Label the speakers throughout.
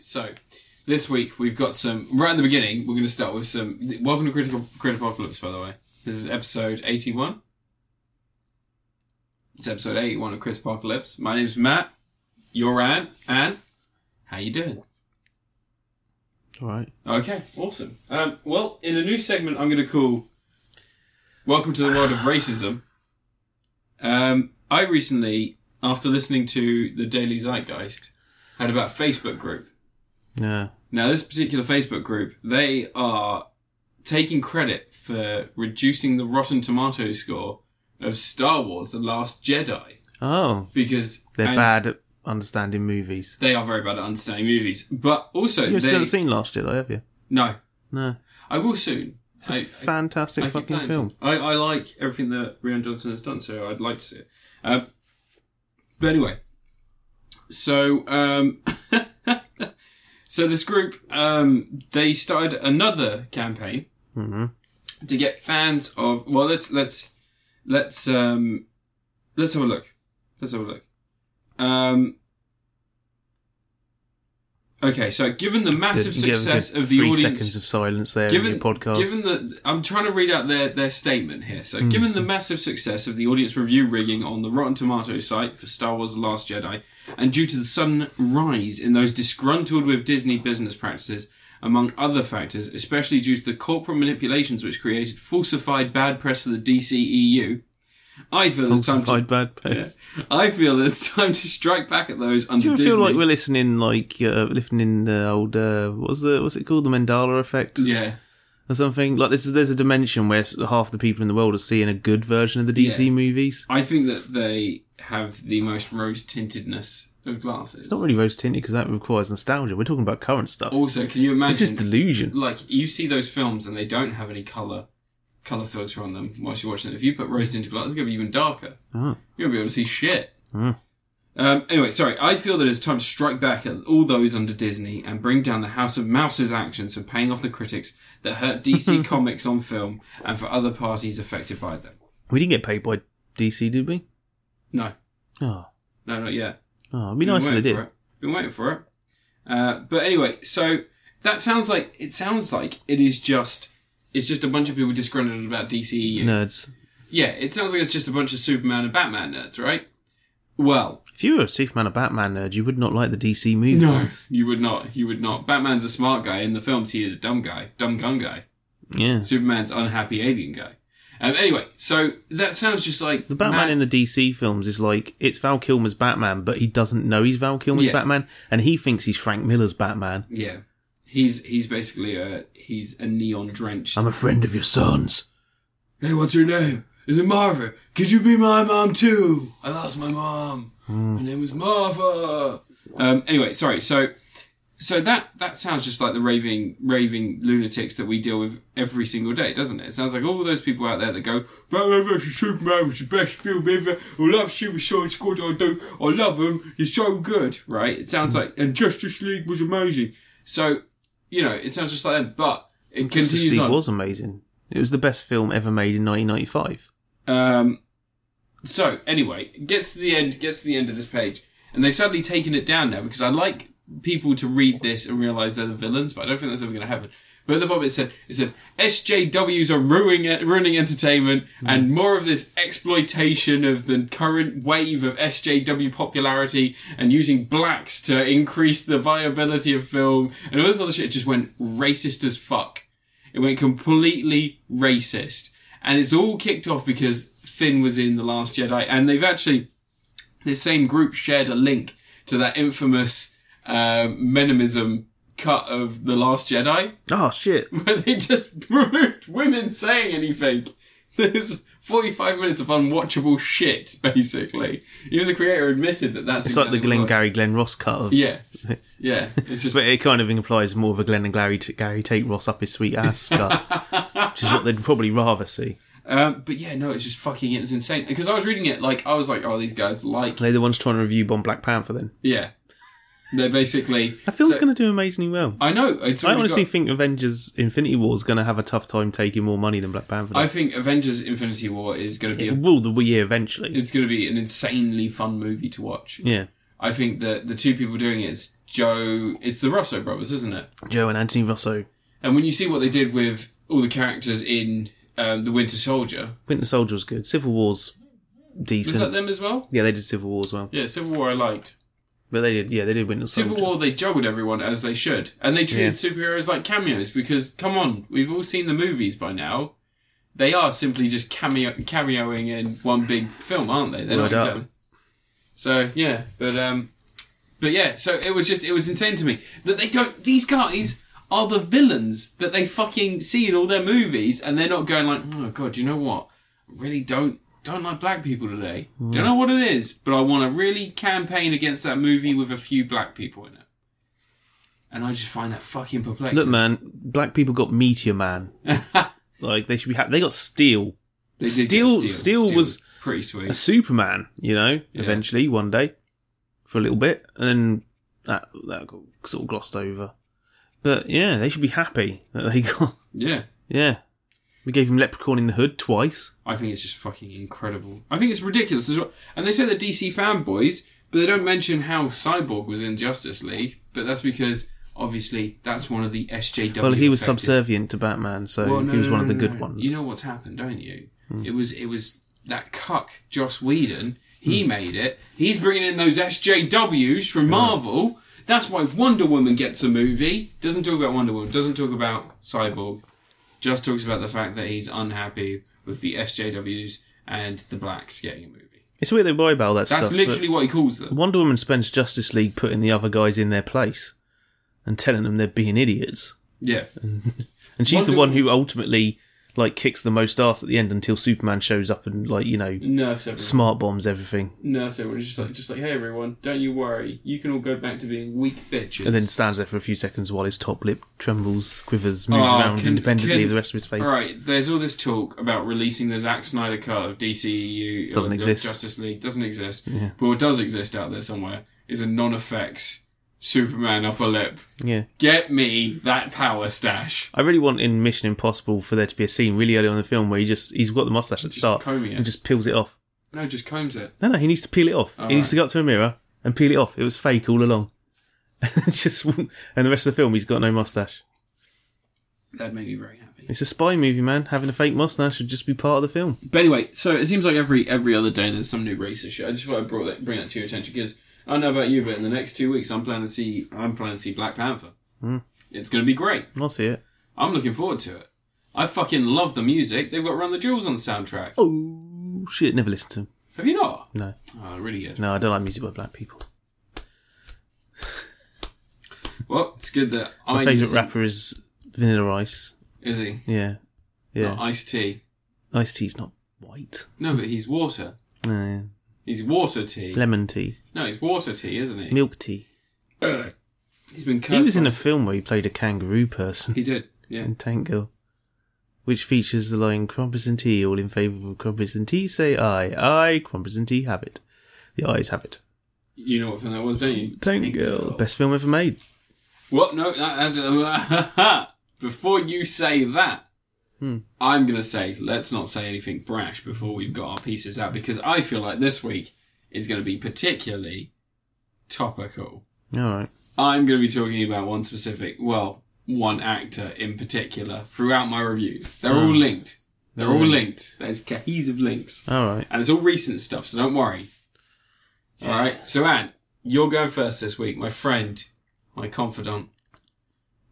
Speaker 1: so this week we've got some. Right at the beginning, we're going to start with some. Welcome to Critical Crit Apocalypse, by the way. This is episode eighty-one. It's episode eighty-one of Chris Apocalypse. My name's Matt. You're Anne. Anne, how you doing?
Speaker 2: All right.
Speaker 1: Okay, awesome. Um, well, in a new segment, I'm going to call "Welcome to the World of Racism." Um, I recently, after listening to the Daily Zeitgeist, had about Facebook group.
Speaker 2: Yeah.
Speaker 1: Now, this particular Facebook group, they are taking credit for reducing the Rotten Tomato score of Star Wars: The Last Jedi
Speaker 2: Oh,
Speaker 1: because
Speaker 2: they're
Speaker 1: and
Speaker 2: bad at understanding movies.
Speaker 1: They are very bad at understanding movies, but also
Speaker 2: You've
Speaker 1: they
Speaker 2: still seen Last Jedi, have you?
Speaker 1: no.
Speaker 2: No.
Speaker 1: I will soon.
Speaker 2: It's a
Speaker 1: I- I-
Speaker 2: fantastic
Speaker 1: I keep
Speaker 2: fucking
Speaker 1: planning
Speaker 2: film.
Speaker 1: to. I, I like everything that Rian Johnson has done, so I'd like to see it. Um, but anyway, so um, so this group um, they started another campaign
Speaker 2: Mm-hmm.
Speaker 1: to get fans of. Well, let's let's let's um, let's have a look. Let's have a look. Um, okay, so given the massive
Speaker 2: Give- give-
Speaker 1: success
Speaker 2: give
Speaker 1: of the
Speaker 2: three
Speaker 1: audience,
Speaker 2: seconds of silence there in
Speaker 1: given
Speaker 2: your podcast. Hmm.
Speaker 1: given the I'm trying to read out their their statement here. So, given the massive success of the audience review rigging on the Rotten Tomatoes site for Star Wars: The Last Jedi, and due to the sudden rise in those disgruntled with Disney business practices, among other factors, especially due to the corporate manipulations which created falsified bad press for the DCEU, I feel it's time to.
Speaker 2: Falsified bad
Speaker 1: Yeah.
Speaker 2: press.
Speaker 1: I feel it's time to strike back at those under
Speaker 2: Do you
Speaker 1: Disney.
Speaker 2: feel like we're listening, like uh, listening the old uh, what's the what's it called, the Mandala effect
Speaker 1: yeah,
Speaker 2: or something? Like this is there's a dimension where s- half the people in the world are seeing a good version of the DC
Speaker 1: Yeah.
Speaker 2: movies.
Speaker 1: I think that they have the most rose tintedness of glasses.
Speaker 2: It's not really rose tinted because that requires nostalgia. We're talking about current stuff.
Speaker 1: Also, can you Oh, imagine?
Speaker 2: this is delusion.
Speaker 1: like you see those films and they don't have any color color filter on them whilst you're watching it. If you put rose tinted glass, it's gonna be even darker.
Speaker 2: Oh.
Speaker 1: You're gonna be able to see shit.
Speaker 2: Ah.
Speaker 1: Um, anyway, sorry. I feel that it's time to strike back at all those under Disney and bring down the House of Mouse's actions for paying off the critics that hurt DC comics on film and for other parties affected by them.
Speaker 2: We didn't get paid by DC, did we?
Speaker 1: No,
Speaker 2: Oh,
Speaker 1: no, not yet.
Speaker 2: oh, it'd be nice if
Speaker 1: waiting
Speaker 2: they did.
Speaker 1: for it. Been waiting for it. Uh, but anyway, so that sounds like it sounds like it is just it's just a bunch of people disgruntled about DCEU.
Speaker 2: Nerds.
Speaker 1: Yeah, it sounds like it's just a bunch of Superman and Batman nerds, right? Well,
Speaker 2: If you were a Superman or Batman nerd, you would not like the DC movies.
Speaker 1: you would not. You would not. Batman's a smart guy in the films. He is a dumb guy, dumb gun guy.
Speaker 2: Yeah.
Speaker 1: Superman's unhappy alien guy. Um, anyway, so that sounds just like
Speaker 2: The Batman in the DC films is like it's Val Kilmer's Batman, but he doesn't know he's Val Kilmer's
Speaker 1: Yeah.
Speaker 2: Batman, and he thinks he's Frank Miller's Batman.
Speaker 1: yeah, he's he's basically a he's a neon drenched
Speaker 2: I'm a friend of your son's.
Speaker 1: Hey, what's your name? Is it Marva? Could you be my mom too? I lost my mom.
Speaker 2: Hmm.
Speaker 1: My name was Marva. Um, anyway, sorry. So, so that that sounds just like the raving raving lunatics that we deal with every single day, doesn't it? It sounds like all those people out there that go Batman vs Superman was the best film ever. I love Suicide Squad. I do. I love them. You're so good, right? It
Speaker 2: Hmm.
Speaker 1: sounds like and Justice League was amazing. So, you know, it sounds just like them, but it
Speaker 2: Justice
Speaker 1: continues
Speaker 2: League
Speaker 1: on.
Speaker 2: was amazing. It was the best film ever made in 1995.
Speaker 1: Um, so anyway, gets to the end, gets to the end of this page, and they've sadly taken it down now because I like people to read this and realise they're the villains, but I don't think that's ever going to happen. But at the bottom it said, it said SJWs are ruining ruining entertainment, and more of this exploitation of the current wave of SJW popularity, and using blacks to increase the viability of film, and all this other shit. It just went racist as fuck. It went completely racist. And it's all kicked off because Finn was in The Last Jedi. And they've actually, this same group shared a link to that infamous um Menimism cut of The Last Jedi,
Speaker 2: Oh shit!
Speaker 1: where they just removed women saying anything. There's 45 minutes of unwatchable shit, basically. Even the creator admitted that that's
Speaker 2: It's like the
Speaker 1: exactly
Speaker 2: Glenn
Speaker 1: what it was.
Speaker 2: Gary Glenn Ross cut of.
Speaker 1: Yeah. Yeah. It's just.
Speaker 2: But it kind of implies more of a Glenn and Gary, Gary Tate Ross up his sweet ass cut, which is what they'd probably rather see.
Speaker 1: Um, but yeah, no, it's just fucking it's insane. Because I was reading it, like I was like, oh, these guys like,
Speaker 2: They're the ones trying to review Bomb Black Panther. Then
Speaker 1: yeah, they're basically.
Speaker 2: that film's
Speaker 1: so-
Speaker 2: going to do amazingly well.
Speaker 1: I know. It's
Speaker 2: I
Speaker 1: already
Speaker 2: honestly
Speaker 1: got-
Speaker 2: think Avengers Infinity War is going to have a tough time taking more money than Black Panther.
Speaker 1: I think Avengers: Infinity War is going to be.
Speaker 2: it
Speaker 1: A,
Speaker 2: will the year eventually.
Speaker 1: it's going to be an insanely fun movie to watch.
Speaker 2: yeah.
Speaker 1: I think that the two people doing it is Joe. It's the Russo brothers, isn't it?
Speaker 2: Joe and Anthony Russo.
Speaker 1: And when you see what they did with all the characters in um, the Winter Soldier,
Speaker 2: Winter Soldier was good. Civil War's
Speaker 1: was
Speaker 2: decent.
Speaker 1: that them as well?
Speaker 2: yeah, they did Civil War as well.
Speaker 1: Yeah, Civil War I liked.
Speaker 2: But they did, yeah, they did Winter
Speaker 1: Civil
Speaker 2: Soldier.
Speaker 1: War they juggled everyone as they should, and they treated superheroes like cameos because come on, we've all seen the movies by now. They are simply just cameo cameoing in one big film, aren't they? They're not
Speaker 2: Word up.
Speaker 1: exactly. So yeah, but um, but yeah, so it was just it was insane to me that they don't. These guys are the villains that they fucking see in all their movies, and they're not going like, oh god, you know what? I really don't don't like black people today.
Speaker 2: Hmm.
Speaker 1: Don't know what it is, but I want to really campaign against that movie with a few black people in it. And I just find that fucking perplexing.
Speaker 2: Look, man, black people got Meteor Man. like they should be happy. They got Steel,
Speaker 1: They did get
Speaker 2: Steel- Steel was-
Speaker 1: pretty sweet.
Speaker 2: a Superman. You know, eventually one day, for a little bit, and then that that got sort of glossed over. But yeah, they should be happy that they got.
Speaker 1: Yeah,
Speaker 2: Yeah, we gave him Leprechaun in the Hood twice.
Speaker 1: I think it's just fucking incredible. I think it's ridiculous as well. And they say they're DC fanboys, but they don't mention how Cyborg was in Justice League. But that's because obviously that's one of the SJW.
Speaker 2: Well, he was
Speaker 1: affected-
Speaker 2: subservient to Batman, so
Speaker 1: Well, no,
Speaker 2: he was
Speaker 1: no,
Speaker 2: one
Speaker 1: no,
Speaker 2: of the
Speaker 1: no,
Speaker 2: good
Speaker 1: no.
Speaker 2: ones. Hmm.
Speaker 1: You know what's happened, don't you? It was it was that cuck Joss Whedon. He
Speaker 2: Hmm.
Speaker 1: made it. He's bringing in those SJWs from Marvel. That's why Wonder Woman gets a movie. Doesn't talk about Wonder Woman. Doesn't talk about Cyborg. Just talks about the fact that he's unhappy with the SJWs and the blacks getting a movie.
Speaker 2: it's weird they worry about all that
Speaker 1: That's
Speaker 2: stuff. but
Speaker 1: literally what he calls them.
Speaker 2: Wonder Woman spends Justice League putting the other guys in their place and telling them they're being idiots.
Speaker 1: Yeah.
Speaker 2: And she's the
Speaker 1: Wonder
Speaker 2: one who ultimately like kicks the most ass at the end until Superman shows up and like you know
Speaker 1: Nerfs everyone.
Speaker 2: smart bombs everything
Speaker 1: Nerfs everyone. Just like, just like, hey everyone, don't you worry. You can all go back to being weak bitches.
Speaker 2: and then stands there for a few seconds while his top lip trembles, quivers, moves
Speaker 1: Oh,
Speaker 2: around
Speaker 1: can-
Speaker 2: independently
Speaker 1: can-
Speaker 2: of the rest of his face.
Speaker 1: All right, there's all this talk about releasing the Zack Snyder cut of DCU
Speaker 2: Doesn't
Speaker 1: or
Speaker 2: exist.
Speaker 1: Justice League doesn't exist. But what does exist out there somewhere is a non-effects Superman upper lip.
Speaker 2: Yeah.
Speaker 1: Get me that power stash.
Speaker 2: I really want in Mission Impossible for there to be a scene really early on in the film where he just he's got the mustache at the start
Speaker 1: combing it.
Speaker 2: and just peels it off.
Speaker 1: No, just combs it.
Speaker 2: No, no, he needs to peel it off. he needs to go up to a mirror and peel it off. It was fake all along. It's just and the rest of the film he's got no mustache.
Speaker 1: That'd make me very happy.
Speaker 2: It's a spy movie, man. Having a fake mustache should just be part of the film.
Speaker 1: But anyway, so it seems like every every other day there's some new racist shit. I just thought I'd brought that, bring that to your attention because I don't know about you, but in the next two weeks I'm planning to see I'm planning to see Black Panther.
Speaker 2: Hmm.
Speaker 1: It's going to be great.
Speaker 2: I'll see it.
Speaker 1: I'm looking forward to it. I fucking love the music. They've got Run the Jewels on the soundtrack.
Speaker 2: Oh shit! Never listened to him.
Speaker 1: Have you not?
Speaker 2: No,
Speaker 1: Oh, really good.
Speaker 2: no, I don't like music by black people.
Speaker 1: Well, it's good that
Speaker 2: My
Speaker 1: I
Speaker 2: favourite rapper is Vanilla Ice.
Speaker 1: is he?
Speaker 2: Yeah, yeah.
Speaker 1: Not iced tea.
Speaker 2: Ice tea's not white.
Speaker 1: No, but he's water.
Speaker 2: No,
Speaker 1: He's water tea.
Speaker 2: lemon tea,
Speaker 1: No, he's water tea, isn't he?
Speaker 2: milk tea.
Speaker 1: He's been
Speaker 2: He
Speaker 1: cursed.
Speaker 2: was in
Speaker 1: by-
Speaker 2: a film where he played a kangaroo person
Speaker 1: He did. Yeah.
Speaker 2: in Tank Girl, which features the line "Crumpets and tea, all in favour of crumpets and tea." Say aye, aye. Crumpets and tea have it. The eyes have it.
Speaker 1: You know what film that was, don't you?
Speaker 2: Tank Girl, best film ever made.
Speaker 1: What? No, that, that's- before you say that,
Speaker 2: Hmm.
Speaker 1: I'm going to say, let's not say anything brash before we've got our pieces out because I feel like this week is going to be particularly topical.
Speaker 2: All right.
Speaker 1: I'm going to be talking about one specific, well, one actor in particular throughout my reviews. They're all
Speaker 2: Hmm.
Speaker 1: linked. They're all linked. There's cohesive links.
Speaker 2: All right.
Speaker 1: And it's all recent stuff, so don't worry. All right. So, Anne, you're going first this week, my friend, my confidant.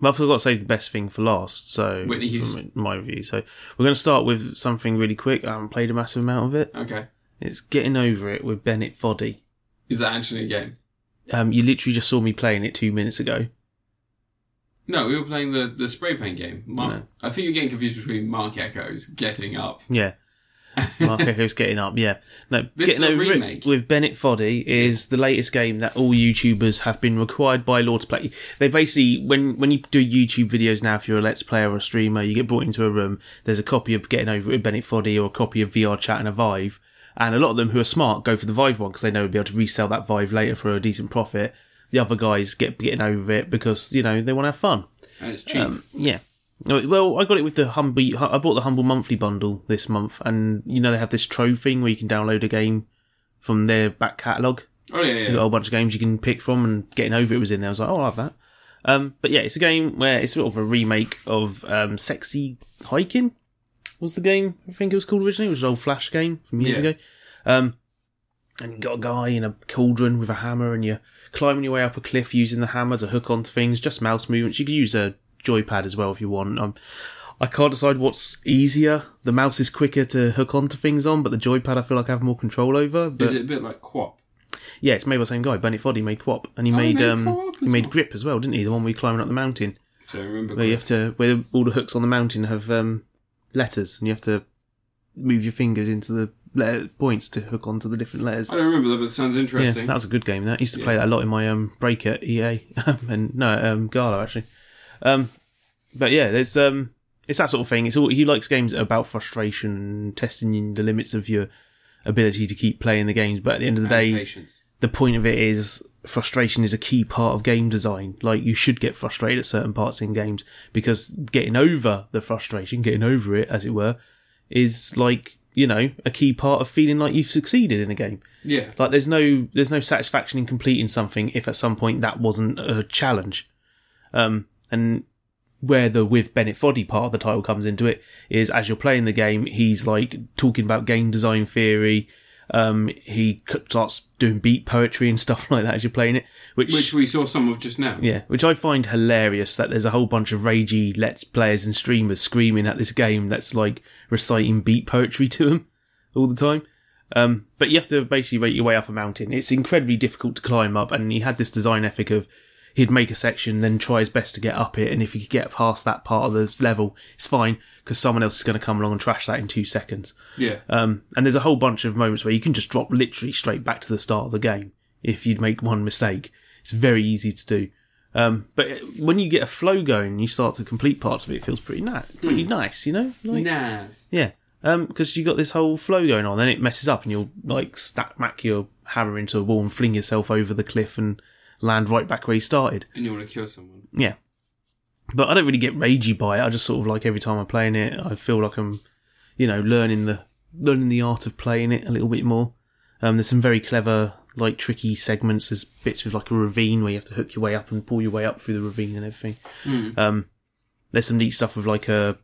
Speaker 2: Well, I've got to save the best thing for last, so
Speaker 1: Whitney Houston.
Speaker 2: from my view. So we're going to start with something really quick. I haven't played a massive amount of it.
Speaker 1: Okay.
Speaker 2: It's getting over it with Bennett Foddy.
Speaker 1: Is that actually a game?
Speaker 2: Um, you literally just saw me playing it two minutes ago.
Speaker 1: No, we were playing the, the spray paint game. Mark,
Speaker 2: No.
Speaker 1: I think you're getting confused between Mark Echo's getting up.
Speaker 2: Yeah, Mark Echo's getting up. Yeah, no,
Speaker 1: This is
Speaker 2: getting
Speaker 1: a
Speaker 2: over
Speaker 1: remake.
Speaker 2: it with Bennett Foddy is the latest game that all YouTubers have been required by law to play. They basically, when when you do YouTube videos now, if you're a Let's Player or a streamer, you get brought into a room. There's a copy of Getting Over It with Bennett Foddy or a copy of VR Chat and a Vive. And a lot of them who are smart go for the Vive one because they know they'll be able to resell that Vive later for a decent profit. The other guys get getting over it because you know they want to have fun.
Speaker 1: And it's cheap.
Speaker 2: Um, Yeah. No, Well, I got it with the humble. I bought the humble monthly bundle this month, and you know they have this trove thing where you can download a game from their back catalogue
Speaker 1: Oh yeah,
Speaker 2: You've got a
Speaker 1: yeah.
Speaker 2: whole bunch of games you can pick from, and getting over it was in there. I was like, oh, I'll have that. Um, but yeah, it's a game where it's sort of a remake of um, Sexy Hiking. Was the game I think it was called originally? It was an old Flash game from years
Speaker 1: Yeah.
Speaker 2: ago. Um, and you got a guy in a cauldron with a hammer, and you're climbing your way up a cliff using the hammer to hook onto things. Just mouse movements. You could use a joypad as well if you want. Um, I can't decide what's easier. The mouse is quicker to hook onto things on, but the joypad I feel like I have more control over. But
Speaker 1: Is it a bit like Quap?
Speaker 2: yeah, it's made by the same guy. Bernie Foddy made Quap, and he
Speaker 1: he
Speaker 2: made
Speaker 1: made
Speaker 2: um
Speaker 1: Co-op
Speaker 2: he
Speaker 1: as
Speaker 2: made
Speaker 1: well.
Speaker 2: Grip as well, didn't he? The one where you're climbing up the mountain,
Speaker 1: I don't remember.
Speaker 2: where you
Speaker 1: Quap.
Speaker 2: have to where all the hooks on the mountain have um letters, and you have to move your fingers into the letter points to hook onto the different letters.
Speaker 1: I don't remember that, but it sounds
Speaker 2: Yeah,
Speaker 1: Oh, interesting.
Speaker 2: that was a good game. That I used to play that a lot in my um break at EA and no um Gala actually. Um, but yeah, there's um it's that sort of thing. It's all he likes games about frustration, testing the limits of your ability to keep playing the games. But at the end of the day,
Speaker 1: Patience.
Speaker 2: the point of it is frustration is a key part of game design. Like you should get frustrated at certain parts in games because getting over the frustration, getting over it, as it were, is like, you know, a key part of feeling like you've succeeded in a game.
Speaker 1: Yeah.
Speaker 2: Like there's no there's no satisfaction in completing something if at some point that wasn't a challenge. Um and where the with Bennett Foddy part of the title comes into it is as you're playing the game, he's like talking about game design theory. Um, he c- starts doing beat poetry and stuff like that as you're playing it, which,
Speaker 1: Which we saw some of just now.
Speaker 2: yeah, which I find hilarious that there's a whole bunch of ragey let's players and streamers screaming at this game that's like reciting beat poetry to them all the time. Um, but you have to basically make your way up a mountain. It's incredibly difficult to climb up, and he had this design ethic of he'd make a section, then try his best to get up it, and if he could get past that part of the level, it's fine because someone else is going to come along and trash that in two seconds.
Speaker 1: Yeah.
Speaker 2: Um, and there's a whole bunch of moments where you can just drop literally straight back to the start of the game if you'd make one mistake. It's very easy to do. Um, but when you get a flow going and you start to complete parts of it, it feels pretty, na- pretty nice, you know? Like,
Speaker 1: Nice.
Speaker 2: yeah, because you got this whole flow going on, and it messes up, and you'll like stack mack your hammer into a wall and fling yourself over the cliff and land right back where you started.
Speaker 1: And you want to kill someone.
Speaker 2: Yeah, but I don't really get ragey by it. I just sort of like every time I'm playing it, I feel like I'm, you know, learning the learning the art of playing it a little bit more. Um, there's some very clever, like tricky segments. There's bits with like a ravine where you have to hook your way up and pull your way up through the ravine and everything. Um, there's some neat stuff with like a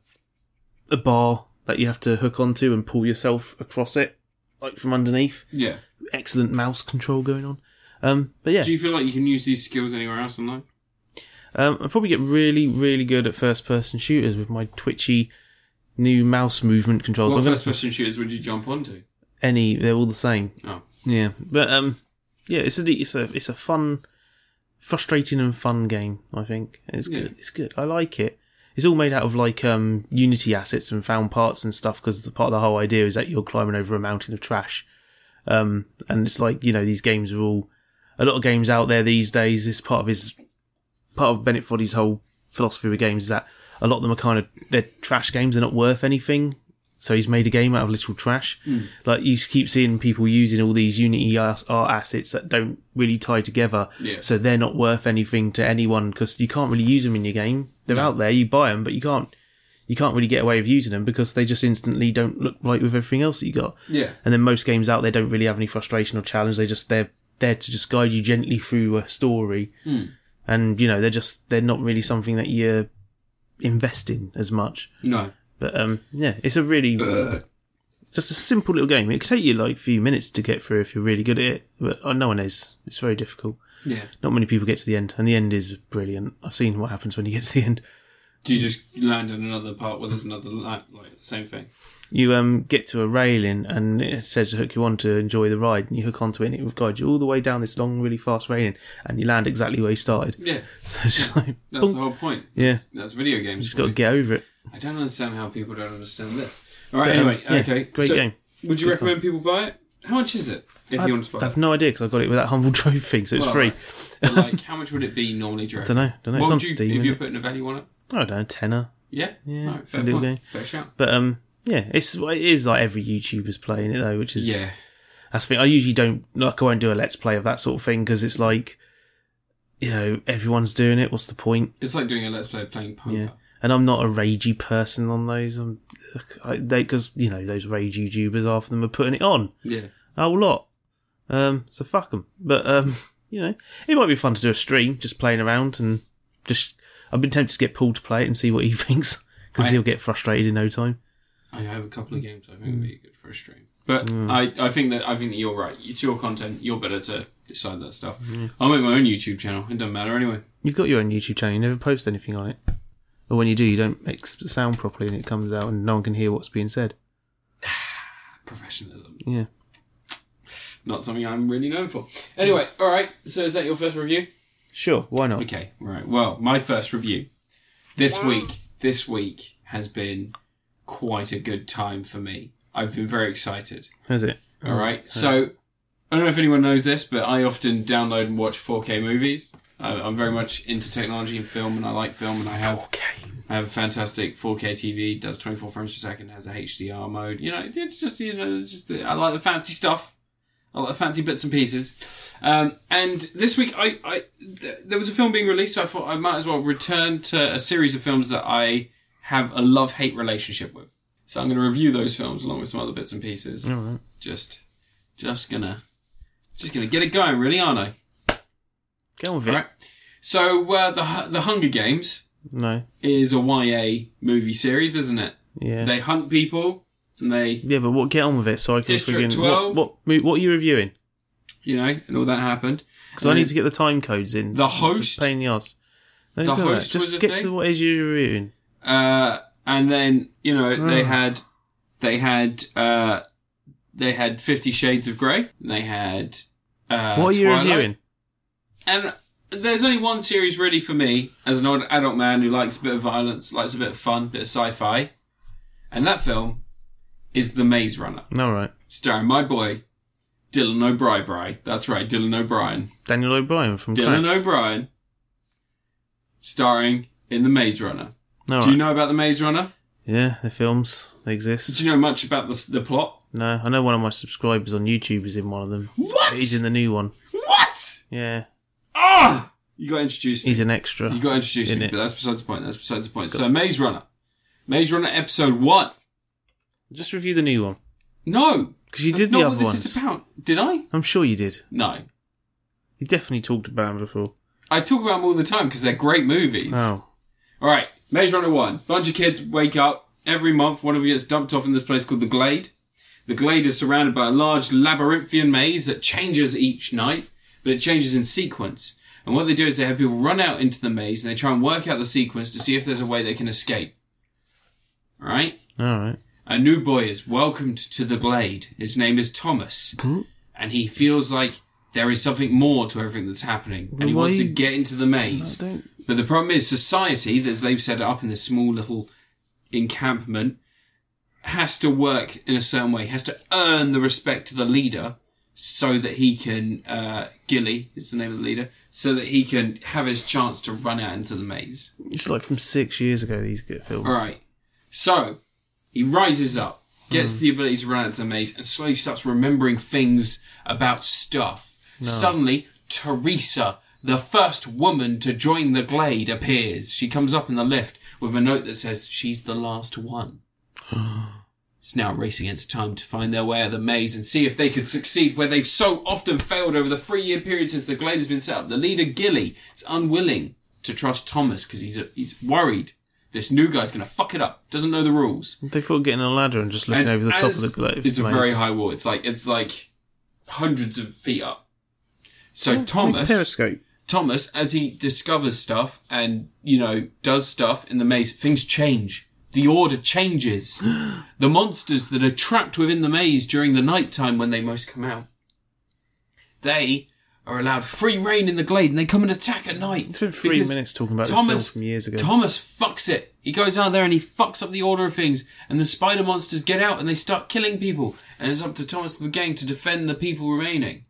Speaker 2: a bar that you have to hook onto and pull yourself across it, like from underneath.
Speaker 1: Yeah.
Speaker 2: Excellent mouse control going on. Um, but yeah,
Speaker 1: Do you feel like you can use these skills anywhere else in life?
Speaker 2: um, I probably get really, really good at first person shooters with my twitchy new mouse movement controls.
Speaker 1: What
Speaker 2: I'm gonna-
Speaker 1: first person shooters would you jump onto?
Speaker 2: any, they're all the same.
Speaker 1: Oh.
Speaker 2: Yeah, but um, yeah, it's a it's a it's a fun, frustrating and fun game. I think And it's
Speaker 1: Yeah.
Speaker 2: good. It's good. I like it. It's all made out of like um Unity assets and found parts and stuff because the part of the whole idea is that you're climbing over a mountain of trash. Um, and it's like you know these games are all a lot of games out there these days. This part of his part of Bennett Foddy's whole philosophy with games is that a lot of them are kind of they're trash games. They're not worth anything. So he's made a game out of literal trash. Like you keep seeing people using all these Unity as- art assets that don't really tie together.
Speaker 1: Yeah.
Speaker 2: So they're not worth anything to anyone because you can't really use them in your game. They're out there, you buy them, but you can't you can't really get away with using them because they just instantly don't look right with everything else that you got.
Speaker 1: Yeah.
Speaker 2: And then most games out there don't really have any frustration or challenge. They just they're there to just guide you gently through a story. And you know they're just they're not really something that you invest in as much.
Speaker 1: No.
Speaker 2: But um, yeah, it's a really just a simple little game. It could take you like a few minutes to get through if you're really good at it. But uh, no one is. It's very difficult.
Speaker 1: Yeah.
Speaker 2: Not many people get to the end, and the end is brilliant. I've seen what happens when you get to the end.
Speaker 1: Do you just land in another part where there's another light? Like, same thing.
Speaker 2: you um get to a railing and it says to hook you on to enjoy the ride and you hook onto it and it will guide you all the way down this long really fast railing and you land exactly where you started
Speaker 1: Yeah.
Speaker 2: so it's just like
Speaker 1: That's
Speaker 2: boom,
Speaker 1: the whole point.
Speaker 2: Yeah.
Speaker 1: That's, that's video games.
Speaker 2: just got to get over it
Speaker 1: I don't understand how people don't understand this. All right.
Speaker 2: But, um,
Speaker 1: anyway.
Speaker 2: yeah,
Speaker 1: okay.
Speaker 2: great
Speaker 1: So,
Speaker 2: game.
Speaker 1: Would you recommend people buy it? How much is it? If you want to buy
Speaker 2: I
Speaker 1: it.
Speaker 2: have no idea because I got it with that humble trophy thing so it's
Speaker 1: Well,
Speaker 2: free
Speaker 1: right. But, like, how much would it be normally? Do you reckon?
Speaker 2: Dunno, dunno,
Speaker 1: What
Speaker 2: it's
Speaker 1: would
Speaker 2: on
Speaker 1: you,
Speaker 2: Steam,
Speaker 1: If
Speaker 2: isn't
Speaker 1: you're
Speaker 2: it?
Speaker 1: putting a value on it,
Speaker 2: I don't know tenner
Speaker 1: yeah,
Speaker 2: Yeah,
Speaker 1: no,
Speaker 2: it's a
Speaker 1: fair
Speaker 2: little
Speaker 1: point.
Speaker 2: game.
Speaker 1: Fair shout.
Speaker 2: but um yeah it's it is like every YouTuber's playing it though which is
Speaker 1: Yeah,
Speaker 2: That's the thing. I usually don't like. I won't do a let's play of that sort of thing because it's like, you know, everyone's doing it. What's the point?
Speaker 1: it's like doing a let's play playing poker.
Speaker 2: Yeah. And I'm not a ragey person on those. I'm, I, they because you know those rage YouTubers. Half of them are putting it on
Speaker 1: yeah.
Speaker 2: a whole lot. Um, so fuck them. But um, you know, it might be fun to do a stream, just playing around and just. I've been tempted to get Paul to play it and see what he thinks because
Speaker 1: I-
Speaker 2: he'll get frustrated in no time.
Speaker 1: I have a couple of games I think would be good for a stream. But I, I think that I think that you're right. It's your content. You're better to decide that stuff. I'll make my own YouTube channel. It doesn't matter anyway.
Speaker 2: You've got your own YouTube channel. You never post anything on it, or when you do, you don't make s- sound properly, and it comes out, and no one can hear what's being said.
Speaker 1: Professionalism,
Speaker 2: Yeah.
Speaker 1: not something I'm really known for. Anyway, all right. So is that your first review?
Speaker 2: Sure. Why not?
Speaker 1: Okay, right. Well, my first review this week. This week has been quite a good time for me. I've been very excited.
Speaker 2: Has it?
Speaker 1: All right. So I don't know if anyone knows this, but I often download and watch 4K movies. I- I'm very much into technology and film, and I like film, and I have
Speaker 2: Okay.
Speaker 1: I have a fantastic 4K TV, does 24 frames per second, has a HDR mode. You know, it's just you know, it's just I like the fancy stuff. I like the fancy bits and pieces. Um, and this week, I, I th- there was a film being released, so I thought I might as well return to a series of films that I have a love hate relationship with. So I'm going to review those films along with some other bits and pieces. Just, just gonna, just gonna get it going, really, aren't I?
Speaker 2: Go on with it.
Speaker 1: All right. So uh, the Hu- the Hunger Games
Speaker 2: No.
Speaker 1: is a YA movie series, isn't it?
Speaker 2: Yeah.
Speaker 1: They hunt people and they,
Speaker 2: yeah, but what? Get on with it. So I can
Speaker 1: District
Speaker 2: friggin-
Speaker 1: 12.
Speaker 2: What, what? What are you reviewing?
Speaker 1: you know, and all that happened.
Speaker 2: Because I need to get the time codes in.
Speaker 1: The
Speaker 2: It's a
Speaker 1: host-
Speaker 2: pain in the ass. No,
Speaker 1: The
Speaker 2: it's all right.
Speaker 1: host was
Speaker 2: Just
Speaker 1: a
Speaker 2: get
Speaker 1: thing?
Speaker 2: to what is you're reviewing.
Speaker 1: Uh, and then you know they
Speaker 2: Hmm.
Speaker 1: had, they had, uh, they had Fifty Shades of Grey. They had. Uh,
Speaker 2: What are you
Speaker 1: Twilight.
Speaker 2: reviewing?
Speaker 1: And there's only one series really for me as an old adult man who likes a bit of violence, likes a bit of fun, bit of sci-fi, and that film is The Maze Runner,
Speaker 2: All right.
Speaker 1: starring my boy Dylan O'Brien. That's right, Dylan O'Brien.
Speaker 2: Daniel O'Brien from
Speaker 1: Dylan
Speaker 2: Cranks.
Speaker 1: O'Brien, starring in The Maze Runner.
Speaker 2: All
Speaker 1: Do you
Speaker 2: right.
Speaker 1: know about The Maze Runner?
Speaker 2: Yeah, the films they exist.
Speaker 1: Do you know much about the, s- the plot?
Speaker 2: No, I know one of my subscribers on YouTube is in one of them.
Speaker 1: What?
Speaker 2: He's in the new one.
Speaker 1: what?
Speaker 2: Yeah,
Speaker 1: Ah! You got introduced me.
Speaker 2: he's an extra.
Speaker 1: You got introduced
Speaker 2: In
Speaker 1: me,
Speaker 2: it.
Speaker 1: but that's besides the point. That's besides the point. So, Maze Runner. Maze Runner episode one.
Speaker 2: Just review the new one
Speaker 1: No.
Speaker 2: because you
Speaker 1: that's
Speaker 2: did
Speaker 1: not
Speaker 2: the
Speaker 1: what
Speaker 2: other
Speaker 1: this is
Speaker 2: ones.
Speaker 1: about. Did I?
Speaker 2: I'm sure you did.
Speaker 1: No.
Speaker 2: You definitely talked about them before.
Speaker 1: I talk about them all the time because they're great movies.
Speaker 2: Oh,
Speaker 1: All right, Maze Runner 1. Bunch of kids wake up every month. One of them gets dumped off in this place called the Glade. The Glade is surrounded by a large labyrinthian maze that changes each night, but it changes in sequence. And what they do is they have people run out into the maze and they try and work out the sequence to see if there's a way they can escape. All right?
Speaker 2: all right.
Speaker 1: A new boy is welcomed to the glade. His name is Thomas. And he feels like there is something more to everything that's happening. And he
Speaker 2: Why-
Speaker 1: wants to get into the maze.
Speaker 2: I don't-
Speaker 1: But the problem is society, as they've set it up in this small little encampment, has to work in a certain way, has to earn the respect of the leader so that he can, uh, Gilly is the name of the leader, so that he can have his chance to run out into the maze.
Speaker 2: It's like from six years ago. These good films.
Speaker 1: All right. So he rises up, gets the ability to run into the maze, and slowly starts remembering things about stuff. Suddenly, Teresa, the first woman to join the glade, appears. She comes up in the lift with a note that says she's the last one.
Speaker 2: Oh.
Speaker 1: It's now a race against time to find their way out of the maze and see if they could succeed where they've so often failed over the three year period since the glade has been set up. The leader, Gilly, is unwilling to trust Thomas because he's, he's worried this new guy's going to fuck it up, doesn't know the rules.
Speaker 2: They thought getting a ladder and just looking
Speaker 1: And
Speaker 2: over the top of
Speaker 1: as-
Speaker 2: the globe.
Speaker 1: It's a very high wall. It's like it's like hundreds of feet up. So Thomas,
Speaker 2: periscope.
Speaker 1: Thomas, as he discovers stuff and you know does stuff in the maze, things change. The order changes. the monsters that are trapped within the maze during the night time when they most come out, they are allowed free reign in the glade, and they come and attack at night.
Speaker 2: It's been three
Speaker 1: because-
Speaker 2: minutes talking about this
Speaker 1: Thomas
Speaker 2: film from years ago.
Speaker 1: Thomas fucks it. He goes out there and he fucks up the order of things, and the spider monsters get out and they start killing people. And it's up to Thomas and the gang to defend the people remaining.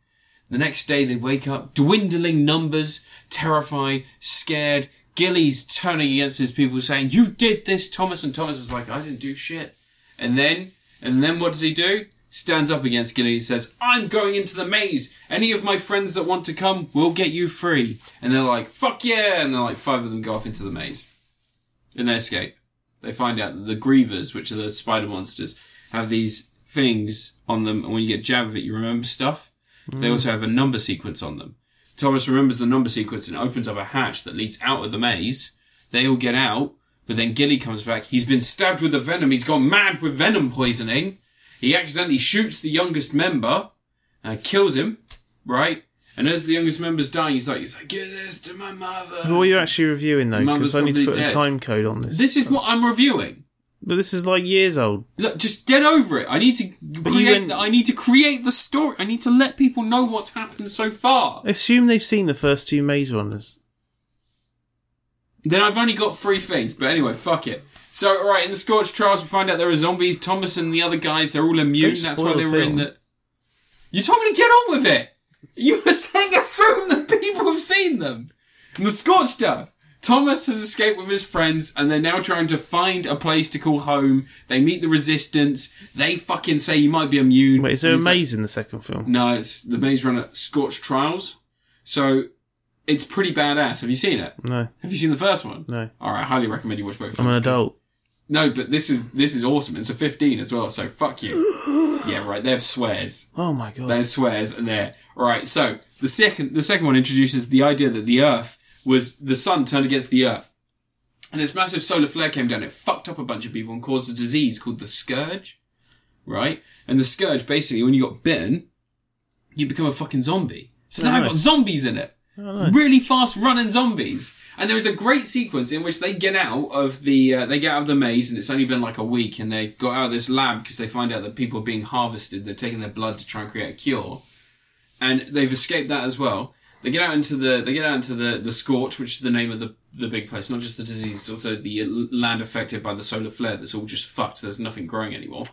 Speaker 1: The next day they wake up, dwindling numbers, terrified, scared. Gilly's turning against his people, saying, "You did this, Thomas." And Thomas is like, "I didn't do shit." And then, and then what does he do? Stands up against Gilly and says, I'm going into the maze. Any of my friends that want to come, we'll get you free. And they're like, fuck yeah. And they're like, five of them go off into the maze. And they escape. They find out that the Grievers, which are the spider monsters, have these things on them. And when you get jab of it, you remember stuff. They also have a number sequence on them. Thomas remembers the number sequence and opens up a hatch that leads out of the maze. They all get out, but then Gilly comes back. He's been stabbed with the venom. He's gone mad with venom poisoning. He accidentally shoots the youngest member and kills him, right? And as the youngest member's dying, he's like, he's like, give this to my mother.
Speaker 2: Who are you actually reviewing though?
Speaker 1: Mum was
Speaker 2: Because I need to put
Speaker 1: probably
Speaker 2: a
Speaker 1: dead.
Speaker 2: time code on this.
Speaker 1: This is what I'm reviewing.
Speaker 2: But this is like years old.
Speaker 1: Look, just get over it. I need to create.
Speaker 2: went-
Speaker 1: the, I need to create the story. I need to let people know what's happened so far.
Speaker 2: Assume they've seen the first two Maze Runners.
Speaker 1: Then I've only got three things, but anyway, fuck it. So, alright, in the Scorch Trials, we find out there are zombies. Thomas and the other guys, they're all immune.
Speaker 2: Don't
Speaker 1: That's why
Speaker 2: spoil
Speaker 1: they
Speaker 2: the
Speaker 1: were in
Speaker 2: film.
Speaker 1: the. You told me to get on with it! You were saying assume that people have seen them! And the Scorch stuff! Thomas has escaped with his friends, and they're now trying to find a place to call home. They meet the resistance. They fucking say you might be immune.
Speaker 2: Wait, is there
Speaker 1: And
Speaker 2: a
Speaker 1: it's like-
Speaker 2: maze in the second film?
Speaker 1: no, it's the Maze Runner Scorch Trials. So, it's pretty badass. Have you seen it?
Speaker 2: No,
Speaker 1: Have you seen the first one?
Speaker 2: No.
Speaker 1: All right, I highly recommend you watch both.
Speaker 2: I'm an
Speaker 1: films, 'cause-
Speaker 2: adult.
Speaker 1: No, but this is this is awesome. It's a 15 as well, so fuck you. yeah, right. They have swears.
Speaker 2: Oh my god.
Speaker 1: They have swears, and they're all right. So the second the second one introduces the idea that the Earth was the sun turned against the Earth, and this massive solar flare came down. It fucked up a bunch of people and caused a disease called the scourge, right? And the scourge basically, when you got bitten, you become a fucking zombie. So now I've got
Speaker 2: nice.
Speaker 1: zombies in it. Really fast running zombies. And there is a great sequence in which they get out of the uh, they get out of the maze, and it's only been like a week, and they got out of this lab because they find out that people are being harvested. They're taking their blood to try and create a cure, and they've escaped that as well. They get out into the they get out into the the scorch, which is the name of the the big place, not just the disease, it's also the l- land affected by the solar flare that's all just fucked. There's nothing growing anymore.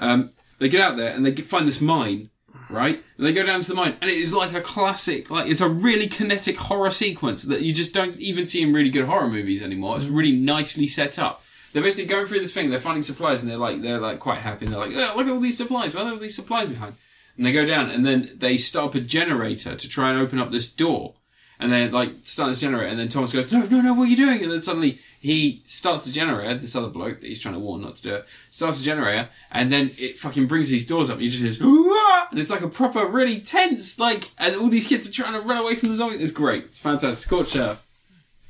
Speaker 1: Um, they get out there and they get- find this mine, right? And they go down to the mine, and it is like a classic, like it's a really kinetic horror sequence that you just don't even see in really good horror movies anymore. It's really nicely set up. They're basically going through this thing. They're finding supplies, and they're like they're like quite happy. And they're like, oh, look at all these supplies. Where are all these supplies behind? And they go down, and then they start up a generator to try and open up this door. And they like start this generator, and then Thomas goes, "No, no, no, what are you doing?" And then suddenly he starts the generator. This other bloke that he's trying to warn not to do it starts the generator, and then it fucking brings these doors up. And you just hear, "Hooah!" and it's like a proper, really tense, like, and all these kids are trying to run away from the zombie. It's great. It's fantastic. Scorch Earth.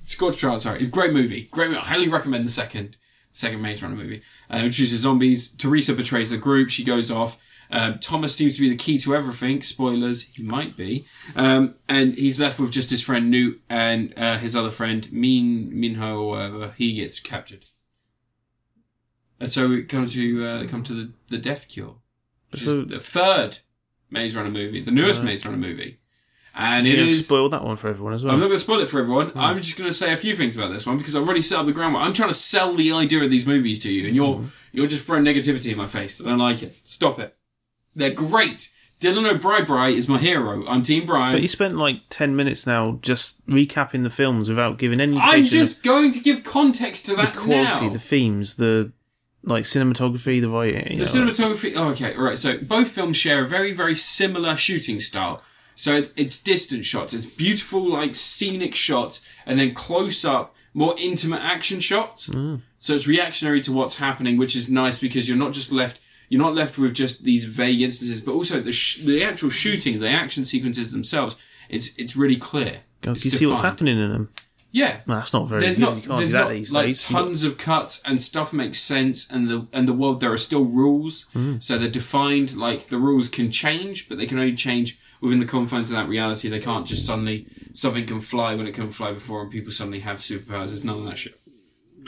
Speaker 1: Scorch Trial, sorry. It's a great movie. Great movie. I highly recommend the second, second Maze Runner movie. Uh, it introduces zombies. Teresa betrays the group. She goes off. Um, Thomas seems to be the key to everything. Spoilers, he might be. Um, and he's left with just his friend Newt and uh, his other friend, Min Minho or whatever. He gets captured. And so we come to uh, come to the, the Death Cure, which
Speaker 2: So-
Speaker 1: is the third Maze Runner movie, the newest Maze Runner movie. And it
Speaker 2: You're going to
Speaker 1: is
Speaker 2: spoil that one for everyone as
Speaker 1: I'm not
Speaker 2: well.
Speaker 1: going to spoil it for everyone.
Speaker 2: Hmm.
Speaker 1: I'm just going to say a few things about this one because I've already set up the groundwork. I'm trying to sell the idea of these movies to you, and you're
Speaker 2: Hmm.
Speaker 1: you're just throwing negativity in my face. I don't like it. Stop it. They're great. Dylan O'Brien is my hero. I'm Team
Speaker 2: But
Speaker 1: Brian.
Speaker 2: you spent like 10 minutes now just recapping the films without giving any
Speaker 1: I'm
Speaker 2: indication
Speaker 1: just going to give context to
Speaker 2: of
Speaker 1: that
Speaker 2: the quality,
Speaker 1: now.
Speaker 2: the themes, the like cinematography, the writing. you
Speaker 1: The
Speaker 2: know,
Speaker 1: cinematography. Oh, okay, all right. So both films share a very, very similar shooting style. So it's, it's distant shots. It's beautiful, like scenic shots, and then close up, more intimate action shots.
Speaker 2: Hmm.
Speaker 1: So it's reactionary to what's happening, which is nice because you're not just left. You're not left with just these vague instances, but also the sh- the actual shooting, the action sequences themselves. It's it's really clear.
Speaker 2: like,
Speaker 1: It's
Speaker 2: you see what's
Speaker 1: defined.
Speaker 2: happening in them.
Speaker 1: Yeah,
Speaker 2: No, that's not very
Speaker 1: there's
Speaker 2: good.
Speaker 1: not
Speaker 2: you can't
Speaker 1: there's
Speaker 2: do that
Speaker 1: not
Speaker 2: these
Speaker 1: like
Speaker 2: days.
Speaker 1: tons of cuts and stuff makes sense and the and the world there are still rules
Speaker 2: Mm.
Speaker 1: so they're defined like the rules can change but they can only change within the confines of that reality they can't just suddenly something can fly when it couldn't fly before and people suddenly have superpowers there's none of that shit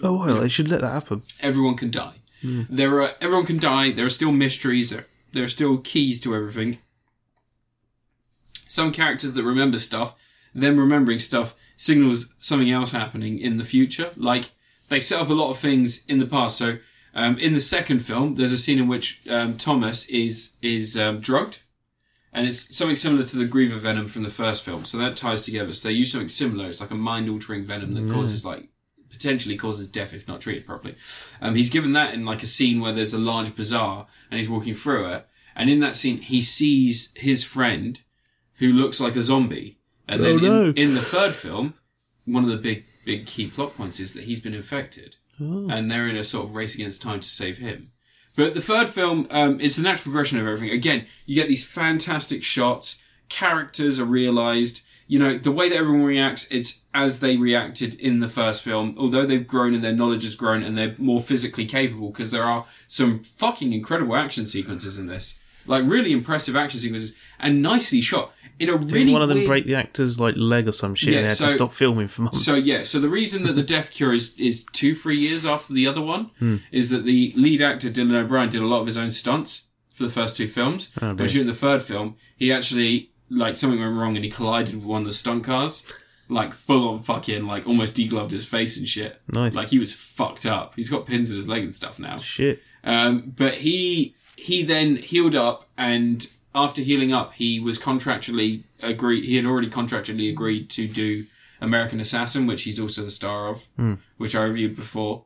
Speaker 2: oh, well, they should let that happen.
Speaker 1: everyone can die there are everyone can die there are still mysteries there, there are still keys to everything some characters that remember stuff, them remembering stuff signals something else happening in the future. Like they set up a lot of things in the past. So um, in the second film, there's a scene in which um, Thomas is is um, drugged, and it's something similar to the Griever venom from the first film. So that ties together. So they use something similar. It's like a mind altering venom
Speaker 2: Mm.
Speaker 1: that causes like potentially causes death if not treated properly. Um, he's given that in like a scene where there's a large bazaar and he's walking through it. And in that scene, he sees his friend who looks like a zombie. And then
Speaker 2: Oh, no.
Speaker 1: in, in the third film, one of the big, big key plot points is that he's been infected.
Speaker 2: Oh.
Speaker 1: And they're in a sort of race against time to save him. But the third film, um, it's the natural progression of everything. Again, you get these fantastic shots. characters are realized. You know, the way that everyone reacts, it's as they reacted in the first film, although they've grown and their knowledge has grown and they're more physically capable because there are some fucking incredible action sequences in this. Like, really impressive action sequences and nicely shot. In a
Speaker 2: Didn't
Speaker 1: really
Speaker 2: one of them
Speaker 1: weird-
Speaker 2: break the actor's like leg or some shit?
Speaker 1: Yeah,
Speaker 2: and they had
Speaker 1: so-
Speaker 2: to stop filming for months.
Speaker 1: so yeah, so the reason that the death cure is, is two, three years after the other one is that the lead actor Dylan O'Brien did a lot of his own stunts for the first two films. but during the third film, he actually like something went wrong and he collided with one of the stunt cars, like full on fucking like almost degloved his face and shit.
Speaker 2: Nice.
Speaker 1: like he was fucked up. He's got pins in his leg and stuff now.
Speaker 2: shit.
Speaker 1: Um, but he he then healed up, and after healing up, he was contractually agreed. He had already contractually agreed to do American Assassin, which he's also the star of,
Speaker 2: Hmm.
Speaker 1: which I reviewed before.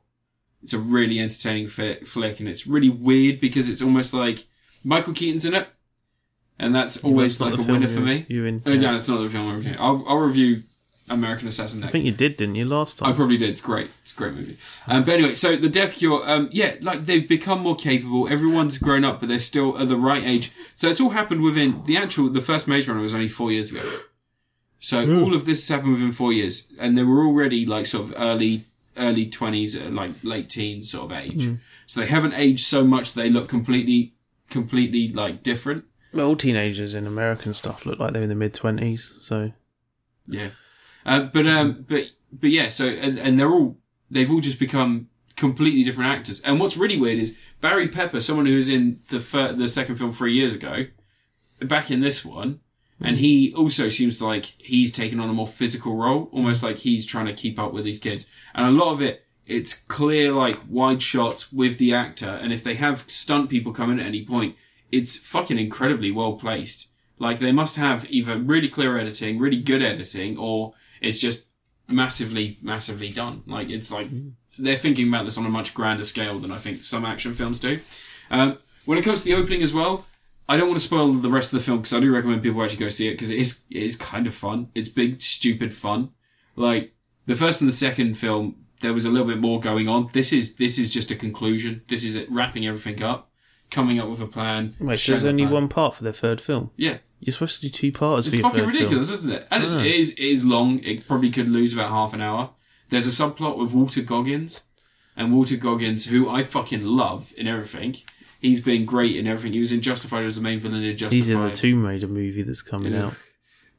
Speaker 1: It's a really entertaining fi- flick, and it's really weird because it's almost like Michael Keaton's in it, and that's always
Speaker 2: That's not
Speaker 1: like
Speaker 2: the
Speaker 1: a
Speaker 2: film
Speaker 1: winner for
Speaker 2: you're-
Speaker 1: me.
Speaker 2: You're in.
Speaker 1: Oh, no, it's not the film I'm reviewing. I'll, I'll review American Assassin
Speaker 2: I
Speaker 1: next.
Speaker 2: think you did, didn't you, last
Speaker 1: I
Speaker 2: time?
Speaker 1: probably did. It's great. It's a great movie. Um, but anyway, so the Death Cure, um, yeah, like they've become more capable. Everyone's grown up, but they're still at the right age. So it's all happened within the actual. The first Maze Runner was only four years ago. So all of this has happened within four years, and they were already like sort of early early twenties, uh, like late teens sort of age. So they haven't aged so much they look completely completely like different.
Speaker 2: Well, all teenagers in American stuff look like they're in the mid twenties. So
Speaker 1: Yeah, uh, but um, but but yeah. So and, and they're all they've all just become completely different actors. And what's really weird is Barry Pepper, someone who was in the fir- the second film three years ago, back in this one, and he also seems like he's taken on a more physical role, almost like he's trying to keep up with these kids. And a lot of it, it's clear like wide shots with the actor, and if they have stunt people come in at any point, it's fucking incredibly well placed. Like they must have either really clear editing, really good editing, or it's just massively, massively done. Like it's like they're thinking about this on a much grander scale than I think some action films do. Um, when it comes to the opening as well, I don't want to spoil the rest of the film because I do recommend people actually go see it because it is it is kind of fun. It's big, stupid fun. Like the first and the second film, there was a little bit more going on. This is this is just a conclusion. This is it wrapping everything up, coming up with a plan.
Speaker 2: wait, so
Speaker 1: showing
Speaker 2: there's
Speaker 1: that
Speaker 2: only
Speaker 1: plan.
Speaker 2: one part for their third film.
Speaker 1: Yeah,
Speaker 2: You're supposed to do two parts. for
Speaker 1: it's
Speaker 2: your
Speaker 1: fucking
Speaker 2: third film.
Speaker 1: ridiculous, isn't it? And it's, it is it is long. It probably could lose about half an hour. There's a subplot with Walter Goggins, and Walter Goggins, who I fucking love in everything. He's been great in everything. He was in Justified as the main villain in Justified.
Speaker 2: He's in the Tomb Raider movie that's coming
Speaker 1: Yeah.
Speaker 2: out.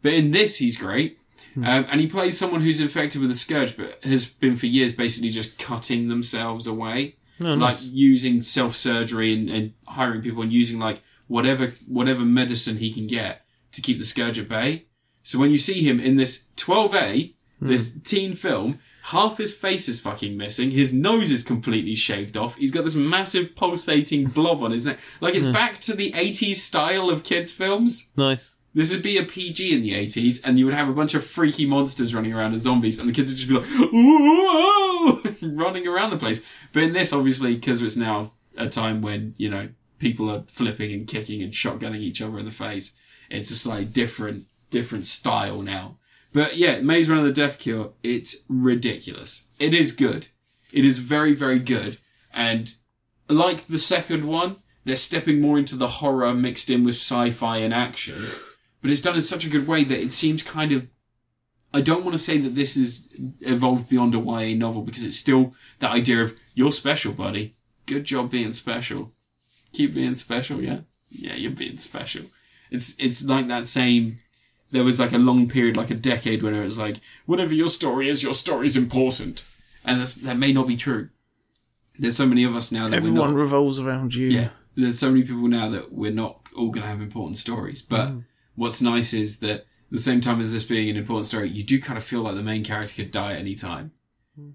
Speaker 1: But in this, he's great.
Speaker 2: Hmm.
Speaker 1: Um, and he plays someone who's infected with a scourge, but has been for years basically just cutting themselves away, like using self surgery and, and hiring people and using like whatever whatever medicine he can get to keep the scourge at bay. So when you see him in this 12A, this teen film, half his face is fucking missing. His nose is completely shaved off. He's got this massive pulsating blob on his neck. Like it's back to the 80s style of kids films.
Speaker 2: Nice.
Speaker 1: This would be a PG in the 80s, and you would have a bunch of freaky monsters running around as zombies, and the kids would just be like, ooh, ooh," running around the place. But in this, obviously, because it's now a time when, you know, people are flipping and kicking and shotgunning each other in the face, it's a slightly different, different style now. But yeah, Maze Runner the Death Cure, it's ridiculous. It is good. It is very, very good. And like the second one, they're stepping more into the horror mixed in with sci-fi and action. But it's done in such a good way that it seems kind of. I don't want to say that this is evolved beyond a YA novel because it's still that idea of you're special, buddy. Good job being special. Keep being special, yeah. Yeah, you're being special. It's it's like that same. There was like a long period, like a decade, when it was like whatever your story is, your story's important, and that's, that may not be true. There's so many of us now that we're not-
Speaker 2: Everyone revolves around you.
Speaker 1: yeah. There's so many people now that we're not all going to have important stories. But what's nice is that at the same time as this being an important story, you do kind of feel like the main character could die at any time.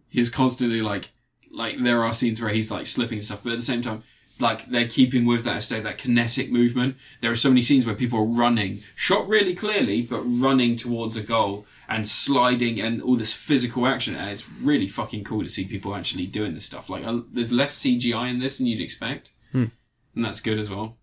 Speaker 1: He's constantly like, like there are scenes where he's like slipping and stuff, but at the same time, like they're keeping with that state, that kinetic movement. There are so many scenes where people are running, shot really clearly, but running towards a goal and sliding and all this physical action. And it's really fucking cool to see people actually doing this stuff. Like uh, there's less CGI in this than you'd expect and that's good as well.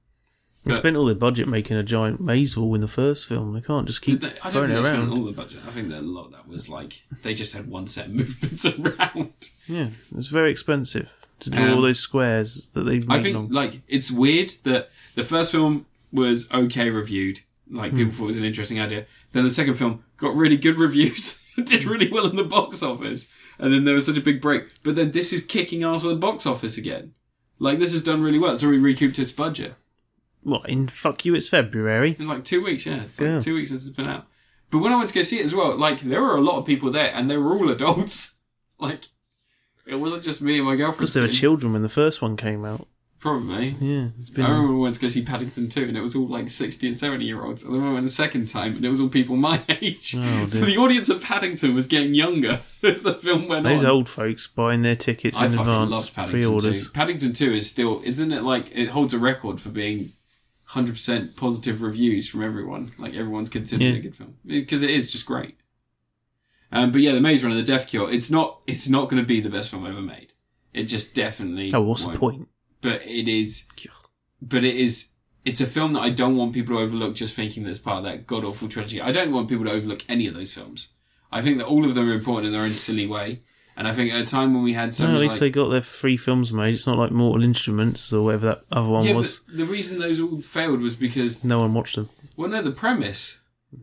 Speaker 2: They spent all their budget making a giant maze wall in the first film. They can't just keep
Speaker 1: Did they, I don't
Speaker 2: throwing
Speaker 1: think they
Speaker 2: it
Speaker 1: spent
Speaker 2: around.
Speaker 1: all the budget. I think that a lot of that was like they just had one set of movements around.
Speaker 2: Yeah, it's very expensive to draw
Speaker 1: Um,
Speaker 2: all those squares that they've made
Speaker 1: I think
Speaker 2: on.
Speaker 1: like it's weird that the first film was okay reviewed, like
Speaker 2: Hmm.
Speaker 1: people thought it was an interesting idea. Then the second film got really good reviews, did really well in the box office, and then there was such a big break. But then this is kicking ass at the box office again. Like this has done really well. It's already recouped its budget
Speaker 2: What in fuck you? It's February.
Speaker 1: in like two weeks. Yeah, it's like
Speaker 2: Yeah.
Speaker 1: two weeks since it's been out. But when I went to go see it as well, like there were a lot of people there, and they were all adults. like it wasn't just me and my girlfriend.
Speaker 2: Because there were
Speaker 1: sitting-
Speaker 2: children when the first one came out.
Speaker 1: Probably.
Speaker 2: Yeah, it's been
Speaker 1: I remember once going to see Paddington 2 and it was all like 60 and 70 year olds. And then I went the second time and it was all people my age.
Speaker 2: Oh,
Speaker 1: so the audience of Paddington was getting younger as the film went
Speaker 2: those
Speaker 1: on.
Speaker 2: old folks buying their tickets
Speaker 1: I
Speaker 2: in
Speaker 1: fucking
Speaker 2: advance,
Speaker 1: loved Paddington 2.
Speaker 2: pre-orders.
Speaker 1: Paddington 2 is still, isn't it like, it holds a record for being 100% positive reviews from everyone. Like everyone's considering it
Speaker 2: Yeah.
Speaker 1: a good film. Because it is just great. Um, but yeah, The Maze Runner, The Death Cure, it's not, it's not going to be the best film ever made. It just definitely.
Speaker 2: Oh, what's
Speaker 1: won't.
Speaker 2: the point?
Speaker 1: But it is but it is it's a film that I don't want people to overlook just thinking that it's part of that god awful trilogy. I don't want people to overlook any of those films. I think that all of them are important in their own silly way. And I think at a time when we had
Speaker 2: No,
Speaker 1: something
Speaker 2: at least
Speaker 1: like
Speaker 2: they got their three films made. It's not like Mortal Instruments or whatever that other one
Speaker 1: yeah,
Speaker 2: was.
Speaker 1: but the reason those all failed was because
Speaker 2: No one watched them.
Speaker 1: well, no, the premise.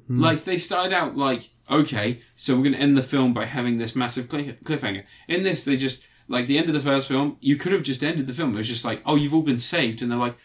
Speaker 2: Hmm.
Speaker 1: Like they started out like okay, so we're going to end the film by having this massive cliff- cliffhanger. In this, they just like the end of the first film. You could have just ended the film. It was just like, oh, you've all been saved, and they're like,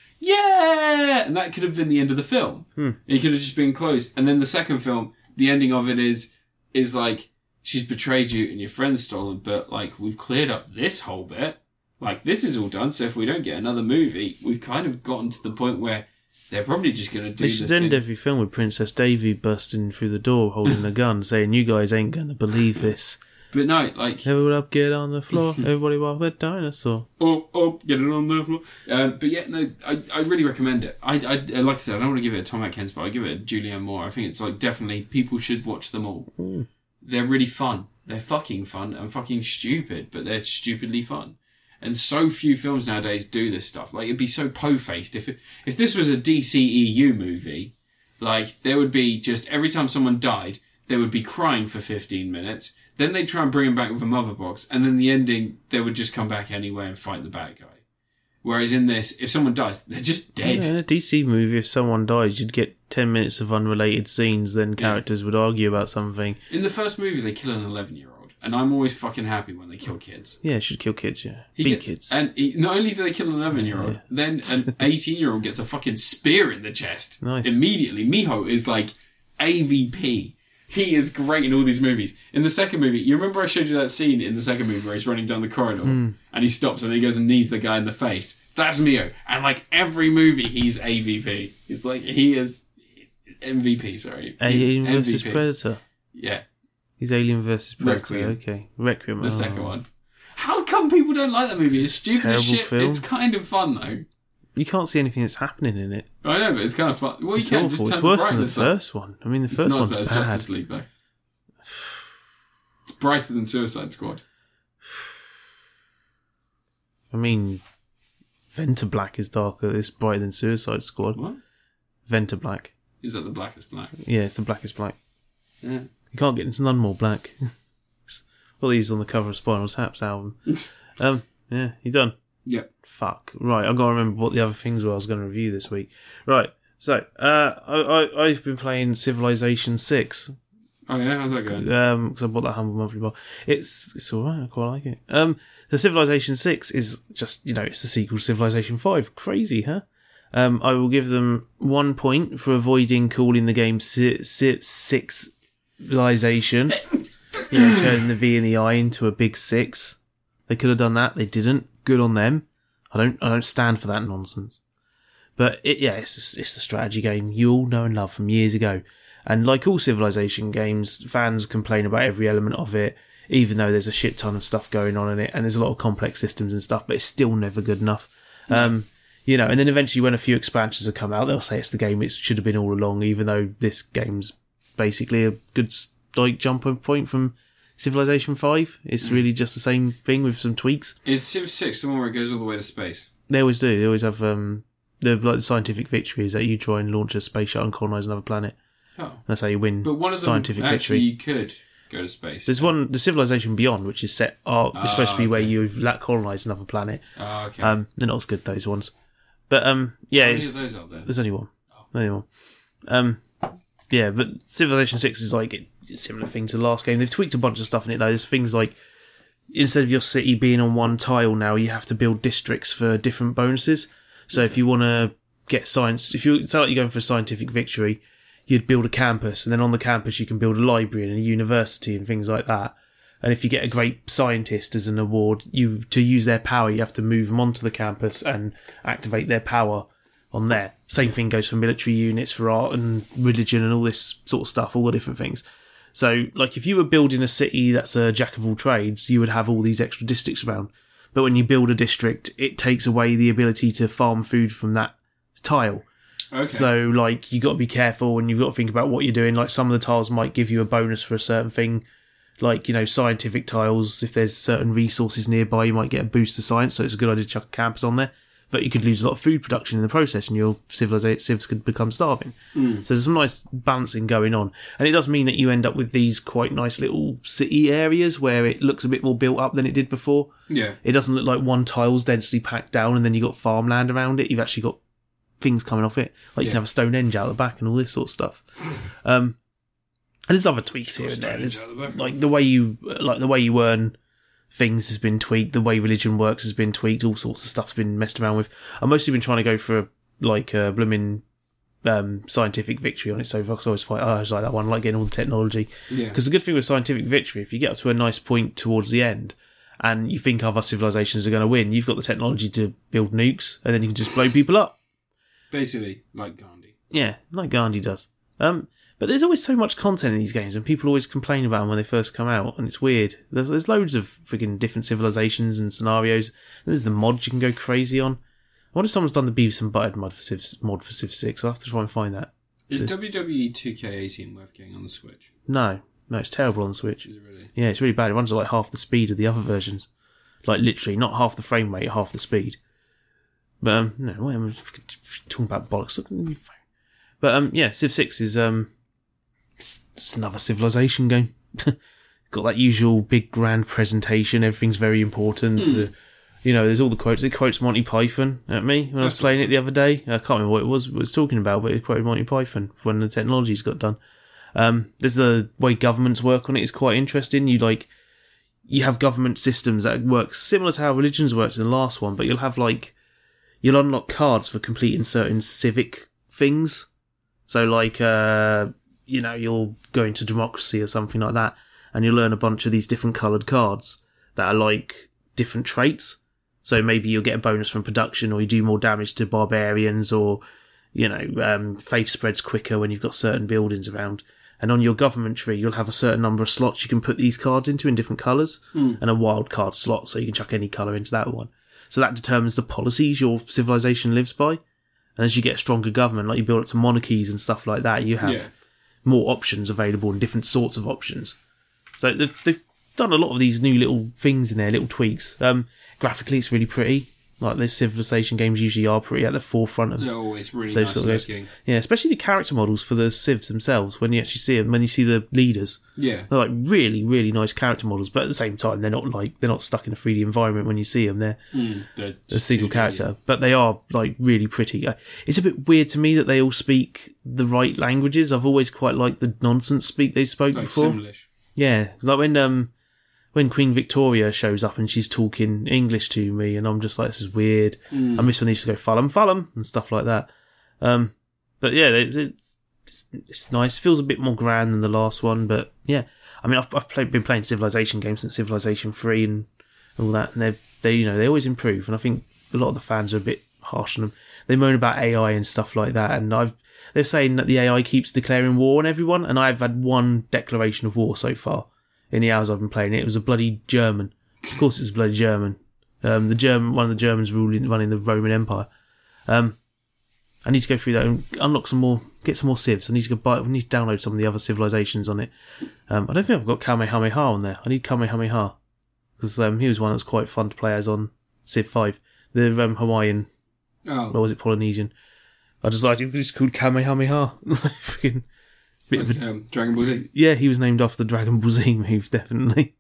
Speaker 1: yeah, and that could have been the end of the film.
Speaker 2: Hmm.
Speaker 1: It could have just been closed. And then the second film, the ending of it is is like she's betrayed you and your friend's stolen, but like we've cleared up this whole bit. Like this is all done. So if we don't get another movie, we've kind of gotten to the point where they're probably just going to do.
Speaker 2: They
Speaker 1: the
Speaker 2: should end
Speaker 1: thing.
Speaker 2: every film with Princess Davy busting through the door holding a gun, saying, "You guys ain't gonna believe this."
Speaker 1: But no, like
Speaker 2: Everyone up, get on the floor. Everybody walk that dinosaur.
Speaker 1: oh oh, get it on the floor. Um, but yeah, no, I, I really recommend it. I, I like I said, I don't want to give it a Tom Atkins, but I give it a Julianne Moore. I think it's like definitely people should watch them all. They're really fun. They're fucking fun and fucking stupid, but they're stupidly fun. And so few films nowadays do this stuff. Like it'd be so po faced if it, if this was a DCEU movie. Like there would be just every time someone died, they would be crying for fifteen minutes. Then they'd try and bring him back with a mother box, and then the ending they would just come back anyway and fight the bad guy. Whereas in this, if someone dies, they're just dead.
Speaker 2: Yeah, in a DC movie, if someone dies, you'd get ten minutes of unrelated scenes. Then characters would argue about something.
Speaker 1: In the first movie, they kill an eleven-year-old, and I'm always fucking happy when they kill kids.
Speaker 2: Yeah, should kill kids. Yeah,
Speaker 1: He
Speaker 2: beat
Speaker 1: gets,
Speaker 2: kids.
Speaker 1: and he, not only do they kill an eleven-year-old,
Speaker 2: Yeah.
Speaker 1: then an eighteen-year-old gets a fucking spear in the chest.
Speaker 2: Nice.
Speaker 1: Immediately, Miho is like AVP. He is great in all these movies. In the second movie, you remember I showed you that scene in the second movie where he's running down the corridor
Speaker 2: Hmm.
Speaker 1: and he stops and he goes and knees the guy in the face. That's Mio. And like every movie, he's AVP. He's like he is MVP. Sorry,
Speaker 2: Alien versus
Speaker 1: MVP.
Speaker 2: Predator.
Speaker 1: Yeah,
Speaker 2: He's Alien versus Predator.
Speaker 1: Requiem.
Speaker 2: Okay, Requiem.
Speaker 1: the
Speaker 2: oh.
Speaker 1: second one. How come people don't like that movie? It's stupid as
Speaker 2: terrible
Speaker 1: shit.
Speaker 2: film.
Speaker 1: It's kind of fun though.
Speaker 2: You can't see anything that's happening in it.
Speaker 1: I know, but it's kind of fun. Well, you
Speaker 2: It's
Speaker 1: can
Speaker 2: awful.
Speaker 1: just
Speaker 2: It's
Speaker 1: turn the
Speaker 2: worse than the
Speaker 1: brightness up.
Speaker 2: first one. I mean, the
Speaker 1: It's
Speaker 2: first
Speaker 1: not as
Speaker 2: one's
Speaker 1: bad
Speaker 2: bad.
Speaker 1: as Justice League though. It's brighter than Suicide Squad.
Speaker 2: I mean, Venter Black is darker. It's brighter than Suicide Squad.
Speaker 1: What?
Speaker 2: Venter Black.
Speaker 1: Is that the blackest black?
Speaker 2: Yeah, it's the blackest black.
Speaker 1: Yeah.
Speaker 2: You can't get into none more black. well, he's on the cover of Spinal Tap's album. Um, yeah, you done.
Speaker 1: yep.
Speaker 2: Fuck. Right, I've got to remember what the other things were I was going to review this week. Right, so uh, I, I, I've been playing Civilization 6
Speaker 1: Oh yeah, how's that going?
Speaker 2: um because I bought that humble monthly bar. It's it's all right. I quite like it. Um, so Civilization Six is just you know it's the sequel to Civilization Five. Crazy, huh? Um, I will give them one point for avoiding calling the game si- si- Six Civilization. you know, turning the V and the I into a big six. They could have done that. They didn't. Good on them. I don't. I don't stand for that nonsense. But it, yeah, it's just, it's the strategy game you all know and love from years ago. And like all Civilization games, fans complain about every element of it, even though there's a shit ton of stuff going on in it, and there's a lot of complex systems and stuff, but it's still never good enough. Um, you know, and then eventually when a few expansions have come out, they'll say it's the game it should have been all along, even though this game's basically a good s- like jump on point from Civilization Five. It's really just the same thing with some tweaks.
Speaker 1: Is Civ Six the one where it goes all the way to space?
Speaker 2: They always do. They always have um, the like the scientific victory is that you try and launch a space shuttle and colonize another planet.
Speaker 1: Oh,
Speaker 2: That's how you win.
Speaker 1: but one of them
Speaker 2: scientific
Speaker 1: actually
Speaker 2: victory.
Speaker 1: you could go to space.
Speaker 2: There's one, the Civilization Beyond, which is set. Oh, it's supposed to be where you've la- colonized another planet.
Speaker 1: Ah, okay.
Speaker 2: Um, they're not as good those ones, but um, yeah,
Speaker 1: How many of
Speaker 2: it's-
Speaker 1: those out there?
Speaker 2: there's only one. Only one. Um, Yeah, but Civilization Six is like a similar thing to the last game. They've tweaked a bunch of stuff in it though. There's things like instead of your city being on one tile now, you have to build districts for different bonuses. So if you want to get science, if you say like you're going for a scientific victory, you'd build a campus, and then on the campus you can build a library and a university and things like that. And if you get a great scientist as an award, you to use their power, you have to move them onto the campus and activate their power on there. Same thing goes for military units, for art and religion, and all this sort of stuff, all the different things. So, like, if you were building a city that's a jack of all trades, you would have all these extra districts around. But when you build a district, it takes away the ability to farm food from that tile.
Speaker 1: Okay.
Speaker 2: So, like, you got to be careful and you've got to think about what you're doing. Like, some of the tiles might give you a bonus for a certain thing. Like, you know, scientific tiles, if there's certain resources nearby, you might get a boost to science. So, it's a good idea to chuck a campus on there. But you could lose a lot of food production in the process and your civilization civs could become starving. So, there's some nice balancing going on. And it does mean that you end up with these quite nice little city areas where it looks a bit more built up than it did before.
Speaker 1: yeah.
Speaker 2: It doesn't look like one tile's densely packed down and then you've got farmland around it. You've actually got things coming off it. Like you
Speaker 1: Yeah.
Speaker 2: can have a Stonehenge out the back and all this sort of stuff. Um, and there's other tweaks here and there.
Speaker 1: Stonehenge
Speaker 2: There's,
Speaker 1: out the back.
Speaker 2: like the way you like the way you earn things has been tweaked. The way religion works has been tweaked. All sorts of stuff's been messed around with. I've mostly been trying to go for like a blooming um, scientific victory on it so far. 'cause I always fight. I always like that one. I like getting all the technology.
Speaker 1: Yeah.
Speaker 2: Because the good thing with scientific victory, if you get up to a nice point towards the end and you think other civilizations are going to win, you've got the technology to build nukes and then you can just blow people up.
Speaker 1: Basically, like Gandhi.
Speaker 2: Yeah, like Gandhi does. Um, but there's always so much content in these games, and people always complain about them when they first come out, and it's weird. There's, there's loads of freaking different civilizations and scenarios. There's the mods you can go crazy on. I wonder if someone's done the Beavis and Butthead mod for Civ, mod for Civ 6. I'll have to try and find that.
Speaker 1: Is E WWE 2K18 worth getting on the Switch?
Speaker 2: No, no, it's terrible on Switch.
Speaker 1: Is it really?
Speaker 2: Yeah, it's really bad. It runs at like half the speed of the other versions. Like literally, not half the frame rate, half the speed. But um, no, why am I talking about bollocks? Look at my phone. But um, yeah, Civ Six is um, it's, it's another civilization game. Got that usual big grand presentation. Everything's very important. Uh, you know, there's all the quotes. It quotes Monty Python at me when I was
Speaker 1: That's
Speaker 2: playing it the other day. I can't remember what it was. What it was talking about, but it quoted Monty Python when the technologies got done. Um, there's the way governments work on it is quite interesting. You like you have government systems that work similar to how religions worked in the last one, but you'll have like you'll unlock cards for completing certain civic things. So like uh you know, you'll go into democracy or something like that, and you'll learn a bunch of these different coloured cards that are like different traits. So maybe you'll get a bonus from production or you do more damage to barbarians or you know, um, faith spreads quicker when you've got certain buildings around. And on your government tree, you'll have a certain number of slots you can put these cards into in different colours, and a wild card slot, so you can chuck any colour into that one. So that determines the policies your civilization lives by. And as you get a stronger government, like you build up to monarchies and stuff like that, you have
Speaker 1: Yeah.
Speaker 2: more options available and different sorts of options. So they've, they've done a lot of these new little things in there, little tweaks. Um, graphically, it's really pretty. Like the civilization games usually are pretty at the forefront of
Speaker 1: No, it's really
Speaker 2: those
Speaker 1: nice
Speaker 2: sort of guys.
Speaker 1: looking.
Speaker 2: Yeah, especially the character models for the civs themselves. When you actually see them, when you see the leaders,
Speaker 1: Yeah.
Speaker 2: they're like really, really nice character models. But at the same time, they're not like they're not stuck in a 3D environment when you see them. They're
Speaker 1: The
Speaker 2: a single character, but they are like really pretty. Uh, It's a bit weird to me that they all speak the right languages. I've always quite liked the nonsense speak they spoke
Speaker 1: Like
Speaker 2: before.
Speaker 1: Simlish.
Speaker 2: Yeah, like when um when Queen Victoria shows up and she's talking English to me, and I'm just like, this is weird. I miss when they used to go Fulham, Fulham, and stuff like that. Um, but yeah, it- it's, it's nice. Feels a bit more grand than the last one, but yeah. I mean, I've, I've played, been playing Civilization games since Civilization Three and all that, and they they you know they always improve, and I think a lot of the fans are a bit harsh on them. They moan about AI and stuff like that, and I've they're saying that the AI keeps declaring war on everyone, and I've had one declaration of war so far in the hours I've been playing. It was a bloody German. Of course, it was a bloody German. Um, the German, one of the Germans ruling running the Roman Empire. Um, I need to go through that and unlock some more, get some more civs. I need to go buy, I need to download some of the other civilizations on it. Um, I don't think I've got Kamehameha on there. I need Kamehameha because um, he was one that's quite fun to play as on Civ Five, the um, Hawaiian or
Speaker 1: Oh,
Speaker 2: was it Polynesian? I just liked it. was called Kamehameha. Freaking bit of a
Speaker 1: like, um, Dragon Ball Z.
Speaker 2: yeah, he was named after the Dragon Ball Z move, definitely.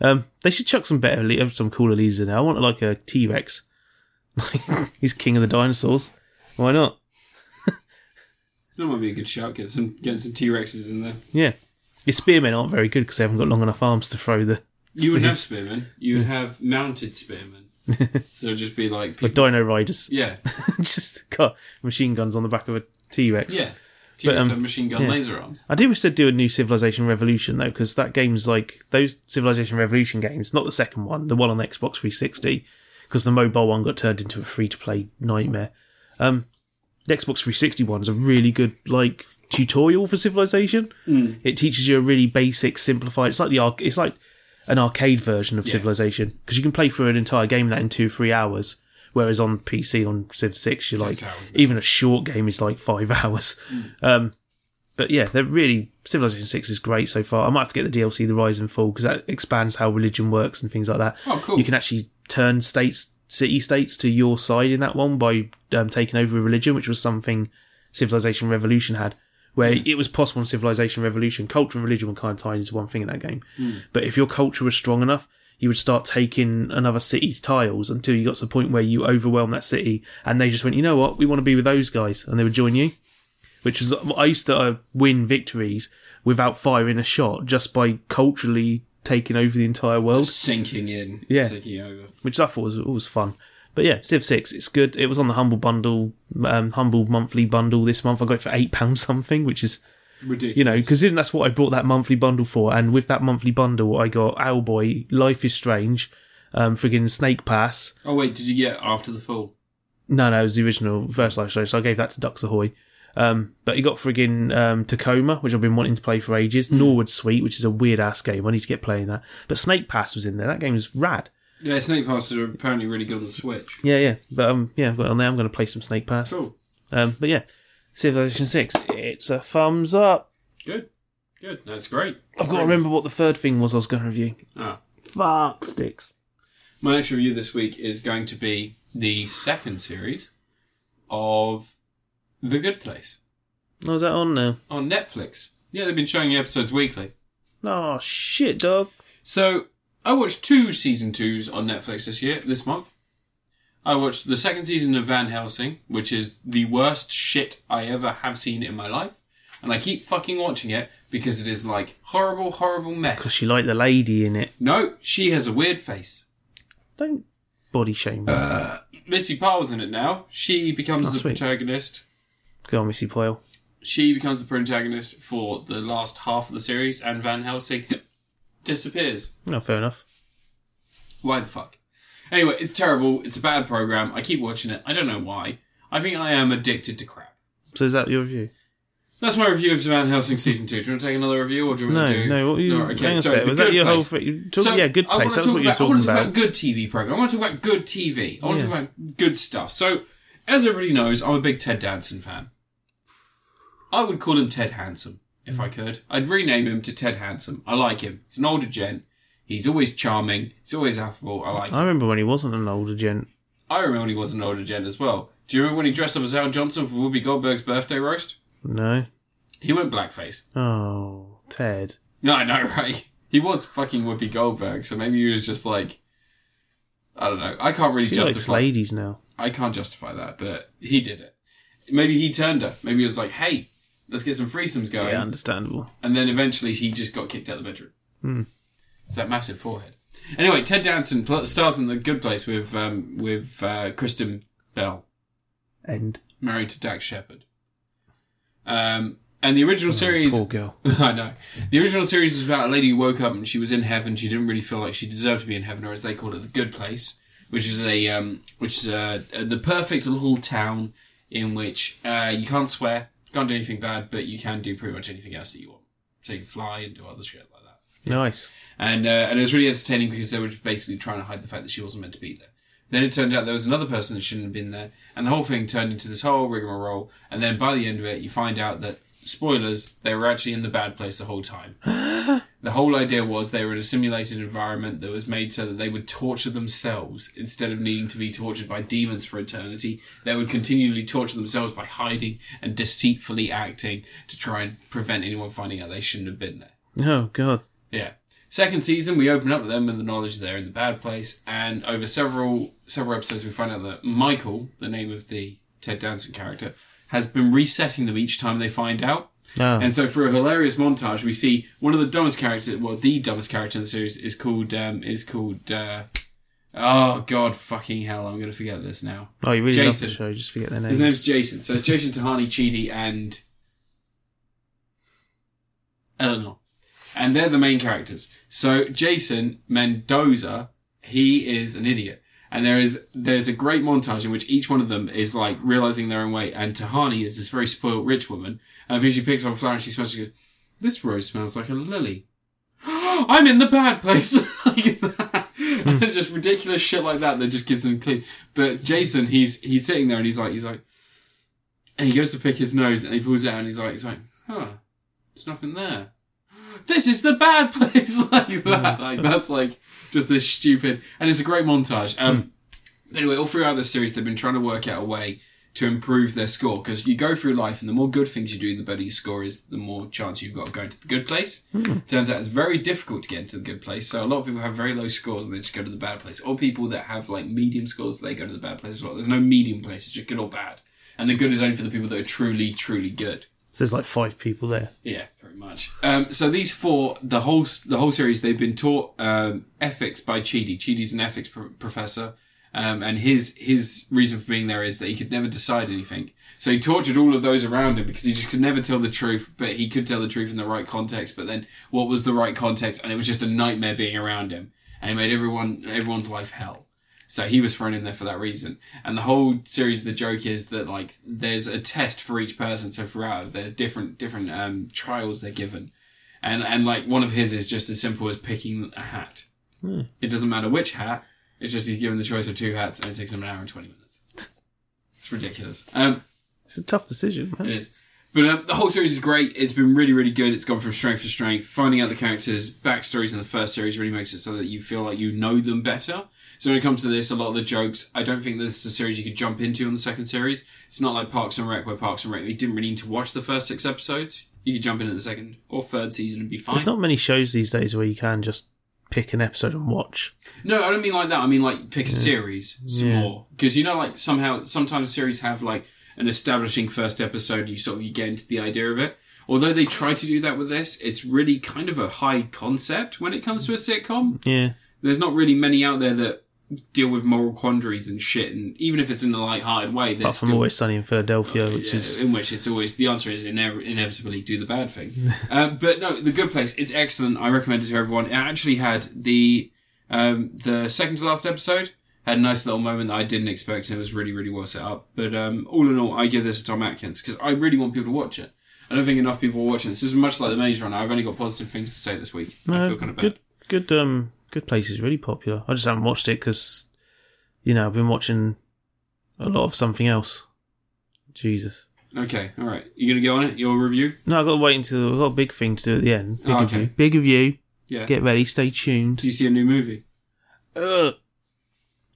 Speaker 2: Um, they should chuck some better, le- some cooler leaders in there. I want like a T Rex. He's king of the dinosaurs. Why not?
Speaker 1: That might be a good shout. Get some get some T Rexes in there.
Speaker 2: Yeah. Your spearmen aren't very good because they haven't got long enough arms to throw the
Speaker 1: You wouldn't have spearmen. You would have mounted spearmen. so it'd just be like
Speaker 2: the
Speaker 1: people.
Speaker 2: dino riders.
Speaker 1: Yeah,
Speaker 2: Just got machine guns on the back of a T Rex.
Speaker 1: yeah. T Rex
Speaker 2: um,
Speaker 1: have machine gun
Speaker 2: yeah.
Speaker 1: laser arms.
Speaker 2: I do wish they'd do a new Civilization Revolution though, because that game's like those Civilization Revolution games, not the second one, the one on Xbox 360, because the mobile one got turned into a free-to-play nightmare. Um, the Xbox 360 one's a really good like tutorial for Civilization.
Speaker 1: Hmm.
Speaker 2: It teaches you a really basic, simplified. It's like the arc. It's like an arcade version of Civilization because you can play through an entire game that in two, three hours. Whereas on PC on Civ Six, you're like
Speaker 1: Six hours,
Speaker 2: even a short game is like five hours. Um, but yeah, they're really Civilization Six is great so far. I might have to get the DLC, The Rise and Fall, because that expands how religion works and things like that.
Speaker 1: Oh, cool.
Speaker 2: You can actually turn states, city states, to your side in that one by um, taking over a religion, which was something Civilization Revolution had, where it was possible in Civilization Revolution, culture and religion were kind of tied into one thing in that game.
Speaker 1: Hmm.
Speaker 2: But if your culture was strong enough, you would start taking another city's tiles until you got to the point where you overwhelm that city, and they just went, you know what, we want to be with those guys, and they would join you which was I used to uh, win victories without firing a shot just by culturally taking over the entire world,
Speaker 1: Sinking in.
Speaker 2: Yeah.
Speaker 1: Taking over.
Speaker 2: which I thought was always fun. But yeah, Civ Six, it's good. It was on the Humble Bundle, um, Humble Monthly Bundle this month. I got it for eight pounds something, which is
Speaker 1: Ridiculous.
Speaker 2: you know because that's what I brought that monthly bundle for. And with that monthly bundle, I got Owlboy, Life is Strange, um, friggin' Snake Pass.
Speaker 1: Oh wait, did you get after the fall?
Speaker 2: No, no, it was the original first live show, so I gave that to Ducks Ahoy. Um, but he got friggin' um, Tacoma, which I've been wanting to play for ages. Norwood Suite, which is a weird ass game. I need to get playing that. But Snake Pass was in there. That game was rad.
Speaker 1: Yeah, Snake Pass are apparently really good on the Switch.
Speaker 2: Yeah, yeah. But um, yeah, I've got it on there. I'm going to play some Snake Pass.
Speaker 1: Cool.
Speaker 2: Um, but yeah, Civilization Six. It's a thumbs up.
Speaker 1: Good. Good. That's great.
Speaker 2: I've got to remember what the third thing was I was going to review.
Speaker 1: Ah.
Speaker 2: Fuck sticks.
Speaker 1: My next review this week is going to be the second series of The Good Place
Speaker 2: Oh, is that on now?
Speaker 1: on Netflix. Yeah, they've been showing the episodes weekly.
Speaker 2: Oh shit, dog.
Speaker 1: So I watched two season twos on Netflix this year, this month. I watched the second season of Van Helsing, which is the worst shit I ever have seen in my life, and I keep fucking watching it because it is like horrible, horrible
Speaker 2: Because
Speaker 1: mess.
Speaker 2: she liked the lady in it.
Speaker 1: No, she has a weird face.
Speaker 2: Don't body shame. me.
Speaker 1: Missy Powell's in it now. She becomes
Speaker 2: Oh,
Speaker 1: the
Speaker 2: sweet.
Speaker 1: protagonist.
Speaker 2: Go on, Missy Poyle.
Speaker 1: she becomes the protagonist for the last half of the series, and Van Helsing disappears.
Speaker 2: No, fair enough.
Speaker 1: Why the fuck? Anyway, it's terrible. It's a bad program. I keep watching it. I don't know why. I think I am addicted to crap.
Speaker 2: So is that your review?
Speaker 1: That's my review of Van Helsing season two. Do you want to take another review, or do you
Speaker 2: No,
Speaker 1: want to do?
Speaker 2: no. What you,
Speaker 1: No,
Speaker 2: hang on a
Speaker 1: sorry,
Speaker 2: sec.
Speaker 1: The
Speaker 2: Was that
Speaker 1: Good
Speaker 2: your
Speaker 1: Place.
Speaker 2: whole? Thing? Talk,
Speaker 1: So,
Speaker 2: yeah, good
Speaker 1: I wanna
Speaker 2: place. That's
Speaker 1: talk
Speaker 2: what you're
Speaker 1: about, I want
Speaker 2: talking
Speaker 1: to talk about
Speaker 2: about.
Speaker 1: good TV program. I want to talk about good TV. I want to
Speaker 2: Yeah.
Speaker 1: talk about good stuff. So, as everybody knows, I'm a big Ted Danson fan. I would call him Ted Handsome if I could. I'd rename him to Ted Handsome. I like him. He's an older gent. He's always charming. He's always affable. I like
Speaker 2: I
Speaker 1: him.
Speaker 2: remember when he wasn't an older gent.
Speaker 1: I remember when he was an older gent as well. Do you remember when he dressed up as Al Johnson for Whoopi Goldberg's birthday roast?
Speaker 2: No.
Speaker 1: He went blackface.
Speaker 2: Oh, Ted.
Speaker 1: No, I know, right? He was fucking Whoopi Goldberg, so maybe he was just like, I don't know. I can't really
Speaker 2: She likes
Speaker 1: justify.
Speaker 2: ladies now.
Speaker 1: I can't justify that, but he did it. Maybe he turned her. Maybe he was like, "Hey, let's get some threesomes going,"
Speaker 2: Yeah, understandable.
Speaker 1: and then eventually he just got kicked out of the bedroom.
Speaker 2: Hmm.
Speaker 1: It's that massive forehead. Anyway, Ted Danson pl- stars in The Good Place with um, with uh, Kristen Bell,
Speaker 2: End.
Speaker 1: married to Dax Shepard. Um, and the original series
Speaker 2: Poor girl.
Speaker 1: I know. The original series was about a lady who woke up and she was in heaven. She didn't really feel like she deserved to be in heaven, or as they call it, the good place, which is a um, which is a, a- the perfect little town in which uh, you can't swear, can't do anything bad, but you can do pretty much anything else that you want. So you can fly and do other shit like that.
Speaker 2: Nice.
Speaker 1: And uh, and it was really entertaining because they were just basically trying to hide the fact that she wasn't meant to be there. Then it turned out there was another person that shouldn't have been there, and the whole thing turned into this whole rigmarole. And then by the end of it, you find out that spoilers, they were actually in the bad place the whole time. the whole idea was they were in a simulated environment that was made so that they would torture themselves instead of needing to be tortured by demons for eternity. They would continually torture themselves by hiding and deceitfully acting to try and prevent anyone finding out they shouldn't have been there.
Speaker 2: Oh god.
Speaker 1: Yeah. Second season, we open up with them with the knowledge they're in the bad place, and over several several episodes, we find out that Michael, the name of the Ted Danson character, has been resetting them each time they find out.
Speaker 2: Oh.
Speaker 1: And so, for a hilarious montage, we see one of the dumbest characters. Well, the dumbest character in the series is called um, is called. Uh, oh God, fucking hell! I'm going to forget this now.
Speaker 2: oh, you really
Speaker 1: Jason.
Speaker 2: love the show. Just forget their name.
Speaker 1: His name's Jason. So it's Jason Tahani, Chidi, and Eleanor. And they're the main characters. So Jason Mendoza, he is an idiot. And there is there's a great montage in which each one of them is like realizing their own way. And Tahani is this very spoiled rich woman. And I think she picks up a flower and she smells. She goes, "This rose smells like a lily." I'm in the bad place. like that. And it's just ridiculous shit like that that just gives him clean. But Jason, he's he's sitting there and he's like he's like, and he goes to pick his nose and he pulls it out and he's like he's like, huh, there's nothing there. This is the bad place like that. Like that's like just this stupid. And it's a great montage. Um, anyway, all throughout the series, they've been trying to work out a way to improve their score because you go through life and the more good things you do, the better your score is, the more chance you've got of going to the good place. Turns out it's very difficult to get into the good place, so a lot of people have very low scores and they just go to the bad place. Or people that have like medium scores, they go to the bad place as well. There's no medium place, it's just good or bad. And the good is only for the people that are truly, truly good.
Speaker 2: So there's like five people there.
Speaker 1: Yeah, pretty much. Um, so these four, the whole the whole series, they've been taught um, ethics by Chidi. Chidi's an ethics pro- professor, um, and his his reason for being there is that he could never decide anything. So he tortured all of those around him because he just could never tell the truth, but he could tell the truth in the right context. But then, what was the right context? And it was just a nightmare being around him, and it made everyone everyone's life hell. So he was thrown in there for that reason. And the whole series, the joke is that like there's a test for each person. So throughout, there are different different um, trials they're given, and and like one of his is just as simple as picking a hat. It doesn't matter which hat. It's just he's given the choice of two hats, and it takes him an hour and twenty minutes. It's ridiculous. Um,
Speaker 2: It's a tough decision. Man.
Speaker 1: it is. But um, the whole series is great. It's been really, really good. It's gone from strength to strength. Finding out the characters' backstories in the first series really makes it so that you feel like you know them better. So when it comes to this, a lot of the jokes, I don't think this is a series you could jump into on the second series. It's not like Parks and Rec, where Parks and Rec, they didn't really need to watch the first six episodes. You could jump in at the second or third season and be fine.
Speaker 2: There's not many shows these days where you can just pick an episode and watch.
Speaker 1: No, I don't mean like that. I mean like pick a series some more because you know like somehow sometimes series have like an establishing first episode. You sort of you get into the idea of it. Although they try to do that with this, it's really kind of a high concept when it comes to a sitcom.
Speaker 2: Yeah.
Speaker 1: There's not really many out there that deal with moral quandaries and shit. And even if it's in a light-hearted way,
Speaker 2: Apart
Speaker 1: there's
Speaker 2: from
Speaker 1: still Oh,
Speaker 2: Always Sunny in Philadelphia, which
Speaker 1: yeah,
Speaker 2: is
Speaker 1: in which it's always the answer is ine- inevitably do the bad thing. um, but no, the good place. It's excellent. I recommend it to everyone. It actually had the um, the second to last episode had a nice little moment that I didn't expect, and it was really really well set up. But um, all in all, I give this a Tom Atkins because I really want people to watch it. I don't think enough people are watching this. This is much like the Maze Runner. I've only got positive things to say this week. I
Speaker 2: No,
Speaker 1: feel kind of bad.
Speaker 2: good. Good. Um, good place is really popular. I just haven't watched it because, you know, I've been watching a lot of something else. Jesus.
Speaker 1: Okay, all right. You gonna go on it? Your review?
Speaker 2: No, I've got to wait until I've got a big thing to do at the end. Big
Speaker 1: Oh, okay.
Speaker 2: review. Big review.
Speaker 1: Yeah.
Speaker 2: Get ready. Stay
Speaker 1: Do
Speaker 2: tuned.
Speaker 1: you see a new movie?
Speaker 2: Ugh.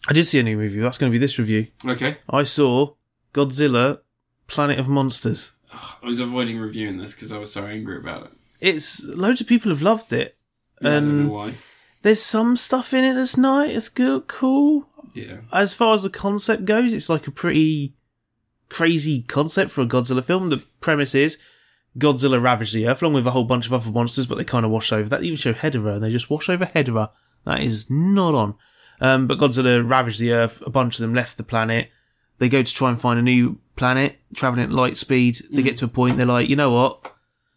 Speaker 2: I did see a new movie. That's going to be this review.
Speaker 1: Okay.
Speaker 2: I saw Godzilla: Planet of Monsters.
Speaker 1: I was avoiding reviewing this because I was so angry about it.
Speaker 2: It's loads of people have loved it.
Speaker 1: I don't
Speaker 2: Um,
Speaker 1: know why.
Speaker 2: There's some stuff in it that's nice. It's good, cool.
Speaker 1: Yeah.
Speaker 2: as far as the concept goes, it's like a pretty crazy concept for a Godzilla film. The premise is Godzilla ravaged the Earth along with a whole bunch of other monsters, but they kind of wash over that. They even show Hedorah, and they just wash over Hedorah. That is not on. Um, but Godzilla ravaged the Earth. A bunch of them left the planet. They go to try and find a new planet, traveling at light speed. They get to a point. They're like, you know what?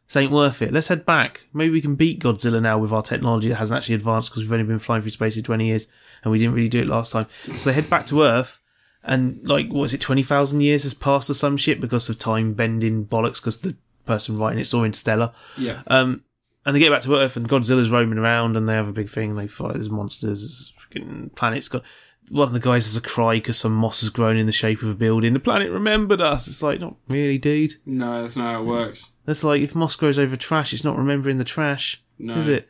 Speaker 2: This ain't worth it. Let's head back. Maybe we can beat Godzilla now with our technology that hasn't actually advanced because we've only been flying through space for 20 years and we didn't really do it last time. So they head back to Earth and like, what is it, 20,000 years has passed or some shit because of time bending bollocks because the person writing it saw Interstellar.
Speaker 1: Yeah.
Speaker 2: Um, and they get back to Earth, and Godzilla's roaming around, and they have a big thing. They fight these monsters, this freaking planet's got. One of the guys has a cry because some moss has grown in the shape of a building. The planet remembered us. It's like, not really, dude.
Speaker 1: No, that's not how it works.
Speaker 2: That's like if moss grows over trash, it's not remembering the trash,
Speaker 1: No.
Speaker 2: is it?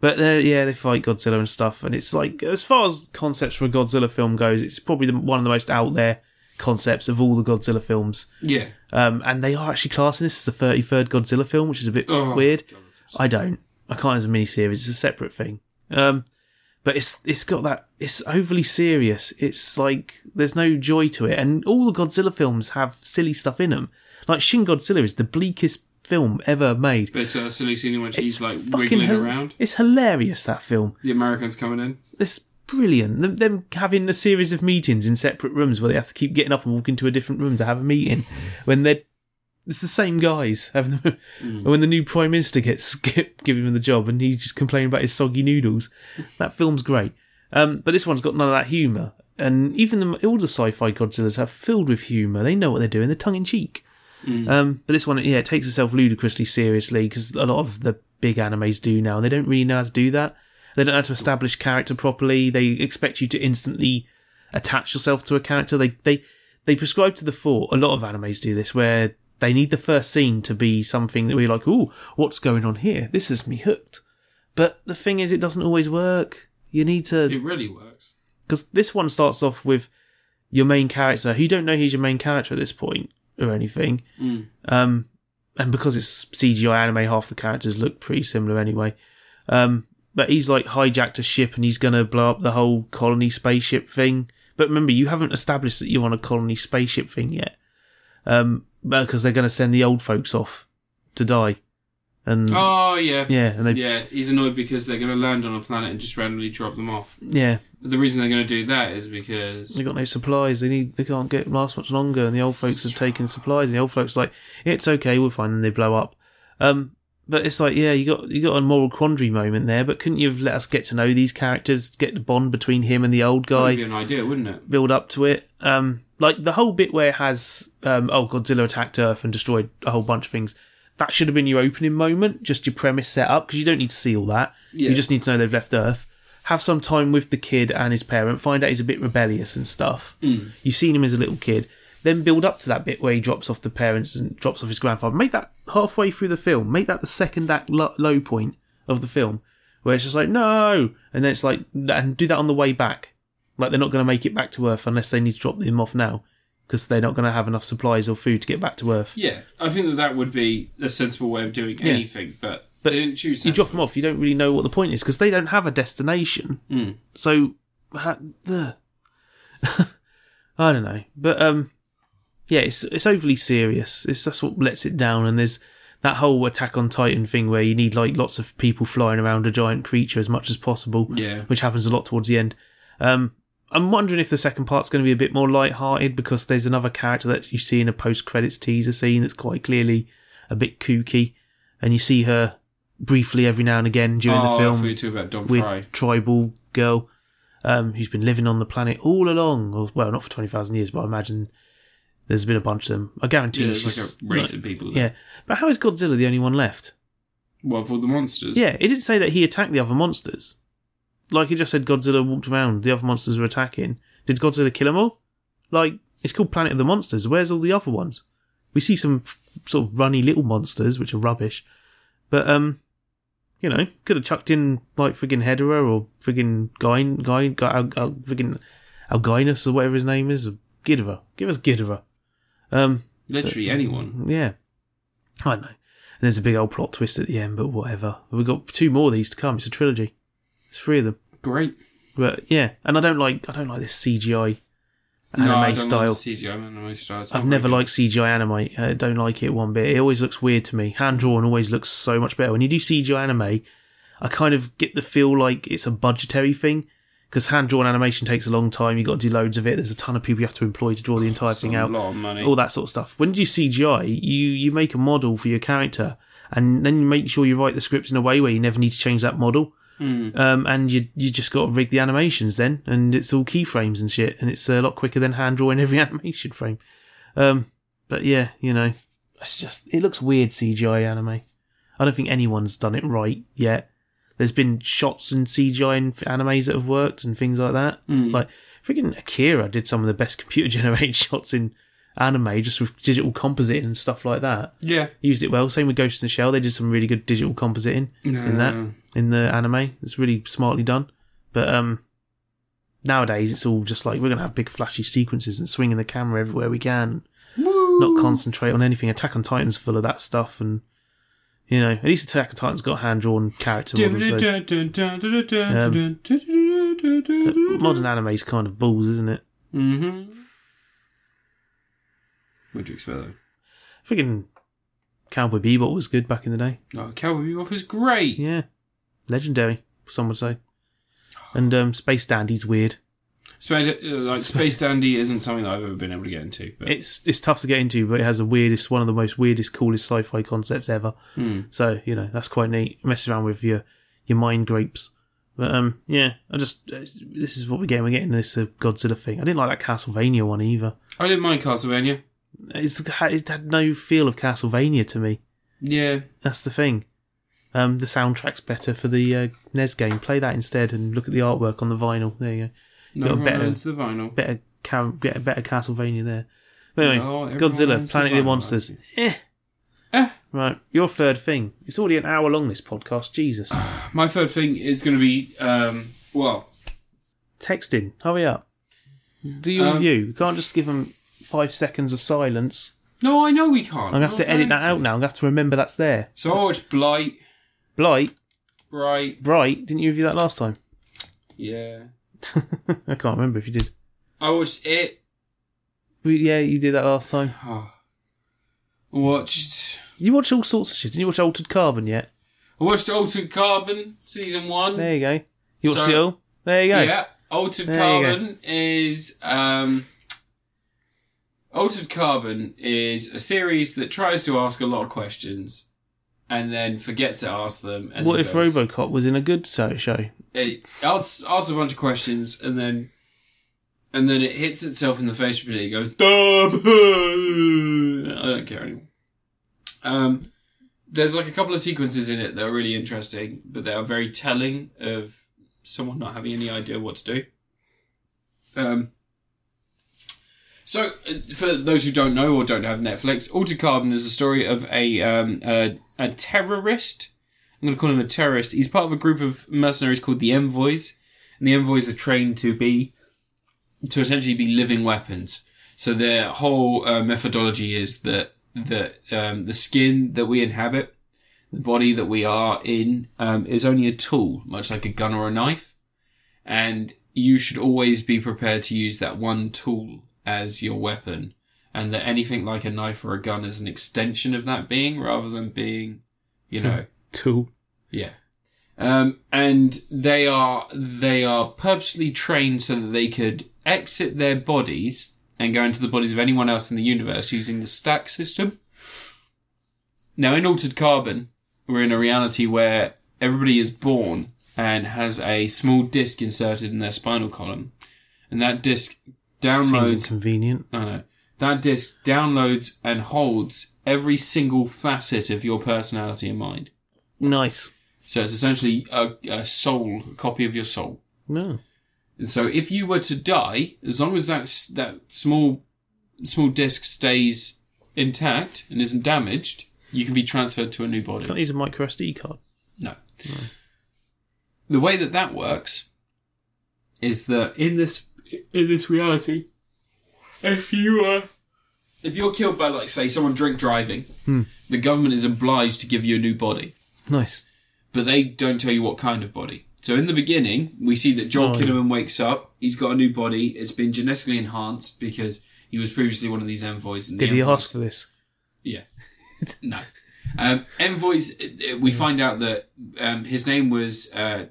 Speaker 2: But uh, yeah, they fight Godzilla and stuff, and it's like as far as concepts for a Godzilla film goes, it's probably the, one of the most out there concepts of all the Godzilla films.
Speaker 1: Yeah.
Speaker 2: Um, and they are actually classing this as the 33rd Godzilla film, which is a bit
Speaker 1: Oh,
Speaker 2: weird.
Speaker 1: God, that's absurd.
Speaker 2: I don't. I can't as a mini series. It's a separate thing. Um, but it's it's got that. It's overly serious. It's like there's no joy to it, and all the Godzilla films have silly stuff in them. Like Shin Godzilla is the bleakest film ever made.
Speaker 1: There's a silly scene in which he's like
Speaker 2: fucking
Speaker 1: wiggling
Speaker 2: hil-
Speaker 1: around.
Speaker 2: It's hilarious that film.
Speaker 1: The Americans coming in.
Speaker 2: It's brilliant. Them, them having a series of meetings in separate rooms where they have to keep getting up and walking to a different room to have a meeting when they're it's the same guys having the, and when the new prime minister gets skipped giving him the job and he's just complaining about his soggy noodles that film's great um, but this one's got none of that humour and even the, all the sci-fi godzillas are filled with humour they know what they're doing they're tongue-in-cheek um, but this one yeah it takes itself ludicrously seriously because a lot of the big animes do now and they don't really know how to do that they don't know how to establish character properly they expect you to instantly attach yourself to a character. They they they prescribe to the fore. A lot of animes do this, where they need the first scene to be something that we're like, "Ooh, what's going on here? This has me hooked." But the thing is, it doesn't always work. You need to
Speaker 1: It really works.
Speaker 2: because this one starts off with your main character who you don't know he's your main character at this point or anything. Um, and because it's CGI anime, half the characters look pretty similar anyway. Um, but he's like hijacked a ship and he's going to blow up the whole colony spaceship thing. But remember, you haven't established that you're on a colony spaceship thing yet. Um, because they're going to send the old folks off to die. And
Speaker 1: Oh yeah.
Speaker 2: yeah, and they, yeah.
Speaker 1: Yeah, he's annoyed because they're going to land on a planet and just randomly drop them off.
Speaker 2: yeah,
Speaker 1: But the reason they're going to do that is because
Speaker 2: They got no supplies. They need. They can't get last much longer. And the old folks have taken supplies. And the old folks are like, it's okay, we're fine. And they blow up. Um, but it's like, yeah, you got you got a moral quandary moment there. But couldn't you have let us get to know these characters, get the bond between him and the old
Speaker 1: that
Speaker 2: guy?
Speaker 1: would be an idea, wouldn't it?
Speaker 2: build up to it. Um, like the whole bit where it has um, oh Godzilla attacked Earth and destroyed a whole bunch of things. That should have been your opening moment, just your premise set up, because you don't need to see all that.
Speaker 1: Yeah.
Speaker 2: You just need to know they've left Earth. Have some time with the kid and his parent. Find out he's a bit rebellious and stuff. You've seen him as a little kid. Then build up to that bit where he drops off the parents and drops off his grandfather. Make that halfway through the film. Make that the second act lo- low point of the film, where it's just like no, and then it's like and do that on the way back. Like they're not going to make it back to Earth unless they need to drop him off now because they're not going to have enough supplies or food to get back to Earth.
Speaker 1: Yeah, I think that that would be a sensible way of doing anything, but,
Speaker 2: But
Speaker 1: they didn't choose.
Speaker 2: You
Speaker 1: sensible.
Speaker 2: drop them off, you don't really know what the point is because they don't have a destination.
Speaker 1: Mm.
Speaker 2: So, ha- the I don't know, but um, yeah, it's it's overly serious. It's that's what lets it down, and there's that whole Attack on Titan thing where you need like lots of people flying around a giant creature as much as possible.
Speaker 1: Yeah,
Speaker 2: which happens a lot towards the end. Um, I'm wondering if the second part's going to be a bit more light-hearted because there's another character that you see in a post-credits teaser scene that's quite clearly a bit kooky, and you see her briefly every now and again during
Speaker 1: oh,
Speaker 2: the film
Speaker 1: we talk about Don
Speaker 2: weird
Speaker 1: Fry.
Speaker 2: tribal girl um, who's been living on the planet all along. Or, well, not for twenty thousand years, but I imagine there's been a bunch of them. I guarantee
Speaker 1: Yeah,
Speaker 2: she's
Speaker 1: there's like a race of people.
Speaker 2: yeah. But how is Godzilla the only one left?
Speaker 1: Well, for the monsters.
Speaker 2: Yeah, it didn't say that he attacked the other monsters. Like it just said Godzilla walked around, the other monsters were attacking. Did Godzilla kill them all? Like, it's called Planet of the Monsters. Where's all the other ones? We see some f- sort of runny little monsters, which are rubbish. But, um, you know, could have chucked in, like, friggin' Hedera or friggin' Gyn, Gyn, Gy- Al, Al, friggin' Alginus or whatever his name is. or Ghidorah. Give us Ghidorah. Um,
Speaker 1: literally anyone.
Speaker 2: yeah. I know. And there's a big old plot twist at the end, but whatever. We've got two more of these to come. It's a trilogy. It's three of them.
Speaker 1: Great.
Speaker 2: But yeah, and I don't like I don't like this CGI anime
Speaker 1: no, I don't
Speaker 2: style.
Speaker 1: Like the CGI anime style. It's not
Speaker 2: I've
Speaker 1: very
Speaker 2: never
Speaker 1: good.
Speaker 2: liked CGI anime. I don't like it one bit. It always looks weird to me. Hand drawn always looks so much better. When you do CGI anime, I kind of get the feel like it's a budgetary thing because hand drawn animation takes a long time. You've got to do loads of it. There's a ton of people you have to employ to draw the entire
Speaker 1: It's
Speaker 2: thing
Speaker 1: a
Speaker 2: out Oh,
Speaker 1: lot of money.
Speaker 2: all that sort of stuff. When you do CGI, you you make a model for your character, and then you make sure you write the scripts in a way where you never need to change that model. Um, and you you just got to rig the animations then, and it's all keyframes and shit, and it's a lot quicker than hand drawing every animation frame. Um, but yeah, you know, it's just it looks weird CGI anime. I don't think anyone's done it right yet. There's been shots and CGI in animes that have worked and things like that. Like freaking Akira did some of the best computer generated shots in anime, just with digital compositing and stuff like that.
Speaker 1: Yeah.
Speaker 2: Used it well. Same with Ghost in the Shell. They did some really good digital compositing in
Speaker 1: Uh,
Speaker 2: that in the anime. It's really smartly done. But um, nowadays it's all just like we're gonna have big flashy sequences and swinging the camera everywhere we can. Not concentrate on anything. Attack on Titan's full of that stuff, and you know, at least Attack on Titan's got hand drawn character models. So Um, uh, modern anime's kind of balls, isn't it?
Speaker 1: Mm-hmm. What'd you expect, though?
Speaker 2: Freaking Cowboy Bebop was good back in the day.
Speaker 1: Oh, Cowboy Bebop is great.
Speaker 2: Yeah, legendary. Some would say. And um, Space Dandy's weird.
Speaker 1: Space, uh, like Space Dandy isn't something that I've ever been able to get into. But
Speaker 2: It's it's tough to get into, but it has the weirdest, one of the most weirdest, coolest sci-fi concepts ever. So you know that's quite neat. Mess around with your your mind grapes. But um, yeah, I just uh, this is what we're getting. We're getting this uh, Godzilla thing. I didn't like that Castlevania one either.
Speaker 1: I didn't mind Castlevania.
Speaker 2: It's it had no feel of Castlevania to me.
Speaker 1: Yeah,
Speaker 2: That's the thing. Um, the soundtrack's better for the uh, NES game. Play that instead and look at the artwork on the vinyl. There you go.
Speaker 1: no,
Speaker 2: Got a
Speaker 1: everyone
Speaker 2: better-
Speaker 1: owns the vinyl.
Speaker 2: Better ca- get a better Castlevania there. But anyway,
Speaker 1: No, everyone
Speaker 2: Godzilla,
Speaker 1: owns
Speaker 2: Planet
Speaker 1: the
Speaker 2: of the
Speaker 1: vinyl,
Speaker 2: Monsters. Eh.
Speaker 1: Eh.
Speaker 2: Right, your third thing. It's already an hour long. This podcast, Jesus.
Speaker 1: My third thing is going to be um, well,
Speaker 2: Texting. Hurry up. Do your
Speaker 1: Um,
Speaker 2: review. You can't just give them five seconds of silence.
Speaker 1: no, I know we can't.
Speaker 2: I'm gonna have to edit that out now. I'm gonna have to remember that's there.
Speaker 1: So I watched Blight.
Speaker 2: Blight,
Speaker 1: Bright.
Speaker 2: Bright. Didn't you review that last time?
Speaker 1: Yeah,
Speaker 2: I can't remember if you did.
Speaker 1: I watched it.
Speaker 2: We- Yeah, you did that last time.
Speaker 1: Oh. Watched.
Speaker 2: You watch all sorts of shit. Didn't you watch Altered Carbon yet?
Speaker 1: I watched Altered Carbon season one.
Speaker 2: There you go. You watched
Speaker 1: So-
Speaker 2: it all? There you go.
Speaker 1: Yeah, altered
Speaker 2: There you go.
Speaker 1: carbon is um, altered carbon is a series that tries to ask a lot of questions and then forget to ask them. And
Speaker 2: What
Speaker 1: then
Speaker 2: if
Speaker 1: goes,
Speaker 2: Robocop was in a good so- show?
Speaker 1: It asks, asks a bunch of questions and then and then it hits itself in the face with it. It goes dub. I don't care anymore. Um, there's like a couple of sequences in it that are really interesting, but they are very telling of someone not having any idea what to do. Um, so, uh, for those who don't know or don't have Netflix, Altered Carbon is a story of a um, a, a terrorist. I'm going to call him a terrorist. He's part of a group of mercenaries called the Envoys, and the Envoys are trained to be to essentially be living weapons. So their whole uh, methodology is that that um, the skin that we inhabit, the body that we are in, um, is only a tool, much like a gun or a knife, and you should always be prepared to use that one tool as your weapon, and that anything like a knife or a gun is an extension of that being, rather than being, you know,
Speaker 2: Tool.
Speaker 1: yeah. Um, and they are they are purposely trained so that they could exit their bodies and go into the bodies of anyone else in the universe using the stack system. Now, in Altered Carbon, we're in a reality where everybody is born and has a small disc inserted in their spinal column, and that disc
Speaker 2: Seems
Speaker 1: downloads
Speaker 2: inconvenient.
Speaker 1: I know. That disc downloads and holds every single facet of your personality and mind.
Speaker 2: Nice.
Speaker 1: So it's essentially a, a soul, a copy of your soul.
Speaker 2: No.
Speaker 1: And so if you were to die, as long as that s- that small small disc stays intact and isn't damaged, you can be transferred to a new body.
Speaker 2: Can't use a micro SD card.
Speaker 1: No. The way that that works is that in this in this reality, if you uh, if you're killed by like say someone drink driving, the government is obliged to give you a new body,
Speaker 2: Nice.
Speaker 1: but they don't tell you what kind of body. So in the beginning, we see that Joel
Speaker 2: Oh, yeah.
Speaker 1: Kinnaman wakes up. He's got a new body. It's been genetically enhanced because he was previously one of these envoys. And the
Speaker 2: Did he
Speaker 1: envoys-
Speaker 2: ask for this?
Speaker 1: yeah. no. Um, Envoys, uh, we find out that um, his name was uh,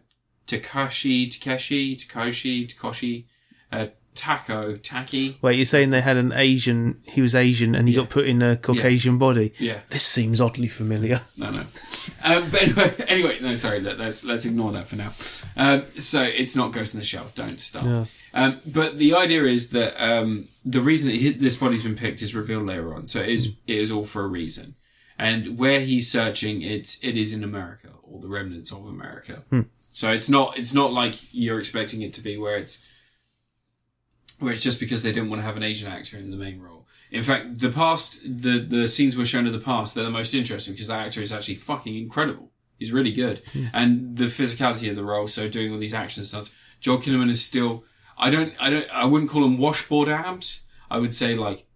Speaker 1: Takashi, Takeshi, Takoshi, Takoshi, uh, Taco, Taki.
Speaker 2: Wait, you're saying they had an Asian, he was Asian and he got put in a Caucasian body?
Speaker 1: Yeah.
Speaker 2: This seems oddly familiar.
Speaker 1: No, no. Um, but anyway, anyway, no, sorry. Let, let's let's ignore that for now. Um, so it's not Ghost in the Shell. Don't start. Um, but the idea is that um, the reason that he, this body's been picked is revealed later on. So it is it is all for a reason. And where he's searching, it's it is in America or the remnants of America. So it's not it's not like you're expecting it to be where it's where it's just because they didn't want to have an Asian actor in the main role. In fact, the past the the scenes we're shown of the past they're the most interesting because that actor is actually fucking incredible. He's really good, and the physicality of the role. So doing all these action stunts, Joel Kinnaman is still. I don't. I don't. I wouldn't call him washboard abs. I would say like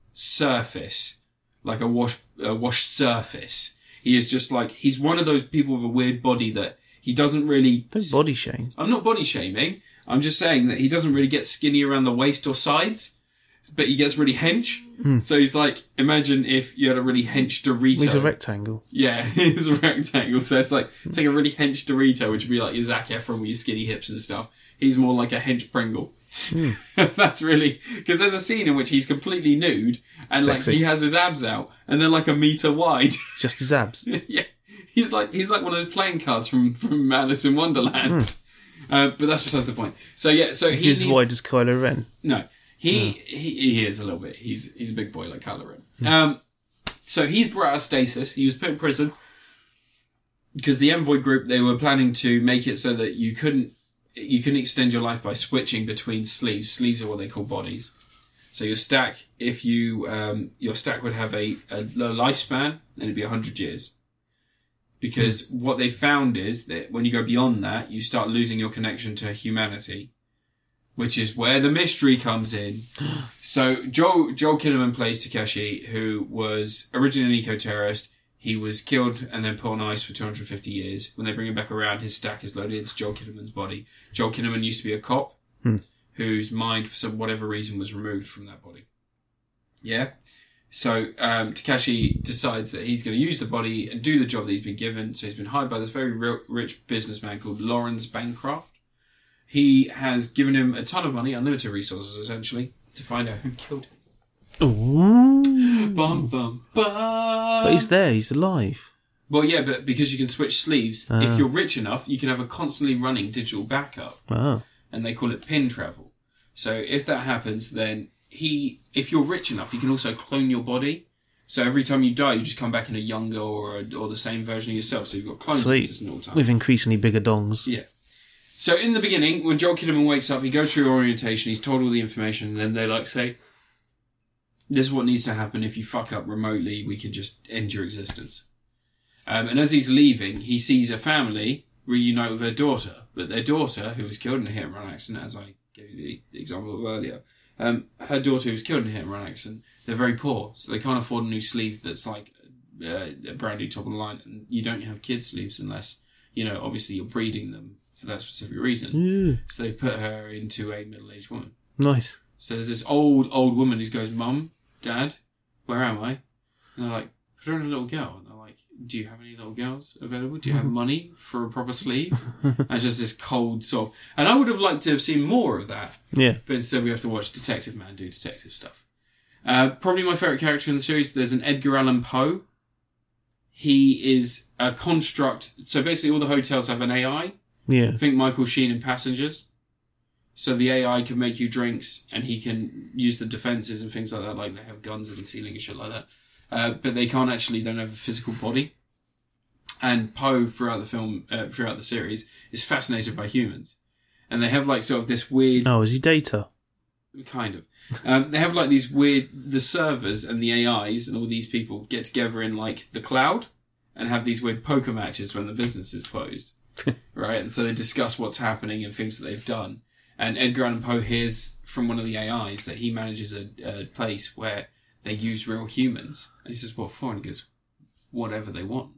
Speaker 1: surface, like a wash a wash surface. He is just like he's one of those people with a weird body that he doesn't really
Speaker 2: Don't body shame.
Speaker 1: I'm not body shaming. I'm just saying that he doesn't really get skinny around the waist or sides. but he gets really hench. So he's like, imagine if you had a really hench Dorito.
Speaker 2: He's a rectangle.
Speaker 1: yeah, he's a rectangle. So it's like it's like a really hench Dorito, which would be like your Zac Efron with your skinny hips and stuff. He's more like a hench Pringle. That's really because there's a scene in which he's completely nude and like
Speaker 2: Sexy.
Speaker 1: he has his abs out and they're like a meter wide.
Speaker 2: Just his abs.
Speaker 1: yeah, he's like he's like one of those playing cards from from Alice in Wonderland. Uh, but that's besides the point. So yeah, so
Speaker 2: He's
Speaker 1: he
Speaker 2: as
Speaker 1: needs-
Speaker 2: wide as Kylo Ren.
Speaker 1: no, he, he he is a little bit. He's he's a big boy like Calorin. Um, so he's brought out of stasis. He was put in prison because the envoy group they were planning to make it so that you couldn't you couldn't extend your life by switching between sleeves. Sleeves are what they call bodies. So your stack, if you um, your stack would have a, a low lifespan, then it'd be hundred years. Because what they found is that when you go beyond that, you start losing your connection to humanity which is where the mystery comes in. so Joel Joel Kinnaman plays Takeshi, who was originally an eco-terrorist. He was killed and then put on ice for 250 years. When they bring him back around, his stack is loaded into Joel Kinnaman's body. Joel Kinnaman used to be a cop whose mind, for some whatever reason, was removed from that body. Yeah. So um, Takeshi decides that he's going to use the body and do the job that he's been given. So he's been hired by this very ri- rich businessman called Lawrence Bancroft he has given him a ton of money, unlimited resources essentially, to find out who killed him.
Speaker 2: Ooh.
Speaker 1: Bum bum bum.
Speaker 2: But he's there. He's alive.
Speaker 1: well, yeah, but because you can switch sleeves, if you're rich enough, you can have a constantly running digital backup,
Speaker 2: Ah.
Speaker 1: and they call it pin travel. So if that happens, then he, if you're rich enough, you can also clone your body. So every time you die, you just come back in a younger or a, or the same version of yourself. So you've got clones
Speaker 2: Sweet.
Speaker 1: existing all the time.
Speaker 2: With increasingly bigger dongs.
Speaker 1: Yeah. So in the beginning, when Joel Kinnaman wakes up, he goes through orientation, he's told all the information, and then they like say, This is what needs to happen. If you fuck up remotely, we can just end your existence. Um, and as he's leaving, he sees a family reunite with their daughter. But their daughter, who was killed in a hit and run accident, as I gave you the example of earlier, um, her daughter who was killed in a hit and run accident, they're very poor, so they can't afford a new sleeve that's like uh, a brand new top of the line. And you don't have kid sleeves unless, you know, obviously you're breeding them for that specific
Speaker 2: Mm.
Speaker 1: reason. So they put her into a middle aged woman.
Speaker 2: Nice.
Speaker 1: So there's this old, old woman who goes, Mum, Dad, where am I? And they're like, put her in a little girl. And they're like, do you have any little girls available? Do you have money for a proper sleeve? and it's just this cold sort of. And I would have liked to have seen more of that,
Speaker 2: Yeah.
Speaker 1: but instead we have to watch Detective Man do detective stuff. Uh, probably my favourite character in the series, there's an Edgar Allan Poe. He is a construct. So basically, all the hotels have an AI.
Speaker 2: Yeah.
Speaker 1: I think Michael Sheen in Passengers. So the AI can make you drinks, and he can use the defenses and things like that. Like they have guns in the ceiling and shit like that. Uh, but they can't actually. They don't have a physical body. And Poe throughout the film, uh, throughout the series, is fascinated by humans, and they have like sort of this weird
Speaker 2: Oh, is he data?
Speaker 1: kind of. Um, they have like these weird the servers and the AIs and all these people get together in like the cloud and have these weird poker matches when the business is closed, right? And so they discuss what's happening and things that they've done. And Edgar Allan Poe hears from one of the AIs that he manages a, a place where they use real humans, and he says, "What for?" And he goes, "Whatever they want."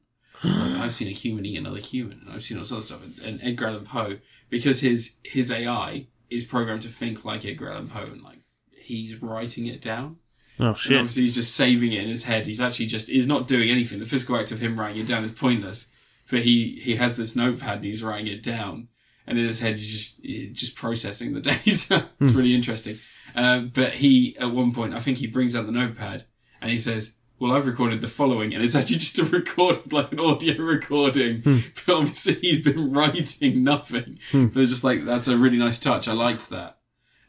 Speaker 1: Like, I've seen a human eat another human, and I've seen all this other stuff. And, and Edgar Allan Poe, because his his AI is programmed to think like Edgar Allan Poe, and like he's writing it down.
Speaker 2: Oh
Speaker 1: And
Speaker 2: shit.
Speaker 1: obviously, he's just saving it in his head. He's actually just he's not doing anything. The physical act of him writing it down is pointless. But he he has this notepad and he's writing it down, and in his head he's just he's just processing the data. it's really interesting. Uh, but he at one point I think he brings out the notepad and he says. Well, I've recorded the following, and it's actually just a recorded, like an audio recording.
Speaker 2: Hmm.
Speaker 1: But obviously, he's been writing nothing. But it's just like that's a really nice touch. I liked that.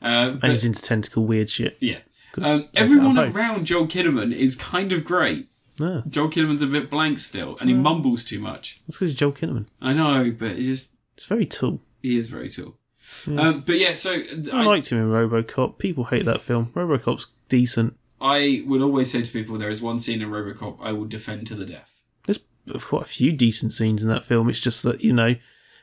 Speaker 1: Uh, but-
Speaker 2: And he's into tentacle weird shit.
Speaker 1: yeah.
Speaker 2: Good.
Speaker 1: Um,
Speaker 2: Check
Speaker 1: everyone
Speaker 2: that out.
Speaker 1: around Joel Kinnaman is kind of great.
Speaker 2: No,
Speaker 1: Joel Kinnaman's a bit blank still, and he
Speaker 2: Mm.
Speaker 1: mumbles too much.
Speaker 2: that's because Joel Kinnaman.
Speaker 1: I know, but he just
Speaker 2: It's very tall.
Speaker 1: he is very tall.
Speaker 2: Mm.
Speaker 1: Um, but yeah, so
Speaker 2: I,
Speaker 1: I,
Speaker 2: liked him in RoboCop. People hate that film. RoboCop's decent.
Speaker 1: I would always say to people, there is one scene in RoboCop I will defend to the death.
Speaker 2: There's quite a few decent scenes in that film. It's just that you know,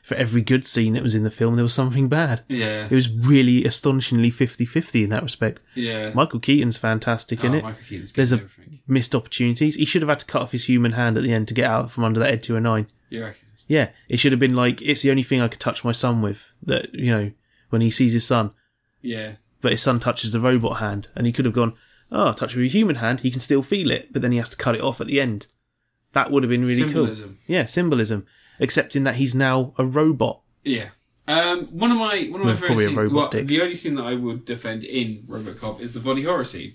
Speaker 2: for every good scene that was in the film, there was something bad.
Speaker 1: Yeah,
Speaker 2: It was really astonishingly 50-50 in that respect.
Speaker 1: yeah.
Speaker 2: Michael Keaton's fantastic in
Speaker 1: Oh,
Speaker 2: it.
Speaker 1: Michael Keaton's good
Speaker 2: There's
Speaker 1: at
Speaker 2: a
Speaker 1: everything.
Speaker 2: missed opportunities. He should have had to cut off his human hand at the end to get out from under that Ed 209.
Speaker 1: You reckon?
Speaker 2: Yeah, it should have been like it's the only thing I could touch my son with. That you know, when he sees his son,
Speaker 1: Yeah,
Speaker 2: but his son touches the robot hand, and he could have gone, "Oh, touch with a human hand, he can still feel it," but then he has to cut it off at the end. That would have been really cool.
Speaker 1: Symbolism.
Speaker 2: Yeah, symbolism. Accepting that he's now a robot.
Speaker 1: Yeah. Um, one of my one of my
Speaker 2: Well,
Speaker 1: favorite
Speaker 2: probably a
Speaker 1: scenes.
Speaker 2: robot
Speaker 1: Well,
Speaker 2: dick.
Speaker 1: the only scene that I would defend in RoboCop is the body horror scene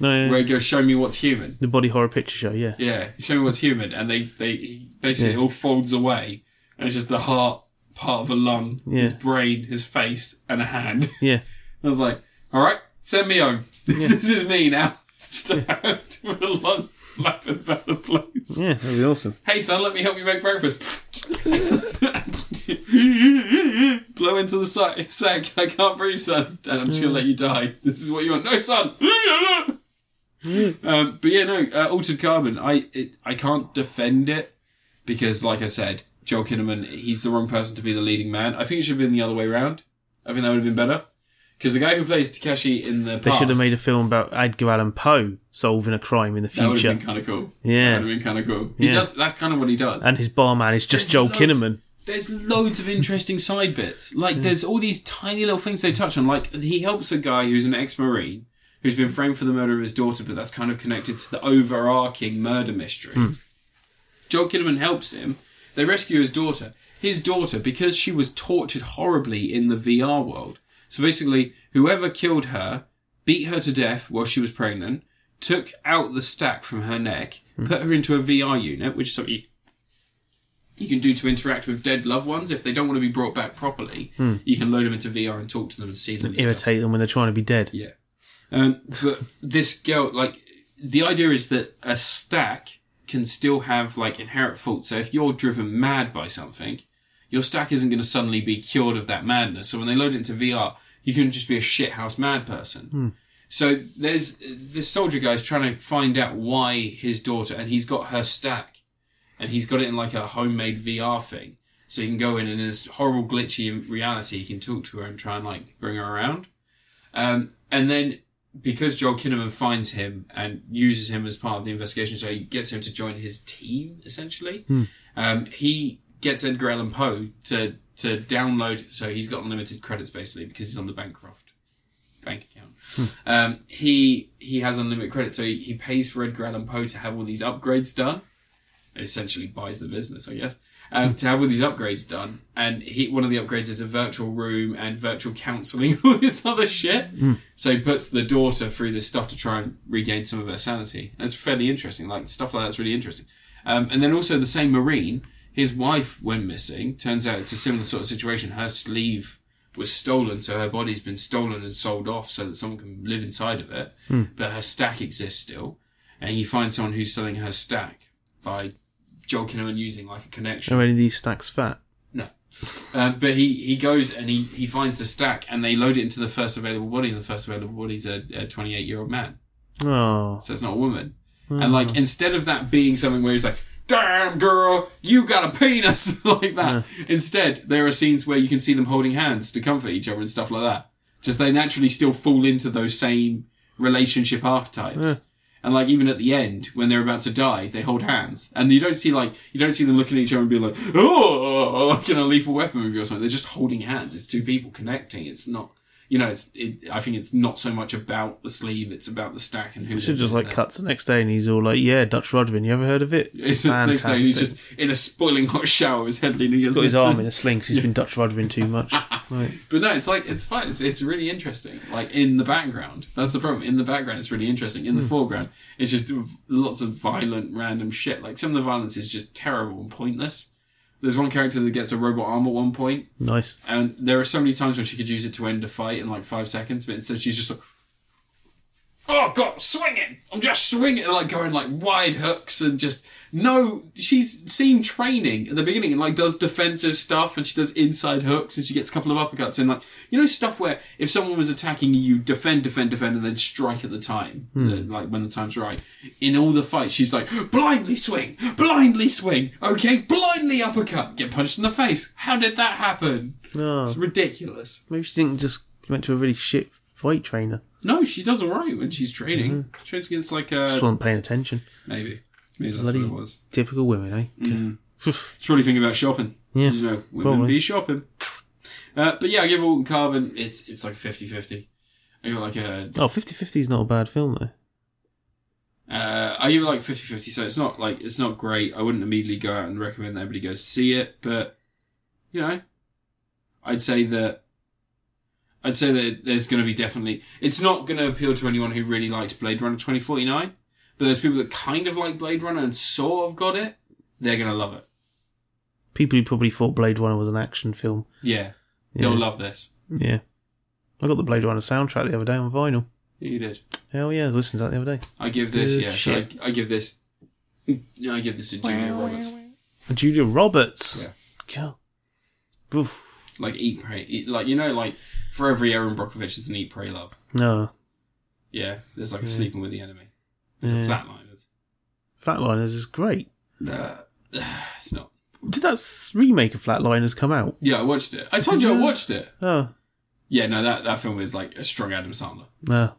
Speaker 2: No,
Speaker 1: where he goes, "Show me what's human."
Speaker 2: the body horror picture show. Yeah,
Speaker 1: Yeah, show me what's human, and they they he basically all folds away, and it's just the heart, part of a lung, his
Speaker 2: Yeah.
Speaker 1: brain, his face, and a hand.
Speaker 2: yeah.
Speaker 1: I was like, "All right, send me home. this is me now." Just a hand with a lung flapping about the place.
Speaker 2: Yeah, that'd be awesome.
Speaker 1: Hey son, let me help you make breakfast. Blow into the sack. sack. I can't breathe, son. Dad, I'm just gonna let you die. This is what you want. No, son. um, but yeah, no. Uh, Altered Carbon. I it, I can't defend it because, like I said, Joel Kinnaman. He's the wrong person to be the leading man. I think it should have been the other way around. I think that would have been better because the guy who plays Takeshi in the
Speaker 2: They
Speaker 1: past,
Speaker 2: should have made a film about Edgar Allan Poe solving a crime in the
Speaker 1: that would
Speaker 2: future,
Speaker 1: have been kind of cool.
Speaker 2: Yeah.
Speaker 1: that would have been kind of cool. He
Speaker 2: Yeah.
Speaker 1: does. That's kind of what he does.
Speaker 2: and his barman is just
Speaker 1: There's
Speaker 2: Joel
Speaker 1: loads-
Speaker 2: Kinnaman.
Speaker 1: There's loads of interesting side bits. Like there's all these tiny little things they touch on. Like he helps a guy who's an ex-marine who's been framed for the murder of his daughter, but that's kind of connected to the overarching murder mystery.
Speaker 2: Hmm.
Speaker 1: Joel Kinnaman helps him. They rescue his daughter. His daughter, because she was tortured horribly in the VR world. So basically, whoever killed her beat her to death while she was pregnant, took out the stack from her neck, put her into a VR unit, which is something you you can do to interact with dead loved ones if they don't want to be brought back properly. You can load them into VR and talk to them and see them. and stuff.
Speaker 2: Irritate them when they're trying to be dead.
Speaker 1: Yeah. Um, but this girl, like, the idea is that a stack can still have, like, inherent faults. So if you're driven mad by something, your stack isn't going to suddenly be cured of that madness. So when they load it into VR, you can just be a shithouse mad person. So there's this soldier guy's trying to find out why his daughter, and he's got her stack, and he's got it in like a homemade VR thing. So you can go in and in this horrible glitchy reality, you can talk to her and try and like bring her around. Um, and then because Joel Kinnaman finds him and uses him as part of the investigation, so he gets him to join his team essentially. Um, he gets Edgar Allan Poe to to download. So he's got unlimited credits basically because he's on the Bancroft bank account. Um, he he has unlimited credits, so he, he pays for Edgar Allan Poe to have all these upgrades done. It essentially buys the business, I guess. Um, to have all these upgrades done, and he one of the upgrades is a virtual room and virtual counselling, all this other shit. So he puts the daughter through this stuff to try and regain some of her sanity. And it's fairly interesting. Like stuff like that's really interesting. Um, and then also the same Marine, his wife went missing. Turns out it's a similar sort of situation. Her sleeve was stolen, so her body's been stolen and sold off so that someone can live inside of it. But her stack exists still. And you find someone who's selling her stack by joking and using like a connection.
Speaker 2: Are any of these stacks fat?
Speaker 1: No. Um, but he, he goes and he, he finds the stack and they load it into the first available body, and the first available body's a a 28 year old man.
Speaker 2: Oh,
Speaker 1: So it's not a woman.
Speaker 2: Hmm.
Speaker 1: And like, instead of that being something where he's like, damn girl, you got a penis, like that, instead, there are scenes where you can see them holding hands to comfort each other and stuff like that. Just they naturally still fall into those same relationship archetypes. And like even at the end, when they're about to die, they hold hands, and you don't see like you don't see them looking at each other and being like, "Oh," like in a Lethal Weapon movie or something. They're just holding hands. It's two people connecting. It's not, you know, it's. It, I think it's not so much about the sleeve. It's about the stack and who.
Speaker 2: should
Speaker 1: lives
Speaker 2: just like
Speaker 1: there.
Speaker 2: cuts the next day, and he's all like, "Yeah, Dutch Rodvin, you ever heard of it?"
Speaker 1: It's the next day, and he's
Speaker 2: Fantastic.
Speaker 1: just in a spoiling hot shower. His head leaning against
Speaker 2: got his
Speaker 1: the-
Speaker 2: arm in a sling. 'cause He's been Dutch Rodvin too much. Right.
Speaker 1: But no, it's like it's fine. It's, it's really interesting. Like in the background, that's the problem. In the background, it's really interesting.
Speaker 2: Hmm.
Speaker 1: In the foreground, it's just lots of violent, random shit. Like some of the violence is just terrible and pointless. There's one character that gets a robot arm at one point,
Speaker 2: Nice.
Speaker 1: and there are so many times when she could use it to end a fight in like five seconds, but instead she's just like, "Oh God, I'm swinging! I'm just swinging!" And like going like wide hooks and just no. She's seen training at the beginning and like does defensive stuff and she does inside hooks and she gets a couple of uppercuts and like you know stuff where if someone was attacking you, you defend, defend, defend, and then strike at the time, uh, like when the time's right. In all the fights, she's like blindly swing, blindly swing, okay, blindly uppercut, get punched in the face. How did that happen?
Speaker 2: No,
Speaker 1: It's ridiculous.
Speaker 2: maybe she didn't just went to a really shit fight trainer.
Speaker 1: No, she does alright when she's training. She trains against like uh,
Speaker 2: Just
Speaker 1: a
Speaker 2: wasn't paying attention.
Speaker 1: maybe. Maybe that's
Speaker 2: Bloody-
Speaker 1: what it was.
Speaker 2: Typical women, eh?
Speaker 1: It's really thinking about shopping.
Speaker 2: Yeah,
Speaker 1: You know, women
Speaker 2: probably.
Speaker 1: be shopping. Uh, but yeah, I give Alton Carbon, it's it's like 50 50. Are you like a?
Speaker 2: Oh, 50-50 is not a bad film though.
Speaker 1: Uh, are you like 50-50? So it's not like it's not great. I wouldn't immediately go out and recommend that everybody go see it, but you know, I'd say that. I'd say that there's going to be definitely. It's not going to appeal to anyone who really likes Blade Runner 2049, but there's people that kind of like Blade Runner and sort of got it. They're going to love it.
Speaker 2: People who probably thought Blade Runner was an action film.
Speaker 1: Yeah.
Speaker 2: Yeah.
Speaker 1: They'll love this.
Speaker 2: Yeah. I got the Blade Runner soundtrack the other day on vinyl.
Speaker 1: You did.
Speaker 2: Hell yeah, I listened to that the other day.
Speaker 1: I give this,
Speaker 2: Good
Speaker 1: yeah. So I,
Speaker 2: shit.
Speaker 1: I give this. I give this to Julia Roberts.
Speaker 2: And Julia Roberts. Yeah. Oof.
Speaker 1: Like eat pray, eat, like you know, like for every Aaron Brockovich, there's an eat pray love.
Speaker 2: No.
Speaker 1: Yeah, there's like a
Speaker 2: Yeah.
Speaker 1: sleeping with the enemy. It's
Speaker 2: Yeah.
Speaker 1: a flatliners.
Speaker 2: Flatliners is great.
Speaker 1: It's not.
Speaker 2: Did that s- remake of Flatliners come out?
Speaker 1: Yeah, I watched it. I told you I watched it.
Speaker 2: Oh.
Speaker 1: Yeah, no, that that film is like a strong Adam Sandler.
Speaker 2: No.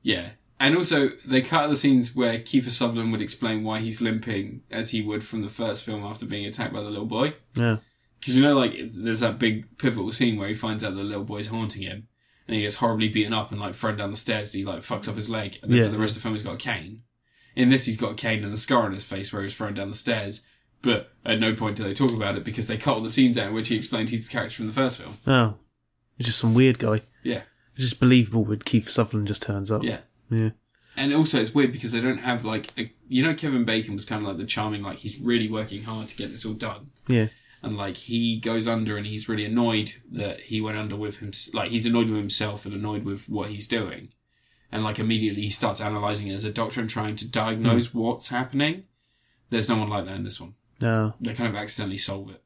Speaker 1: Yeah. And also, they cut out the scenes where Kiefer Sutherland would explain why he's limping as he would from the first film after being attacked by the little boy.
Speaker 2: No.
Speaker 1: Because you know, like, there's that big pivotal scene where he finds out the little boy's haunting him and he gets horribly beaten up and, like, thrown down the stairs and he, like, fucks up his leg. And then
Speaker 2: Yeah.
Speaker 1: for the rest of the film, he's got a cane. In this, he's got a cane and a scar on his face where he was thrown down the stairs. But at no point do they talk about it because they cut all the scenes out in which he explained he's the character from the first film.
Speaker 2: No. It's just some weird guy.
Speaker 1: Yeah.
Speaker 2: It's just believable when Keith Sutherland just turns up.
Speaker 1: Yeah.
Speaker 2: Yeah.
Speaker 1: And also, it's weird because they don't have, like, a, you know, Kevin Bacon was kind of like the charming, like, he's really working hard to get this all done.
Speaker 2: Yeah.
Speaker 1: and like he goes under and he's really annoyed that he went under with him like he's annoyed with himself and annoyed with what he's doing and like immediately he starts analyzing it as a doctor and trying to diagnose
Speaker 2: Hmm.
Speaker 1: what's happening there's no one like that in this one
Speaker 2: No.
Speaker 1: they kind of accidentally solve it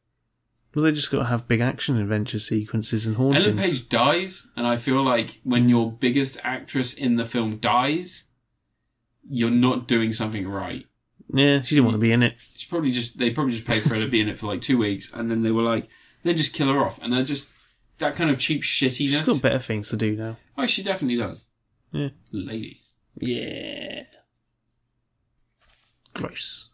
Speaker 2: Well, they just got to have big action adventure sequences and
Speaker 1: ellen
Speaker 2: hauntings.
Speaker 1: page dies and i feel like when your biggest actress in the film dies you're not doing something right
Speaker 2: Yeah, she didn't want to be in it.
Speaker 1: She probably just they probably just paid for her to be in it for like two weeks and then they were like then just kill her off and they're just that kind of cheap shittiness
Speaker 2: She's got better things to do now.
Speaker 1: Oh, she definitely does.
Speaker 2: Yeah.
Speaker 1: Ladies.
Speaker 2: Yeah. Gross.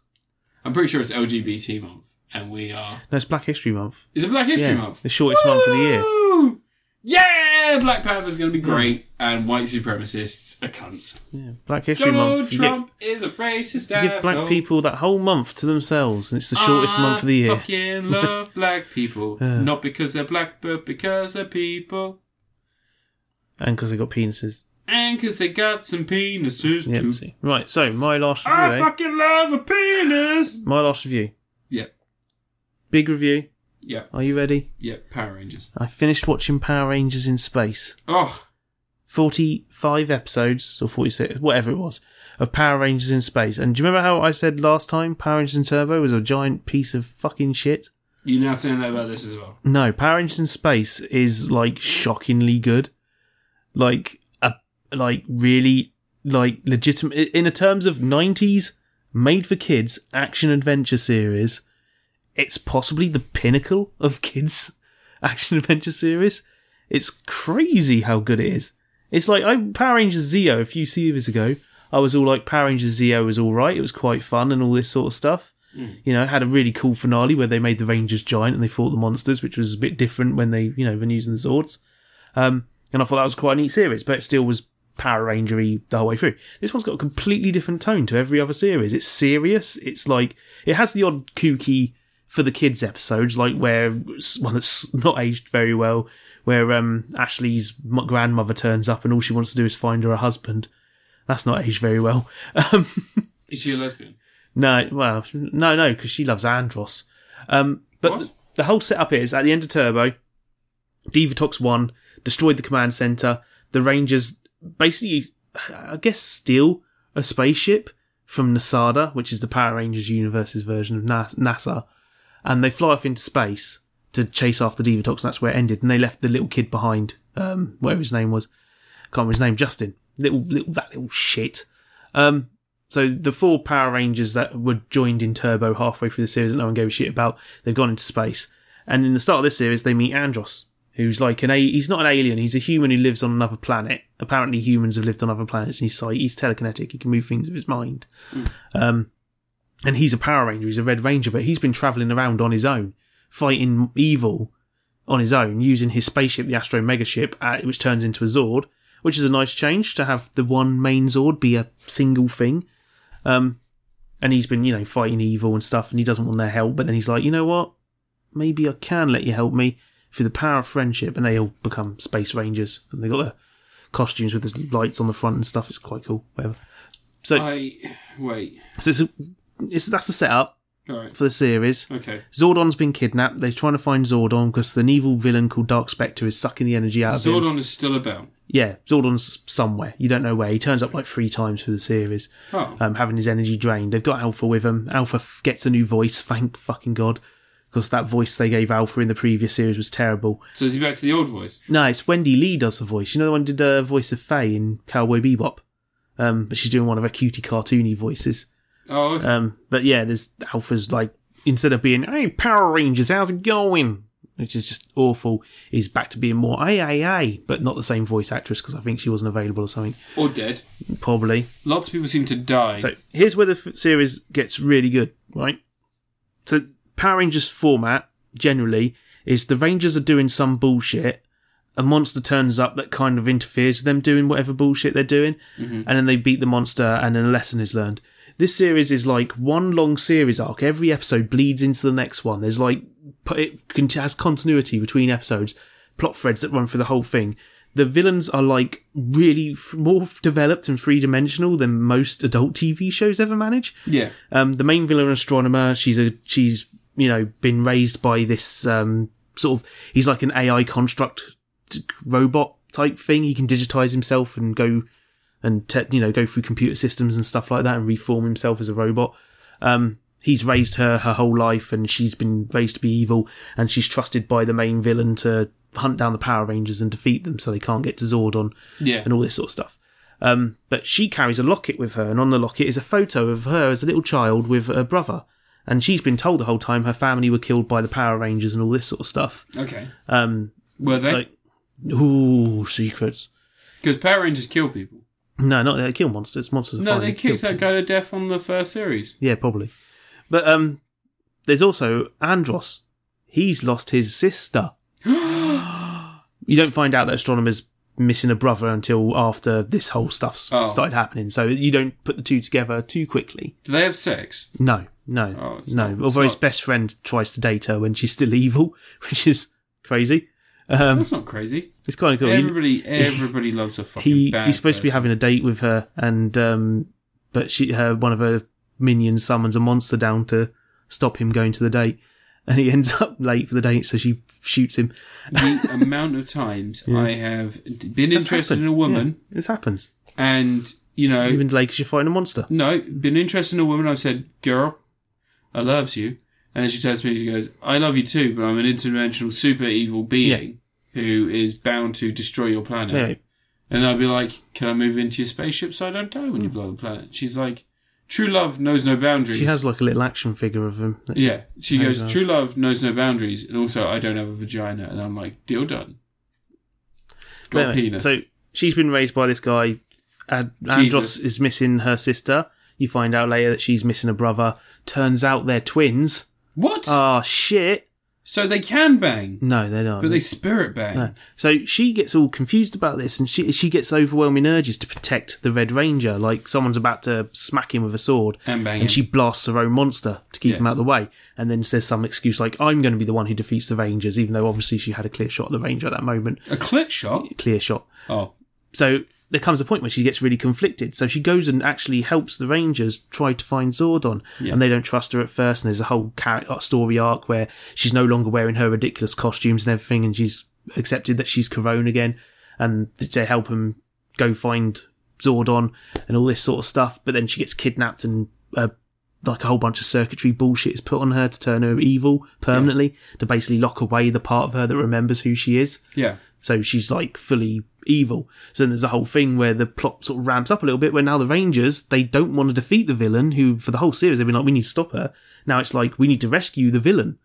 Speaker 1: I'm pretty sure it's LGBT month, and we are.
Speaker 2: No, it's Black History Month.
Speaker 1: Is it Black History
Speaker 2: yeah,
Speaker 1: Month?
Speaker 2: the shortest month of the year.
Speaker 1: Woo! Yeah! Black Panther's going to be great, and white supremacists are cunts.
Speaker 2: Yeah, Black History
Speaker 1: Donald
Speaker 2: Month. You get-
Speaker 1: Trump is a racist
Speaker 2: You give
Speaker 1: asshole. Ah,
Speaker 2: black people that whole month to themselves, and it's the shortest month of the year.
Speaker 1: I fucking love black people. Not because they're black, but because they're people.
Speaker 2: And because they got penises.
Speaker 1: And because they got some penises
Speaker 2: Yep.
Speaker 1: too.
Speaker 2: see. Right, so my last review.
Speaker 1: I
Speaker 2: eh?
Speaker 1: fucking love a penis!
Speaker 2: My last review.
Speaker 1: Yep,
Speaker 2: Big review.
Speaker 1: yep,
Speaker 2: Are you ready?
Speaker 1: yep. Power Rangers.
Speaker 2: I finished watching Power Rangers in Space.
Speaker 1: Oh,
Speaker 2: 45 episodes, or 46, whatever it was, of Power Rangers in Space. And do you remember how I said last time Power Rangers in Turbo was a giant piece of fucking shit?
Speaker 1: you now saying that about this as well.
Speaker 2: No, Power Rangers in Space is like shockingly good. Like a like really like legitimate in the terms of 90s made for kids action adventure series. It's possibly the pinnacle of kids action adventure series. It's crazy how good it is. It's like I Power Rangers Zeo a few years ago. I was all like Power Rangers Zeo was all right. It was quite fun and all this sort of stuff. You know, it had a really cool finale where they made the Rangers giant and they fought the monsters, which was a bit different when they you know when using the swords. Um, and I thought that was quite a neat series, but it still was Power Rangery the whole way through. This one's got a completely different tone to every other series. It's serious. It's like it has the odd kooky for the kids episodes, like where one that's not aged very well, where um, Ashley's m- grandmother turns up and all she wants to do is find her a husband. That's not aged very well. Um,
Speaker 1: Is she a lesbian?
Speaker 2: no, well, no, no, because she loves Andros. Um, but
Speaker 1: What?
Speaker 2: th- the whole setup is at the end of Turbo, Divatox won, destroyed the command center. The Rangers basically, I guess, steal a spaceship from Nasada, which is the Power Rangers universe's version of Na- NASA, and they fly off into space to chase after Divatox, and that's where it ended. And they left the little kid behind, um, whatever his name was. Can't remember his name, Justin. Little, little, that little shit. Um, so the four Power Rangers that were joined in Turbo halfway through the series that no one gave a shit about, they've gone into space. And in the start of this series, they meet Andros, who's like an a- he's not an alien, he's a human who lives on another planet. Apparently, humans have lived on other planets, and he's psy- he's telekinetic, he can move things with his mind. Um, and he's a Power Ranger, he's a Red Ranger, but he's been traveling around on his own, fighting evil on his own, using his spaceship, the Astro Megaship, uh, which turns into a Zord. which is a nice change to have the one main Zord be a single thing. Um, and he's been, you know, fighting evil and stuff, and he doesn't want their help. But then he's like, you know what? Maybe I can let you help me through the power of friendship. And they all become space rangers, and they got their costumes with the lights on the front and stuff. It's quite cool. Whatever. So,
Speaker 1: I wait.
Speaker 2: so it's, a, it's that's the setup
Speaker 1: All right.
Speaker 2: for the series.
Speaker 1: Okay.
Speaker 2: Zordon's been kidnapped. They're trying to find Zordon because an evil villain called Dark Spectre is sucking the energy out of him.
Speaker 1: Zordon is still about.
Speaker 2: Yeah, Zordon's somewhere. You don't know where. He turns up like three times through the series,
Speaker 1: Oh,
Speaker 2: um, having his energy drained. They've got Alpha with him. Alpha f- gets a new voice. Thank fucking god, because that voice they gave Alpha in the previous series was terrible.
Speaker 1: so is he back to the old voice?
Speaker 2: No, it's Wendy Lee does the voice. You know the one who did the voice of Faye in Cowboy Bebop, um, but she's doing one of her cutie cartoony voices.
Speaker 1: Oh, okay.
Speaker 2: Um, but yeah, there's Alpha's like instead of being "Hey Power Rangers, how's it going?" which is just awful, he's back to being more "Aye aye aye," but not the same voice actress because I think she wasn't available or something.
Speaker 1: or dead.
Speaker 2: Probably.
Speaker 1: Lots of people seem to die.
Speaker 2: So here's where the f- series gets really good, right? So Power Rangers format generally is the Rangers are doing some bullshit. A monster turns up that kind of interferes with them doing whatever bullshit they're doing, and then they beat the monster, and then a lesson is learned. This series is like one long series arc. Every episode bleeds into the next one. There's like pu- it cont- has continuity between episodes, plot threads that run through the whole thing. The villains are like really f- more developed and three dimensional than most adult TV shows ever manage.
Speaker 1: yeah.
Speaker 2: Um, the main villain astronomer, she's a she's you know been raised by this um, sort of he's like an AI construct t- robot type thing. He can digitize himself and go and te- you know go through computer systems and stuff like that and reform himself as a robot. Um, he's raised her her whole life and she's been raised to be evil and she's trusted by the main villain to hunt down the Power Rangers and defeat them so they can't get to Zordon
Speaker 1: Yeah.
Speaker 2: and all this sort of stuff. Um, but she carries a locket with her, and on the locket is a photo of her as a little child with her brother. And she's been told the whole time her family were killed by the Power Rangers and all this sort of stuff.
Speaker 1: Okay.
Speaker 2: Um,
Speaker 1: Were they?
Speaker 2: like- ooh, secrets.
Speaker 1: Because Power Rangers kill people.
Speaker 2: No, not they kill monsters. Monsters. Are
Speaker 1: No,
Speaker 2: fine,
Speaker 1: they
Speaker 2: kill
Speaker 1: kicked that
Speaker 2: people.
Speaker 1: guy to death on the first series.
Speaker 2: Yeah, probably. But um, there's also Andros. He's lost his sister. you don't find out that astronomers missing a brother until after this whole stuff's
Speaker 1: Oh.
Speaker 2: started happening. So you don't put the two together too quickly.
Speaker 1: Do they have sex?
Speaker 2: No, no,
Speaker 1: Oh, it's
Speaker 2: no.
Speaker 1: not- it's
Speaker 2: Although his
Speaker 1: not-
Speaker 2: best friend tries to date her when she's still evil, which is crazy. Um,
Speaker 1: That's not crazy.
Speaker 2: it's kind of cool. He-
Speaker 1: Everybody, everybody loves a fucking
Speaker 2: he
Speaker 1: bad
Speaker 2: he's supposed to be
Speaker 1: person.
Speaker 2: having a date with her, and um, but she her one of her minions summons a monster down to stop him going to the date, and he ends up late for the date, so she shoots him.
Speaker 1: the amount of times I have been
Speaker 2: That's
Speaker 1: interested
Speaker 2: happened.
Speaker 1: in a woman
Speaker 2: Yeah, this happens.
Speaker 1: and, you know,
Speaker 2: Even late because you're fighting a monster.
Speaker 1: no, been interested in a woman. I've said, girl, I loves you. And then she turns to me and she goes, I love you too, but I'm an interdimensional super evil being who is bound to destroy your planet.
Speaker 2: Yeah.
Speaker 1: And I'd be like, can I move into your spaceship so I don't die when you blow up the planet? She's like, true love knows no boundaries.
Speaker 2: She has like a little action figure of him. that she-
Speaker 1: yeah. She goes,
Speaker 2: God.
Speaker 1: true love knows no boundaries. And also, I don't have a vagina. And I'm like, deal done. Got
Speaker 2: Anyway,
Speaker 1: penis.
Speaker 2: So she's been raised by this guy. And
Speaker 1: Jesus.
Speaker 2: Andros is missing her sister. You find out later that she's missing a brother. Turns out they're twins.
Speaker 1: what?
Speaker 2: Ah, shit.
Speaker 1: So they can bang,
Speaker 2: No, they're not.
Speaker 1: but they spirit bang.
Speaker 2: No. So she gets all confused about this, and she she gets overwhelming urges to protect the Red Ranger, like someone's about to smack him with a sword,
Speaker 1: And bang.
Speaker 2: and she blasts her own monster to keep
Speaker 1: Yeah.
Speaker 2: him out of the way, and then says some excuse like "I'm going to be the one who defeats the Rangers," even though obviously she had a clear shot at the Ranger at that moment,
Speaker 1: a clit shot.
Speaker 2: clear shot.
Speaker 1: Oh,
Speaker 2: So there comes a point where she gets really conflicted. So she goes and actually helps the Rangers try to find Zordon, and they don't trust her at first. And there's a whole char- uh, story arc where she's no longer wearing her ridiculous costumes and everything, and she's accepted that she's Corone again, and th- they help him go find Zordon and all this sort of stuff. But then she gets kidnapped and. Uh, like a whole bunch of circuitry bullshit is put on her to turn her evil permanently, to basically lock away the part of her that remembers who she is.
Speaker 1: yeah.
Speaker 2: So she's like fully evil. So then there's a whole thing where the plot sort of ramps up a little bit where now the Rangers, they don't want to defeat the villain who, for the whole series, they've been like, we need to stop her. Now it's like, we need to rescue the villain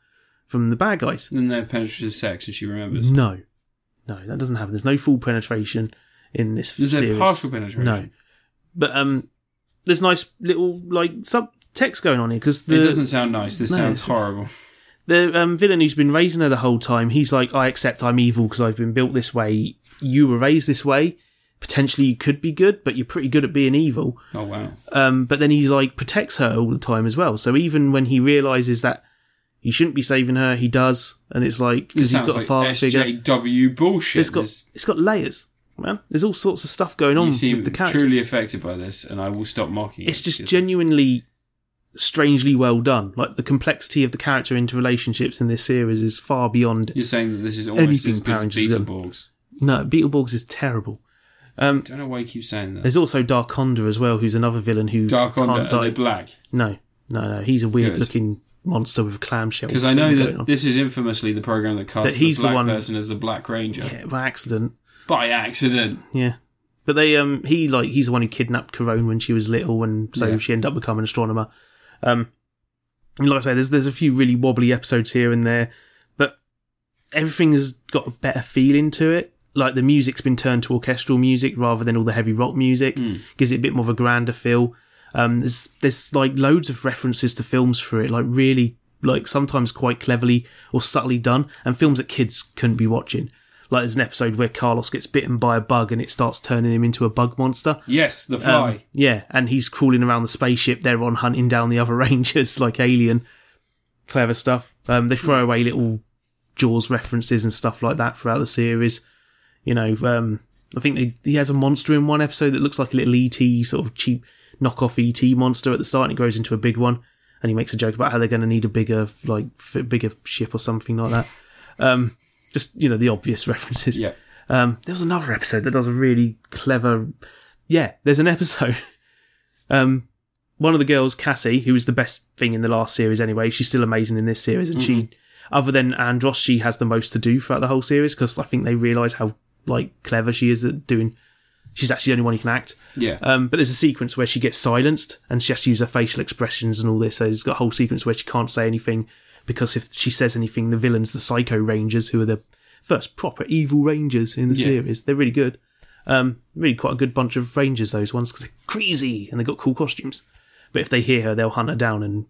Speaker 2: from the bad guys.
Speaker 1: And then they have penetrative sex, and she remembers.
Speaker 2: No. No, that doesn't happen. There's no full penetration in this
Speaker 1: There's a
Speaker 2: series.
Speaker 1: partial penetration.
Speaker 2: No. But, um, there's nice little, like, subtext going on here because the.
Speaker 1: it doesn't sound nice. This
Speaker 2: No,
Speaker 1: sounds
Speaker 2: it's-
Speaker 1: horrible.
Speaker 2: the um, villain who's been raising her the whole time, he's like, I accept I'm evil because I've been built this way. You were raised this way. potentially you could be good, but you're pretty good at being evil.
Speaker 1: Oh wow.
Speaker 2: Um, but then he's like protects her all the time as well. So even when he realizes that he shouldn't be saving her, he does, and it's like because he's
Speaker 1: Sounds
Speaker 2: got a
Speaker 1: like
Speaker 2: father figure.
Speaker 1: SJW bullshit.
Speaker 2: It's got
Speaker 1: This-
Speaker 2: it's got layers, man. There's all sorts of stuff going on
Speaker 1: you seem
Speaker 2: with the characters.
Speaker 1: truly affected by this, and I will stop mocking.
Speaker 2: it's
Speaker 1: it
Speaker 2: just
Speaker 1: because-
Speaker 2: genuinely strangely well done. Like the complexity of the character interrelationships in this series is far beyond.
Speaker 1: You're saying that this is almost
Speaker 2: anything
Speaker 1: as good as
Speaker 2: parents has done.
Speaker 1: Beetleborgs.
Speaker 2: No, Beetleborgs is terrible. Um,
Speaker 1: I don't know why you keep saying that.
Speaker 2: There's also Darkonda as well, who's another villain who
Speaker 1: Dark
Speaker 2: can't
Speaker 1: Honda,
Speaker 2: die.
Speaker 1: are they black?
Speaker 2: No, no, no. He's a weird
Speaker 1: Good.
Speaker 2: looking monster with a clamshell.
Speaker 1: Because I know
Speaker 2: thing going on.
Speaker 1: that this is infamously the program that cast
Speaker 2: That he's
Speaker 1: the
Speaker 2: the
Speaker 1: black
Speaker 2: one-
Speaker 1: person as the Black Ranger
Speaker 2: yeah, by accident.
Speaker 1: by accident.
Speaker 2: Yeah. But they um he like he's the one who kidnapped Corone when she was little and so
Speaker 1: Yeah.
Speaker 2: she ended up becoming an astronomer. Um and like I say, there's there's a few really wobbly episodes here and there, but everything's got a better feeling to it. Like the music's been turned to orchestral music rather than all the heavy rock music.
Speaker 1: Hmm.
Speaker 2: Gives it a bit more of a grander feel. Um there's there's like loads of references to films for it, like really like sometimes quite cleverly or subtly done, and films that kids couldn't be watching. Like there's an episode where Carlos gets bitten by a bug and it starts turning him into a bug monster.
Speaker 1: Yes, the
Speaker 2: Um,
Speaker 1: Fly.
Speaker 2: yeah, and he's crawling around the spaceship. They're on hunting down the other rangers like Alien. Clever stuff. Um, they throw away little Jaws references and stuff like that throughout the series. You know, um, I think they, he has a monster in one episode that looks like a little ET, sort of cheap knockoff ET monster at the start, and it grows into a big one. And he makes a joke about how they're going to need a bigger, like, f- bigger ship or something like that. Um, just you know, the obvious references.
Speaker 1: yeah.
Speaker 2: Um, there was another episode that does a really clever. Yeah, there's an episode. um, one of the girls, Cassie, who was the best thing in the last series anyway, she's still amazing in this series, and she, other than Andros, she has the most to do throughout the whole series because I think they realise how like clever she is at doing. She's actually the only one who can act.
Speaker 1: Yeah.
Speaker 2: Um, but there's a sequence where she gets silenced and she has to use her facial expressions and all this. So there's got a whole sequence where she can't say anything because if she says anything, the villains, the Psycho Rangers, who are the first proper evil Rangers in the
Speaker 1: Yeah.
Speaker 2: series, they're really good. Um, really quite a good bunch of Rangers, those ones, because they're crazy and they've got cool costumes. But if they hear her, they'll hunt her down and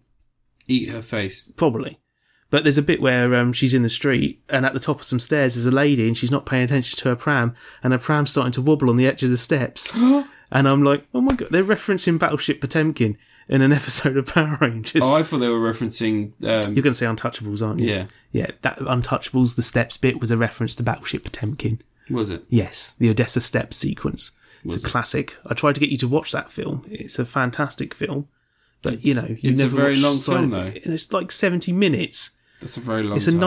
Speaker 1: Eat her face.
Speaker 2: probably. But there's a bit where um, she's in the street, and at the top of some stairs there's a lady, and she's not paying attention to her pram, and her pram's starting to wobble on the edge of the steps. and I'm like, oh my god, they're referencing Battleship Potemkin in an episode of Power Rangers.
Speaker 1: Oh, I thought they were referencing. Um,
Speaker 2: You're going to say Untouchables, aren't you?
Speaker 1: yeah.
Speaker 2: Yeah, that Untouchables, the steps bit was a reference to Battleship Potemkin.
Speaker 1: Was it?
Speaker 2: Yes, the Odessa Steps sequence. It's a classic. I tried to get you to watch that film. It's a fantastic film. But, you know, you
Speaker 1: it's a
Speaker 2: never
Speaker 1: very
Speaker 2: watch
Speaker 1: long
Speaker 2: Silent
Speaker 1: film,
Speaker 2: Film. And it's like 70 minutes.
Speaker 1: That's a very long.
Speaker 2: It's a
Speaker 1: time.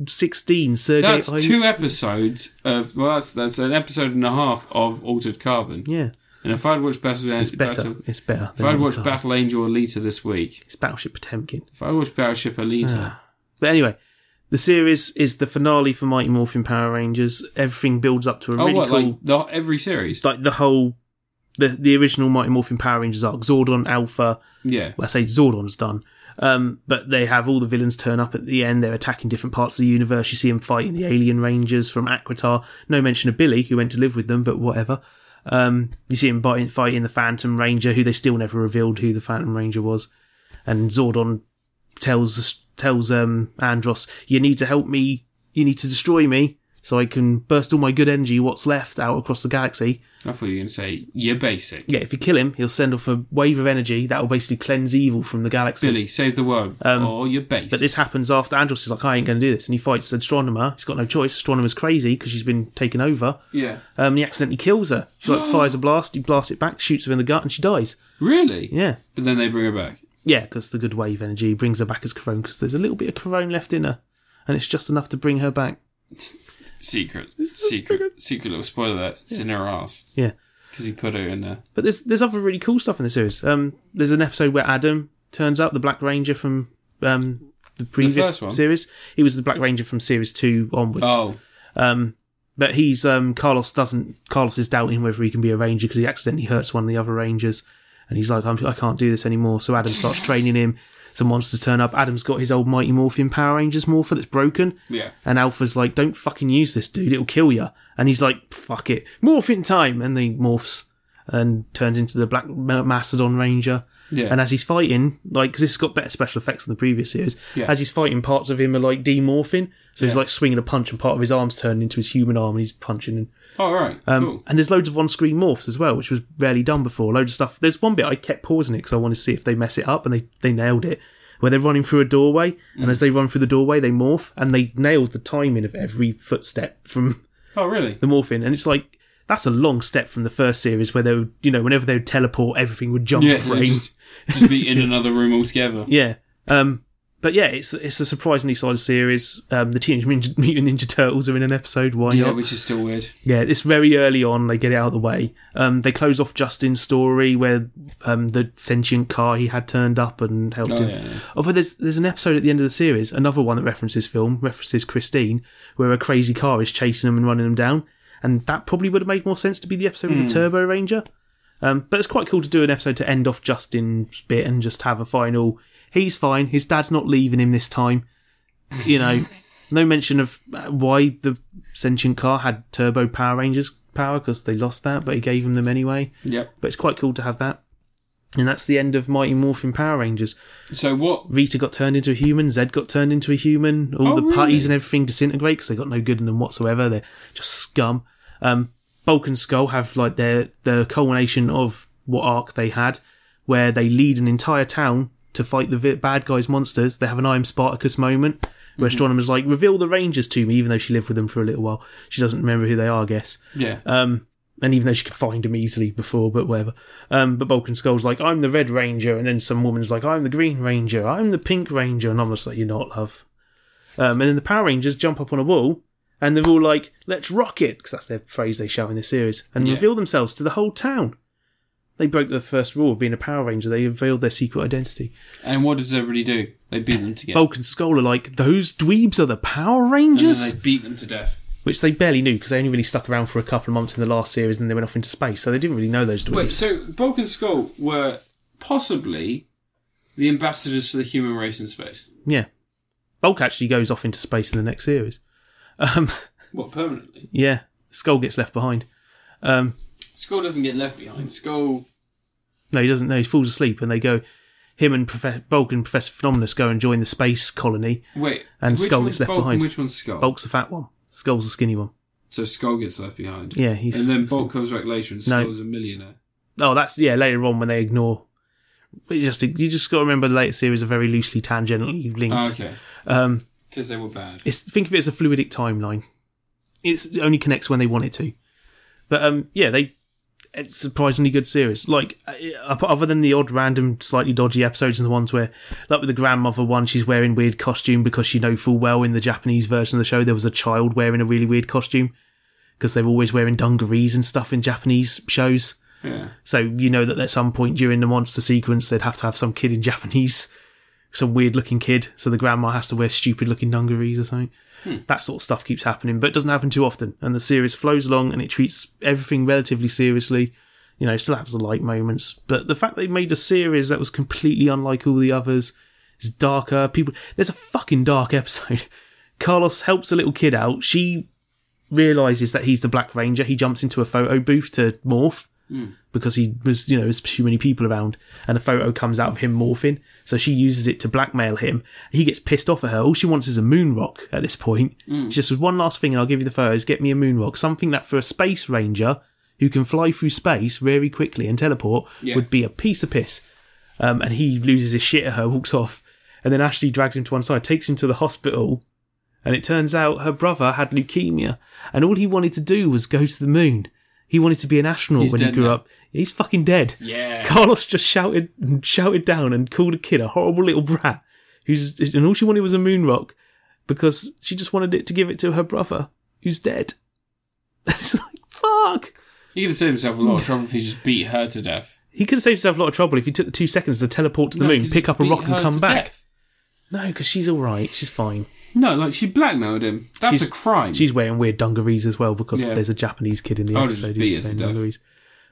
Speaker 2: 1916 Sergei.
Speaker 1: That's
Speaker 2: I-
Speaker 1: two episodes of. Well, that's that's an episode and a half of Altered Carbon.
Speaker 2: Yeah,
Speaker 1: And if I'd watched Battle, uh,
Speaker 2: it's better.
Speaker 1: Battle-
Speaker 2: it's better.
Speaker 1: if I'd watched Battle Angel Alita this week,
Speaker 2: it's Battleship Potemkin.
Speaker 1: if I watched Battleship
Speaker 2: Ah,
Speaker 1: Alita,
Speaker 2: But anyway, the series is the finale for Mighty Morphin Power Rangers. Everything builds up to a
Speaker 1: oh
Speaker 2: really
Speaker 1: what
Speaker 2: cool,
Speaker 1: like the, every series?
Speaker 2: like the whole, the the original Mighty Morphin Power Rangers arc, Zordon Alpha.
Speaker 1: yeah,
Speaker 2: Well, I say Zordon's done. Um, but they have all the villains turn up at the end. They're attacking different parts of the universe. You see them fighting the alien rangers from Aquitar. No mention of Billy, who went to live with them, but whatever. Um, you see him biting, fighting the Phantom Ranger, who they still never revealed who the Phantom Ranger was. And Zordon tells tells um, Andros, "You need to help me. You need to destroy me, so I can burst all my good energy, what's left, out across the galaxy."
Speaker 1: I thought you were going to say you're basic.
Speaker 2: Yeah, if you kill him, he'll send off a wave of energy that will basically cleanse evil from the galaxy.
Speaker 1: Billy, save the world, or you're basic.
Speaker 2: Um, But this happens after Andros is like, I ain't going to do this. And he fights the astronomer. He's got no choice. Astronomer's crazy because she's been taken over.
Speaker 1: yeah,
Speaker 2: Um, and he accidentally kills her. She like fires a blast. He blasts it back, shoots her in the gut, and she dies.
Speaker 1: really.
Speaker 2: Yeah.
Speaker 1: But then they bring her back.
Speaker 2: Yeah, because the good wave energy brings her back as Corone because there's a little bit of Corone left in her. And it's just enough to bring her back.
Speaker 1: Secret, secret, secret little spoiler. That it's in her ass
Speaker 2: Yeah.
Speaker 1: because he put her in there.
Speaker 2: But there's there's other really cool stuff in the series. Um, there's an episode where Adam turns up, the Black Ranger from um, the previous
Speaker 1: first one?
Speaker 2: series. He was the Black Ranger from series two onwards.
Speaker 1: Oh,
Speaker 2: Um, but he's um, Carlos doesn't. Carlos is doubting whether he can be a ranger because he accidentally hurts one of the other rangers, and he's like, I'm, "I can't do this anymore." So Adam starts training him. Some monsters turn up. Adam's got his old Mighty Morphin Power Rangers morpher that's broken,
Speaker 1: yeah.
Speaker 2: and Alpha's like, "Don't fucking use this, dude. It'll kill you." And he's like, "Fuck it, morph in time!" And he morphs and turns into the Black Ma- Mastodon Ranger.
Speaker 1: Yeah.
Speaker 2: And as he's fighting, like, because this has got better special effects than the previous series,
Speaker 1: Yeah.
Speaker 2: as he's fighting, parts of him are like demorphing. So he's
Speaker 1: Yeah.
Speaker 2: like swinging a punch, and part of his arm's turned into his human arm, and he's punching. And,
Speaker 1: Oh, all right.
Speaker 2: um,
Speaker 1: cool.
Speaker 2: and there's loads of on-screen morphs as well, which was rarely done before. Loads of stuff. There's one bit I kept pausing it because I want to see if they mess it up, and they they nailed it. Where they're running through a doorway,
Speaker 1: Mm.
Speaker 2: and as they run through the doorway, they morph, and they nailed the timing of every footstep from
Speaker 1: Oh, really?
Speaker 2: the morphing, and it's like. That's a long step from the first series where they would, you know, whenever they would teleport, everything would jump
Speaker 1: Yeah,
Speaker 2: frame.
Speaker 1: just, just be in another room altogether.
Speaker 2: Yeah. Um, but yeah, it's it's a surprisingly solid series. Um, the Teenage Mutant Mutant Ninja Turtles are in an episode. Why
Speaker 1: Yeah,
Speaker 2: not?
Speaker 1: which is still weird.
Speaker 2: Yeah, it's very early on. They get it out of the way. Um, they close off Justin's story where um, the sentient car he had turned up and helped
Speaker 1: Oh,
Speaker 2: him.
Speaker 1: yeah, yeah.
Speaker 2: Although there's there's an episode at the end of the series, another one that references film, references Christine, where a crazy car is chasing them and running them down. And that probably would have made more sense to be the episode
Speaker 1: Hmm.
Speaker 2: with the Turbo Ranger. Um, but it's quite cool to do an episode to end off Justin's bit and just have a final. He's fine. His dad's not leaving him this time. You know, no mention of uh, why the sentient car had Turbo Power Rangers power because they lost that, but he gave them them anyway.
Speaker 1: Yep.
Speaker 2: But it's quite cool to have that. And that's the end of Mighty Morphin Power Rangers.
Speaker 1: So what?
Speaker 2: Rita got turned into a human, Zed got turned into a human, all
Speaker 1: Oh,
Speaker 2: the
Speaker 1: really?
Speaker 2: putties and everything disintegrate because they got no good in them whatsoever. They're just scum. Um, Bulk and Skull have like their the culmination of what arc they had, where they lead an entire town to fight the vi- bad guys monsters. They have an I am Spartacus moment
Speaker 1: Mm-hmm.
Speaker 2: where Astronomer's like, reveal the Rangers to me, even though she lived with them for a little while. She doesn't remember who they are, I guess.
Speaker 1: Yeah.
Speaker 2: Um, and even though she could find him easily before, but whatever. Um, but Vulcan Skull's like, I'm the Red Ranger, and then some woman's like, I'm the Green Ranger, I'm the Pink Ranger, and I'm just like, you're not, love. Um, and then the Power Rangers jump up on a wall, and they're all like, let's rock it, because that's their phrase they shout in this series, and
Speaker 1: Yeah.
Speaker 2: reveal themselves to the whole town. They broke the first rule of being a Power Ranger, they revealed their secret identity.
Speaker 1: and what does everybody do? They beat them together.
Speaker 2: Bulk and Skull are like, those dweebs are the Power
Speaker 1: and
Speaker 2: Rangers?
Speaker 1: then they beat them to death.
Speaker 2: Which they barely knew, because they only really stuck around for a couple of months in the last series, and then they went off into space, so they didn't really know those dweebs.
Speaker 1: Wait, so Bulk and Skull were possibly the ambassadors for the human race in space.
Speaker 2: Yeah. Bulk actually goes off into space in the next series. Um,
Speaker 1: What, permanently?
Speaker 2: yeah. Skull gets left behind. Um,
Speaker 1: Skull doesn't get left behind. Skull.
Speaker 2: no, he doesn't. No, he falls asleep, and they go. Him and Profe- Bulk and Professor Phenomenus go and join the space colony.
Speaker 1: Wait.
Speaker 2: And
Speaker 1: which
Speaker 2: Skull
Speaker 1: one's
Speaker 2: gets left
Speaker 1: Bulk and
Speaker 2: behind.
Speaker 1: which one's Skull?
Speaker 2: Bulk's the fat one. Skull's the skinny one.
Speaker 1: So Skull gets left behind.
Speaker 2: Yeah, he's-
Speaker 1: And then Bulk comes back later and
Speaker 2: No.
Speaker 1: Skull's a millionaire.
Speaker 2: Oh, that's yeah. Later on, when they ignore, but you just you just got to remember the later series are very loosely tangentially linked.
Speaker 1: Ah, okay.
Speaker 2: Um,
Speaker 1: Because they were bad.
Speaker 2: it's think of it as a fluidic timeline. It's, it only connects when they want it to. But um, yeah, they it's surprisingly good series. Like uh, other than the odd random, slightly dodgy episodes and the ones where, like with the grandmother one, she's wearing weird costume because she know full well in the Japanese version of the show there was a child wearing a really weird costume because they're always wearing dungarees and stuff in Japanese shows.
Speaker 1: Yeah.
Speaker 2: So you know that at some point during the monster sequence, they'd have to have some kid in Japanese, some weird looking kid. So the grandma has to wear stupid looking dungarees or something. That sort of stuff keeps happening, but it doesn't happen too often. And the series flows along and it treats everything relatively seriously. You know, it still has the light moments, but the fact they made a series that was completely unlike all the others is darker. People, there's a fucking dark episode. Carlos helps a little kid out. She realizes that he's the Black Ranger. He jumps into a photo booth to morph because he was, you know, there's too many people around, and a photo comes out of him morphing. So she uses it to blackmail him. He gets pissed off at her. All she wants is a moon rock at this point. She just says, one last thing, and I'll give you the photos. Get me a moon rock, something that for a space ranger who can fly through space very quickly and teleport
Speaker 1: Yeah.
Speaker 2: would be a piece of piss. Um, and he loses his shit at her, walks off, and then Ashley drags him to one side, takes him to the hospital. And it turns out her brother had leukemia, and all he wanted to do was go to the moon. He wanted to be an astronaut
Speaker 1: He's
Speaker 2: when he
Speaker 1: dead
Speaker 2: grew
Speaker 1: now.
Speaker 2: up. He's fucking dead.
Speaker 1: Yeah.
Speaker 2: Carlos just shouted shouted down and called a kid a horrible little brat who's and all she wanted was a moon rock because she just wanted it to give it to her brother who's dead. it's like fuck.
Speaker 1: He could have saved himself a lot of trouble if he just beat her to death.
Speaker 2: He could have saved himself a lot of trouble if he took the two seconds to teleport to the
Speaker 1: No, he
Speaker 2: moon,
Speaker 1: could
Speaker 2: pick
Speaker 1: just
Speaker 2: up a
Speaker 1: beat
Speaker 2: rock and
Speaker 1: her
Speaker 2: come
Speaker 1: to
Speaker 2: back.
Speaker 1: death.
Speaker 2: No, because she's all right. She's fine.
Speaker 1: No, like she blackmailed him. That's
Speaker 2: she's,
Speaker 1: a crime.
Speaker 2: She's wearing weird dungarees as well because
Speaker 1: Yeah.
Speaker 2: there's a Japanese kid in the
Speaker 1: I'll just
Speaker 2: episode
Speaker 1: beat
Speaker 2: who's
Speaker 1: her to
Speaker 2: wearing
Speaker 1: death.
Speaker 2: dungarees.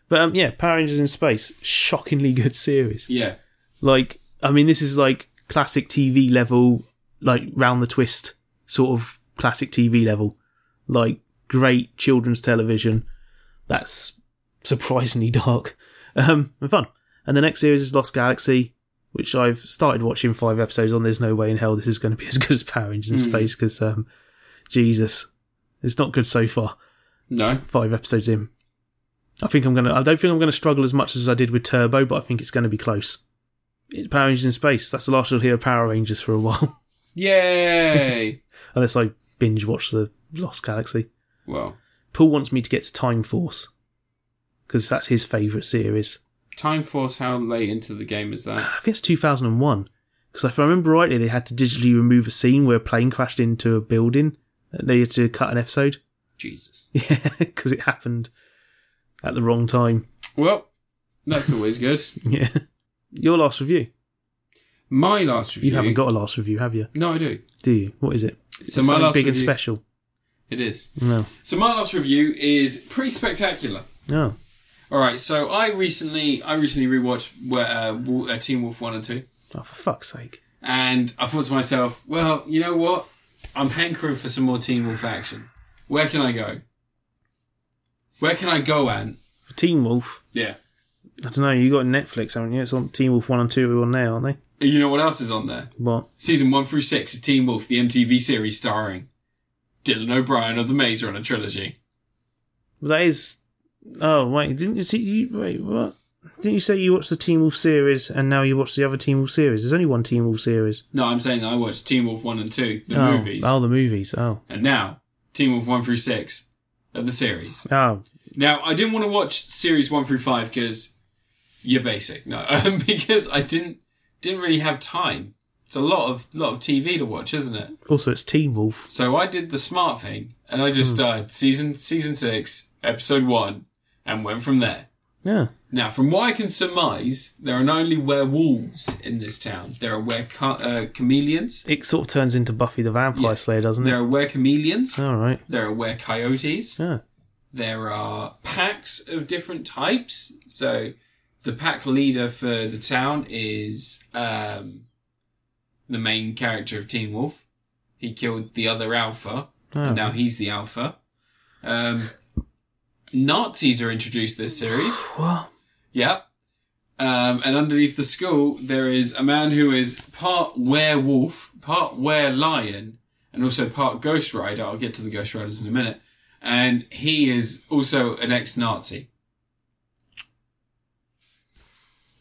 Speaker 2: But um, yeah, Power Rangers in Space, shockingly good series.
Speaker 1: yeah.
Speaker 2: Like, I mean, this is like classic TV level, like round the twist sort of classic TV level. Like, great children's television that's surprisingly dark um, and fun. And the next series is Lost Galaxy, which I've started watching five episodes on. There's no way in hell this is going to be as good as Power Rangers in Space because, um, Jesus, it's not good so far.
Speaker 1: No.
Speaker 2: Five episodes in. I think I'm gonna. I don't think I'm gonna struggle as much as I did with Turbo, but I think it's gonna be close. It, Power Rangers in Space. That's the last you'll hear of Power Rangers for a while,
Speaker 1: Yay!
Speaker 2: unless I binge watch the Lost Galaxy.
Speaker 1: well,
Speaker 2: Paul wants me to get to Time Force because that's his favourite series.
Speaker 1: Time Force, how late into the game is that?
Speaker 2: I think it's 2001. Because if I remember rightly, they had to digitally remove a scene where a plane crashed into a building. and They had to cut an episode.
Speaker 1: Jesus.
Speaker 2: Yeah, because it happened at the wrong time.
Speaker 1: Well, that's always good.
Speaker 2: Yeah. Your last review.
Speaker 1: My last
Speaker 2: You
Speaker 1: review.
Speaker 2: haven't got a last review, have you?
Speaker 1: No, I do.
Speaker 2: Do you? What is it?
Speaker 1: So my
Speaker 2: Something
Speaker 1: last
Speaker 2: big and
Speaker 1: review-
Speaker 2: special.
Speaker 1: It is.
Speaker 2: No.
Speaker 1: So my last review is pretty spectacular.
Speaker 2: Oh.
Speaker 1: All right, so I recently I recently rewatched uh, Wo- uh, Teen Wolf one and two,
Speaker 2: Oh, for fuck's sake.
Speaker 1: and I thought to myself, well, you know what? I'm hankering for some more Teen Wolf action. Where can I go? Where can I go, Ant?
Speaker 2: Teen Wolf.
Speaker 1: Yeah.
Speaker 2: I don't know. You got Netflix, haven't you? It's on Teen Wolf 1 and 2 are on there, aren't they?
Speaker 1: You know what else is on there?
Speaker 2: What?
Speaker 1: Season one through six of Teen Wolf, the MTV series starring Dylan O'Brien of the Maze Runner trilogy.
Speaker 2: That is. Oh wait, didn't you see? You, wait, what? Didn't you say you watched the Teen Wolf series and now you watch the other Teen Wolf series? There's only one Teen Wolf series.
Speaker 1: No, I'm saying I watched Teen Wolf one and two, the
Speaker 2: oh,
Speaker 1: movies,
Speaker 2: Oh, the movies. Oh,
Speaker 1: and now Teen Wolf one through six of the series.
Speaker 2: oh,
Speaker 1: Now, I didn't want to watch series one through five because you're basic. No, um, because I didn't didn't really have time. It's a lot of lot of TV to watch, isn't it?
Speaker 2: also it's Teen Wolf.
Speaker 1: So I did the smart thing and I just started season season six, episode one, and went from there.
Speaker 2: Yeah.
Speaker 1: Now, from what I can surmise, there are not only werewolves in this town. There are were uh, chameleons.
Speaker 2: It sort of turns into Buffy the Vampire
Speaker 1: Yeah.
Speaker 2: Slayer, doesn't
Speaker 1: There
Speaker 2: it?
Speaker 1: are were chameleons.
Speaker 2: All right.
Speaker 1: There are were coyotes.
Speaker 2: Yeah.
Speaker 1: there are packs of different types. So the pack leader for the town is um, the main character of Teen Wolf. He killed the other alpha,
Speaker 2: Oh.
Speaker 1: and now he's the alpha. Um, Nazis are introduced this series.
Speaker 2: What?
Speaker 1: Yep. Um, and underneath the skull, there is a man who is part werewolf, part were lion, and also part ghost rider. I'll get to the ghost riders in a minute. And he is also an ex Nazi.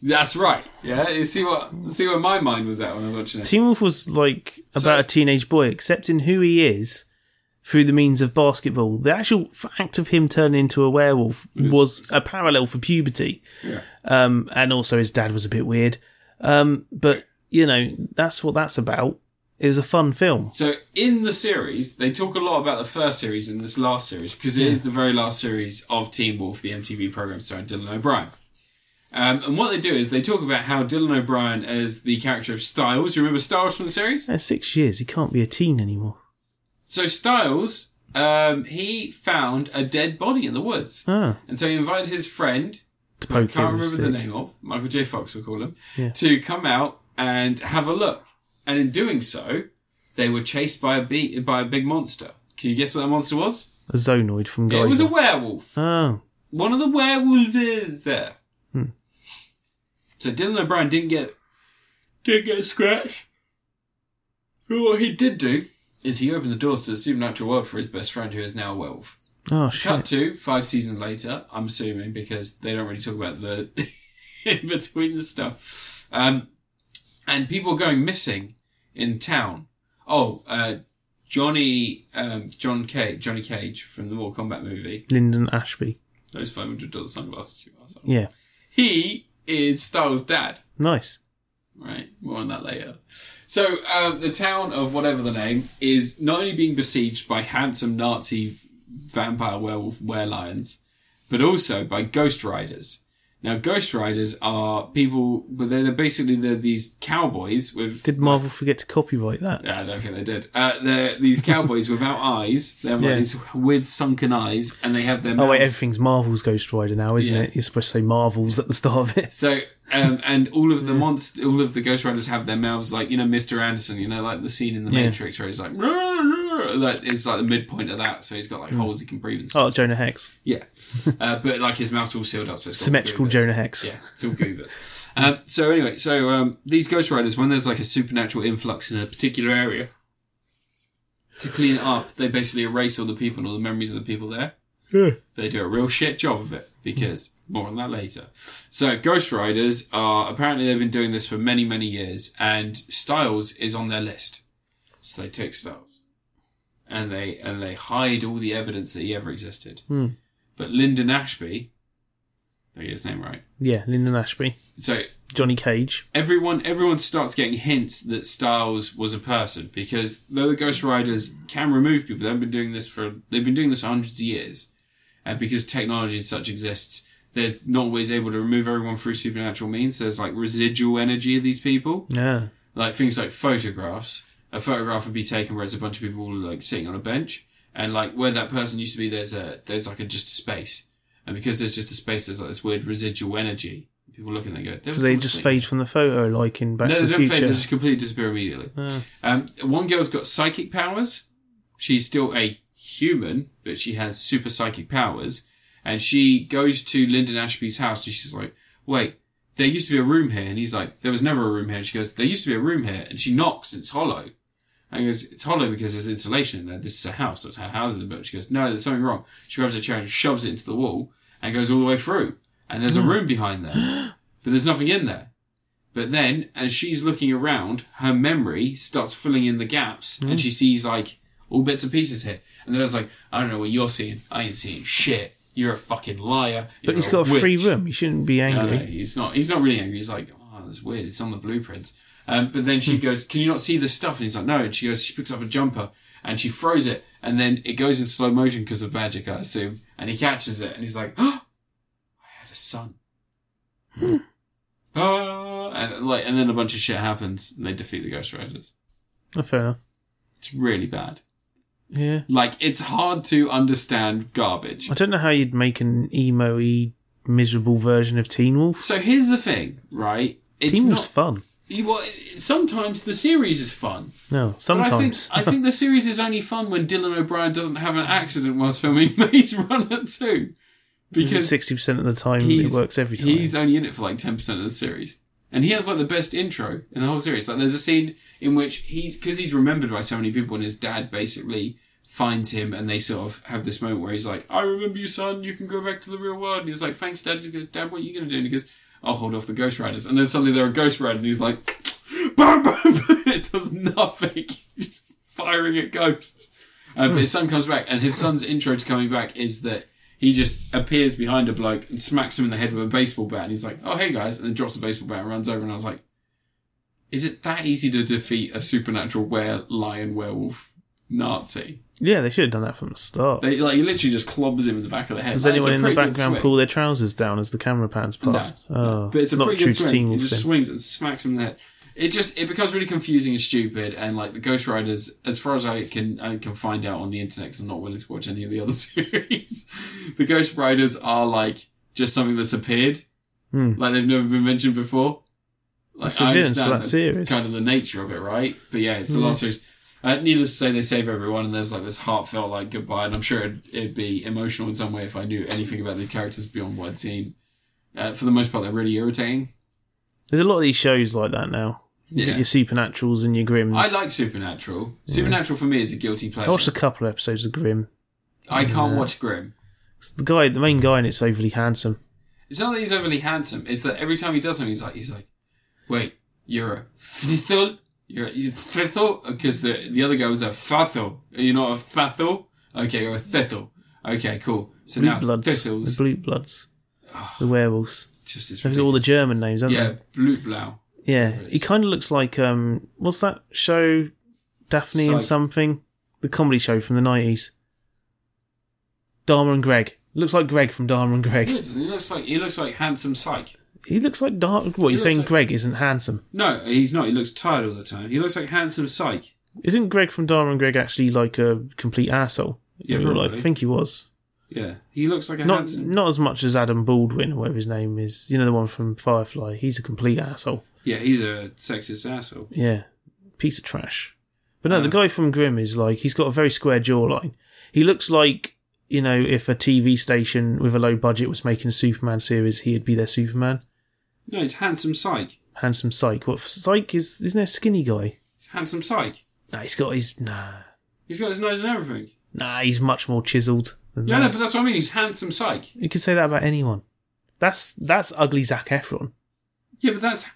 Speaker 1: That's right. Yeah, you see what see where my mind was at when I was watching it.
Speaker 2: Teen Wolf was like
Speaker 1: So-
Speaker 2: about a teenage boy, accepting who he is through the means of basketball. The actual fact of him turning into a werewolf was a parallel for puberty.
Speaker 1: Yeah.
Speaker 2: Um, and also his dad was a bit weird. Um, but you know, that's what that's about. It was a fun film.
Speaker 1: So in the series, they talk a lot about the first series and this last series because it is the very last series of Teen Wolf, the MTV program starring Dylan O'Brien. Um, and what they do is they talk about how Dylan O'Brien is the character of Styles. You remember Styles from the series?
Speaker 2: At six years, he can't be a teen anymore.
Speaker 1: So Styles, um, he found a dead body in the woods,
Speaker 2: Ah,
Speaker 1: and so he invited his friend
Speaker 2: to
Speaker 1: I
Speaker 2: poke
Speaker 1: can't remember
Speaker 2: him with a
Speaker 1: the
Speaker 2: stick.
Speaker 1: name of Michael J. Fox, we call him,
Speaker 2: Yeah.
Speaker 1: to come out and have a look. And in doing so, they were chased by a bee, by a big monster. Can you guess what that monster was?
Speaker 2: A zonoid from Guyver.
Speaker 1: It was a werewolf.
Speaker 2: oh,
Speaker 1: One of the werewolves.
Speaker 2: Hmm.
Speaker 1: So Dylan O'Brien didn't get didn't get scratched. But what he did do is he opened the doors to the supernatural world for his best friend, who is now a werewolf.
Speaker 2: oh
Speaker 1: Cut
Speaker 2: shit.
Speaker 1: to five seasons later, I'm assuming, because they don't really talk about the in between stuff. Um, and people going missing in town. Oh, uh, Johnny, um, John Cage, Johnny Cage from the Mortal Kombat movie.
Speaker 2: Lyndon Ashby.
Speaker 1: Those five hundred dollar sunglasses you asked.
Speaker 2: Yeah,
Speaker 1: He is Styles' dad.
Speaker 2: nice.
Speaker 1: Right, more on that later. So um, the town of whatever the name is not only being besieged by handsome Nazi vampire werewolf werelions, but also by ghost riders. Now, ghost riders are people, but they're, they're basically they're these cowboys with.
Speaker 2: Did Marvel forget to copyright that?
Speaker 1: I don't think they did. Uh, they're these cowboys without eyes. They have like
Speaker 2: Yeah.
Speaker 1: these weird sunken eyes, and they have their.
Speaker 2: Oh wait,
Speaker 1: mouths-
Speaker 2: everything's Marvel's Ghost Rider now, isn't
Speaker 1: Yeah.
Speaker 2: it? You're supposed to say Marvels at the start of it.
Speaker 1: So um, and all of the monst- all of the Ghost Riders have their mouths like you know Mr. Anderson, you know, like the scene in the
Speaker 2: Yeah.
Speaker 1: Matrix where he's like, "Rah, rah, that is like the midpoint of that, so he's got like holes he can breathe and stuff.
Speaker 2: Hmm. Oh, Jonah Hex.
Speaker 1: Yeah, uh, but like his mouth's all sealed up, so it's got
Speaker 2: Symmetrical
Speaker 1: goobers.
Speaker 2: Jonah Hex.
Speaker 1: Yeah, it's all goobers. um, so anyway, so um, these Ghost Riders, when there's like a supernatural influx in a particular area, to clean it up, they basically erase all the people and all the memories of the people there.
Speaker 2: Yeah.
Speaker 1: They do a real shit job of it because more on that later. So Ghost Riders are apparently they've been doing this for many many years, and Styles is on their list. So they take Styles, and they and they hide all the evidence that he ever existed. But Lyndon Ashby, did I get his name right?
Speaker 2: Yeah, Lyndon Ashby.
Speaker 1: So
Speaker 2: Johnny Cage.
Speaker 1: everyone everyone starts getting hints that Styles was a person because though the Ghost Riders can remove people, they've been doing this for they've been doing this for hundreds of years, and because technology as such exists, they're not always able to remove everyone through supernatural means. there's like residual energy of these people,
Speaker 2: Yeah.
Speaker 1: like things like photographs. A photograph would be taken where it's a bunch of people like sitting on a bench, and like where that person used to be, there's a there's like a just a space, and because there's just a space, there's like this weird residual energy. People look and they go. "There
Speaker 2: So
Speaker 1: was
Speaker 2: they
Speaker 1: someone
Speaker 2: just
Speaker 1: sitting there."
Speaker 2: fade from the photo, like in Back
Speaker 1: no,
Speaker 2: to
Speaker 1: they
Speaker 2: the
Speaker 1: don't fade. They
Speaker 2: Future.
Speaker 1: just completely disappear immediately. Um, one girl's got psychic powers. She's still a human, but she has super psychic powers. And she goes to Lyndon Ashby's house and she's like, wait, there used to be a room here. And he's like, there was never a room here. And she goes, there used to be a room here. And she knocks and it's hollow. And he goes, it's hollow because there's insulation in there. This is a house. That's how houses are built. She goes, no, there's something wrong. She grabs a chair and shoves it into the wall and goes all the way through. And there's a room behind there, but there's nothing in there. But then, as she's looking around, her memory starts filling in the gaps,
Speaker 2: Hmm.
Speaker 1: and she sees like all bits and pieces here. And then I was like, I don't know what you're seeing. I ain't seeing shit. You're a fucking liar.
Speaker 2: But he's got a free room. He shouldn't be
Speaker 1: No,
Speaker 2: angry.
Speaker 1: no, Uh, he's not. He's not really angry. He's like, oh, that's weird. It's on the blueprints. Um, but then she goes, can you not see the stuff? And he's like, no. And she goes, she picks up a jumper and she throws it, and then it goes in slow motion because of magic, I assume. And he catches it, and he's like, oh, I had a son. Ah, and like, and then a bunch of shit happens, and they defeat the Ghost Riders.
Speaker 2: Oh, fair enough.
Speaker 1: It's really bad.
Speaker 2: Yeah.
Speaker 1: Like, it's hard to understand garbage.
Speaker 2: I don't know how you'd make an emo-y, miserable version of Teen Wolf.
Speaker 1: So here's the thing, right? It's
Speaker 2: Teen
Speaker 1: not.
Speaker 2: Wolf's fun.
Speaker 1: you- well, sometimes the series is fun.
Speaker 2: No,
Speaker 1: But
Speaker 2: sometimes.
Speaker 1: I think, I think the series is only fun when Dylan O'Brien doesn't have an accident whilst filming Maze Runner 2. Because
Speaker 2: sixty percent of the time it
Speaker 1: he's,
Speaker 2: works every time.
Speaker 1: he's only in it for like 10% of the series. And he has like the best intro in the whole series. Like there's a scene in which he's, because he's remembered by so many people and his dad basically finds him and they sort of have this moment where he's like, I remember you, son, you can go back to the real world. And he's like, thanks, dad. He goes, dad, what are you going to do? And he goes, I'll hold off the Ghost Riders. And then suddenly there are Ghost Riders and he's like, boom, boom, boom. It does nothing. Just Firing at ghosts. Uh,
Speaker 2: Hmm.
Speaker 1: But his son comes back, and his son's intro to coming back is that he just appears behind a bloke and smacks him in the head with a baseball bat, and he's like, "Oh, hey guys," and then drops a baseball bat and runs over. And I was like, "Is it that easy to defeat a supernatural were lion werewolf Nazi?"
Speaker 2: yeah, they should have done that from the start.
Speaker 1: They like he literally just clobs him in the back of the head.
Speaker 2: Does
Speaker 1: That is
Speaker 2: anyone
Speaker 1: a
Speaker 2: in the
Speaker 1: pretty good
Speaker 2: background
Speaker 1: swing.
Speaker 2: pull their trousers down as the camera pans past? oh,
Speaker 1: But it's a
Speaker 2: not
Speaker 1: pretty
Speaker 2: true
Speaker 1: good
Speaker 2: to Teen
Speaker 1: swing. It
Speaker 2: Wolf
Speaker 1: just
Speaker 2: then.
Speaker 1: swings and smacks him in the head. It just it becomes really confusing and stupid. And like the Ghost Riders, as far as I can I can find out on the internet, 'cause I'm not willing to watch any of the other series. the Ghost Riders are like just something that's appeared,
Speaker 2: Hmm.
Speaker 1: like they've never been mentioned before. Like
Speaker 2: That's the appearance for that series.
Speaker 1: kind of the nature of it, right? But yeah, it's the last series. Uh, needless to say, they save everyone, and there's like this heartfelt like goodbye. And I'm sure it'd, it'd be emotional in some way if I knew anything about these characters beyond what I'd seen. Uh, for the most part, they're really irritating.
Speaker 2: There's a lot of these shows like that now. You
Speaker 1: Yeah.
Speaker 2: get your supernaturals and your grims.
Speaker 1: I like Supernatural. Supernatural for me is a guilty
Speaker 2: I watched
Speaker 1: pleasure.
Speaker 2: a couple of episodes of Grimm.
Speaker 1: I can't watch Grimm.
Speaker 2: It's the guy, the main guy, and it's overly handsome.
Speaker 1: It's not that he's overly handsome. It's that every time he does something, he's like, he's like, wait, you're a thistle, you're a thistle, because the the other guy was a thistle. You're not a thistle. Okay, you're a thistle. Okay, cool. So
Speaker 2: Blue
Speaker 1: now
Speaker 2: Bloods,
Speaker 1: thistles,
Speaker 2: the Blue Bloods, the werewolves.
Speaker 1: just as
Speaker 2: They've got all the German names, haven't
Speaker 1: Oh, yeah, blue blow.
Speaker 2: they? Yeah.
Speaker 1: it
Speaker 2: He
Speaker 1: is.
Speaker 2: kind of looks like um, what's that show? Daphne
Speaker 1: It's
Speaker 2: and
Speaker 1: like-
Speaker 2: something, the comedy show from the nineties. Dharma and Greg looks like Greg from Dharma and Greg.
Speaker 1: He looks, he looks like he looks like handsome psych.
Speaker 2: He looks like Dar. What you're
Speaker 1: looks
Speaker 2: saying?
Speaker 1: like-
Speaker 2: Greg isn't handsome.
Speaker 1: No, he's not. He looks tired all the time. He looks like handsome psych.
Speaker 2: Isn't Greg from Dharma and Greg actually like a complete asshole?
Speaker 1: Yeah,
Speaker 2: in real life?
Speaker 1: probably.
Speaker 2: I think he was.
Speaker 1: Yeah, he looks like a
Speaker 2: Not
Speaker 1: handsome.
Speaker 2: not as much as Adam Baldwin or whatever his name is. You know the one from Firefly. He's a complete asshole.
Speaker 1: Yeah, he's a sexist asshole.
Speaker 2: Yeah, piece of trash. But no, the guy from Grimm is like he's got a very square jawline. He looks like you know if a TV station with a low budget was making a Superman series, he'd be their Superman.
Speaker 1: No, it's handsome psych.
Speaker 2: Handsome Psych. What Psych is? Isn't there a skinny guy?
Speaker 1: Handsome psych.
Speaker 2: Nah, he's got his nah.
Speaker 1: He's got his nose and everything.
Speaker 2: Nah, he's much more chiselled. than
Speaker 1: Yeah,
Speaker 2: that.
Speaker 1: no, but that's what I mean. He's handsome psych.
Speaker 2: You could say that about anyone. That's that's ugly Zac Efron.
Speaker 1: Yeah, but that's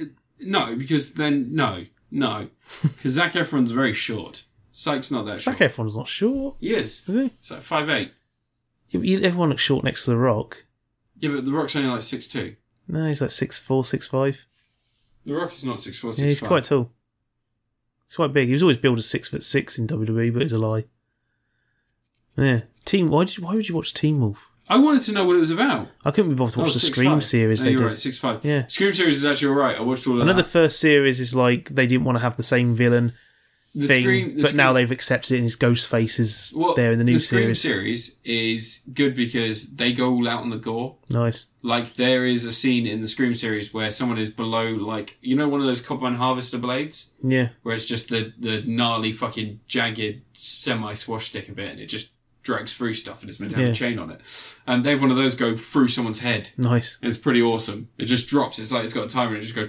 Speaker 1: uh, no, because then no, no, because Zac Efron's very short. Psych's not that short.
Speaker 2: Zac Efron's not short,
Speaker 1: He is.
Speaker 2: is
Speaker 1: It's like five eight.
Speaker 2: he? You- Everyone looks short next to The Rock.
Speaker 1: Yeah, but The Rock's only like six two.
Speaker 2: No, he's like six four, six five.
Speaker 1: The Rock is not six four, six
Speaker 2: Yeah, he's quite tall. He's quite big. He was always billed as six foot six in WWE, but it's a lie. Yeah, Team. Why did? you- Why would you watch Team Wolf?
Speaker 1: I wanted to know what it was about.
Speaker 2: I couldn't be bothered to watch
Speaker 1: Oh,
Speaker 2: the
Speaker 1: 6'5".
Speaker 2: Scream series.
Speaker 1: No,
Speaker 2: they
Speaker 1: you're
Speaker 2: did.
Speaker 1: right, six five.
Speaker 2: Yeah.
Speaker 1: Scream series is actually all right. I watched all of
Speaker 2: Another
Speaker 1: that.
Speaker 2: first series is like they didn't want to have the same villain
Speaker 1: The
Speaker 2: thing,
Speaker 1: Scream- the
Speaker 2: but now
Speaker 1: Scream-
Speaker 2: they've accepted it. And his ghost face is
Speaker 1: well,
Speaker 2: there in the new
Speaker 1: the Scream
Speaker 2: series.
Speaker 1: series is good because they go all out on the gore.
Speaker 2: Nice.
Speaker 1: Like there is a scene in the Scream series where someone is below, like you know, one of those Cobman harvester blades,
Speaker 2: Yeah.
Speaker 1: where it's just the the gnarly fucking jagged semi swash stick a bit, and it just drags through stuff, and it's meant to have
Speaker 2: Yeah.
Speaker 1: a chain on it. And they have one of those go through someone's head.
Speaker 2: Nice.
Speaker 1: It's pretty awesome. It just drops. It's like it's got a timer. It just goes.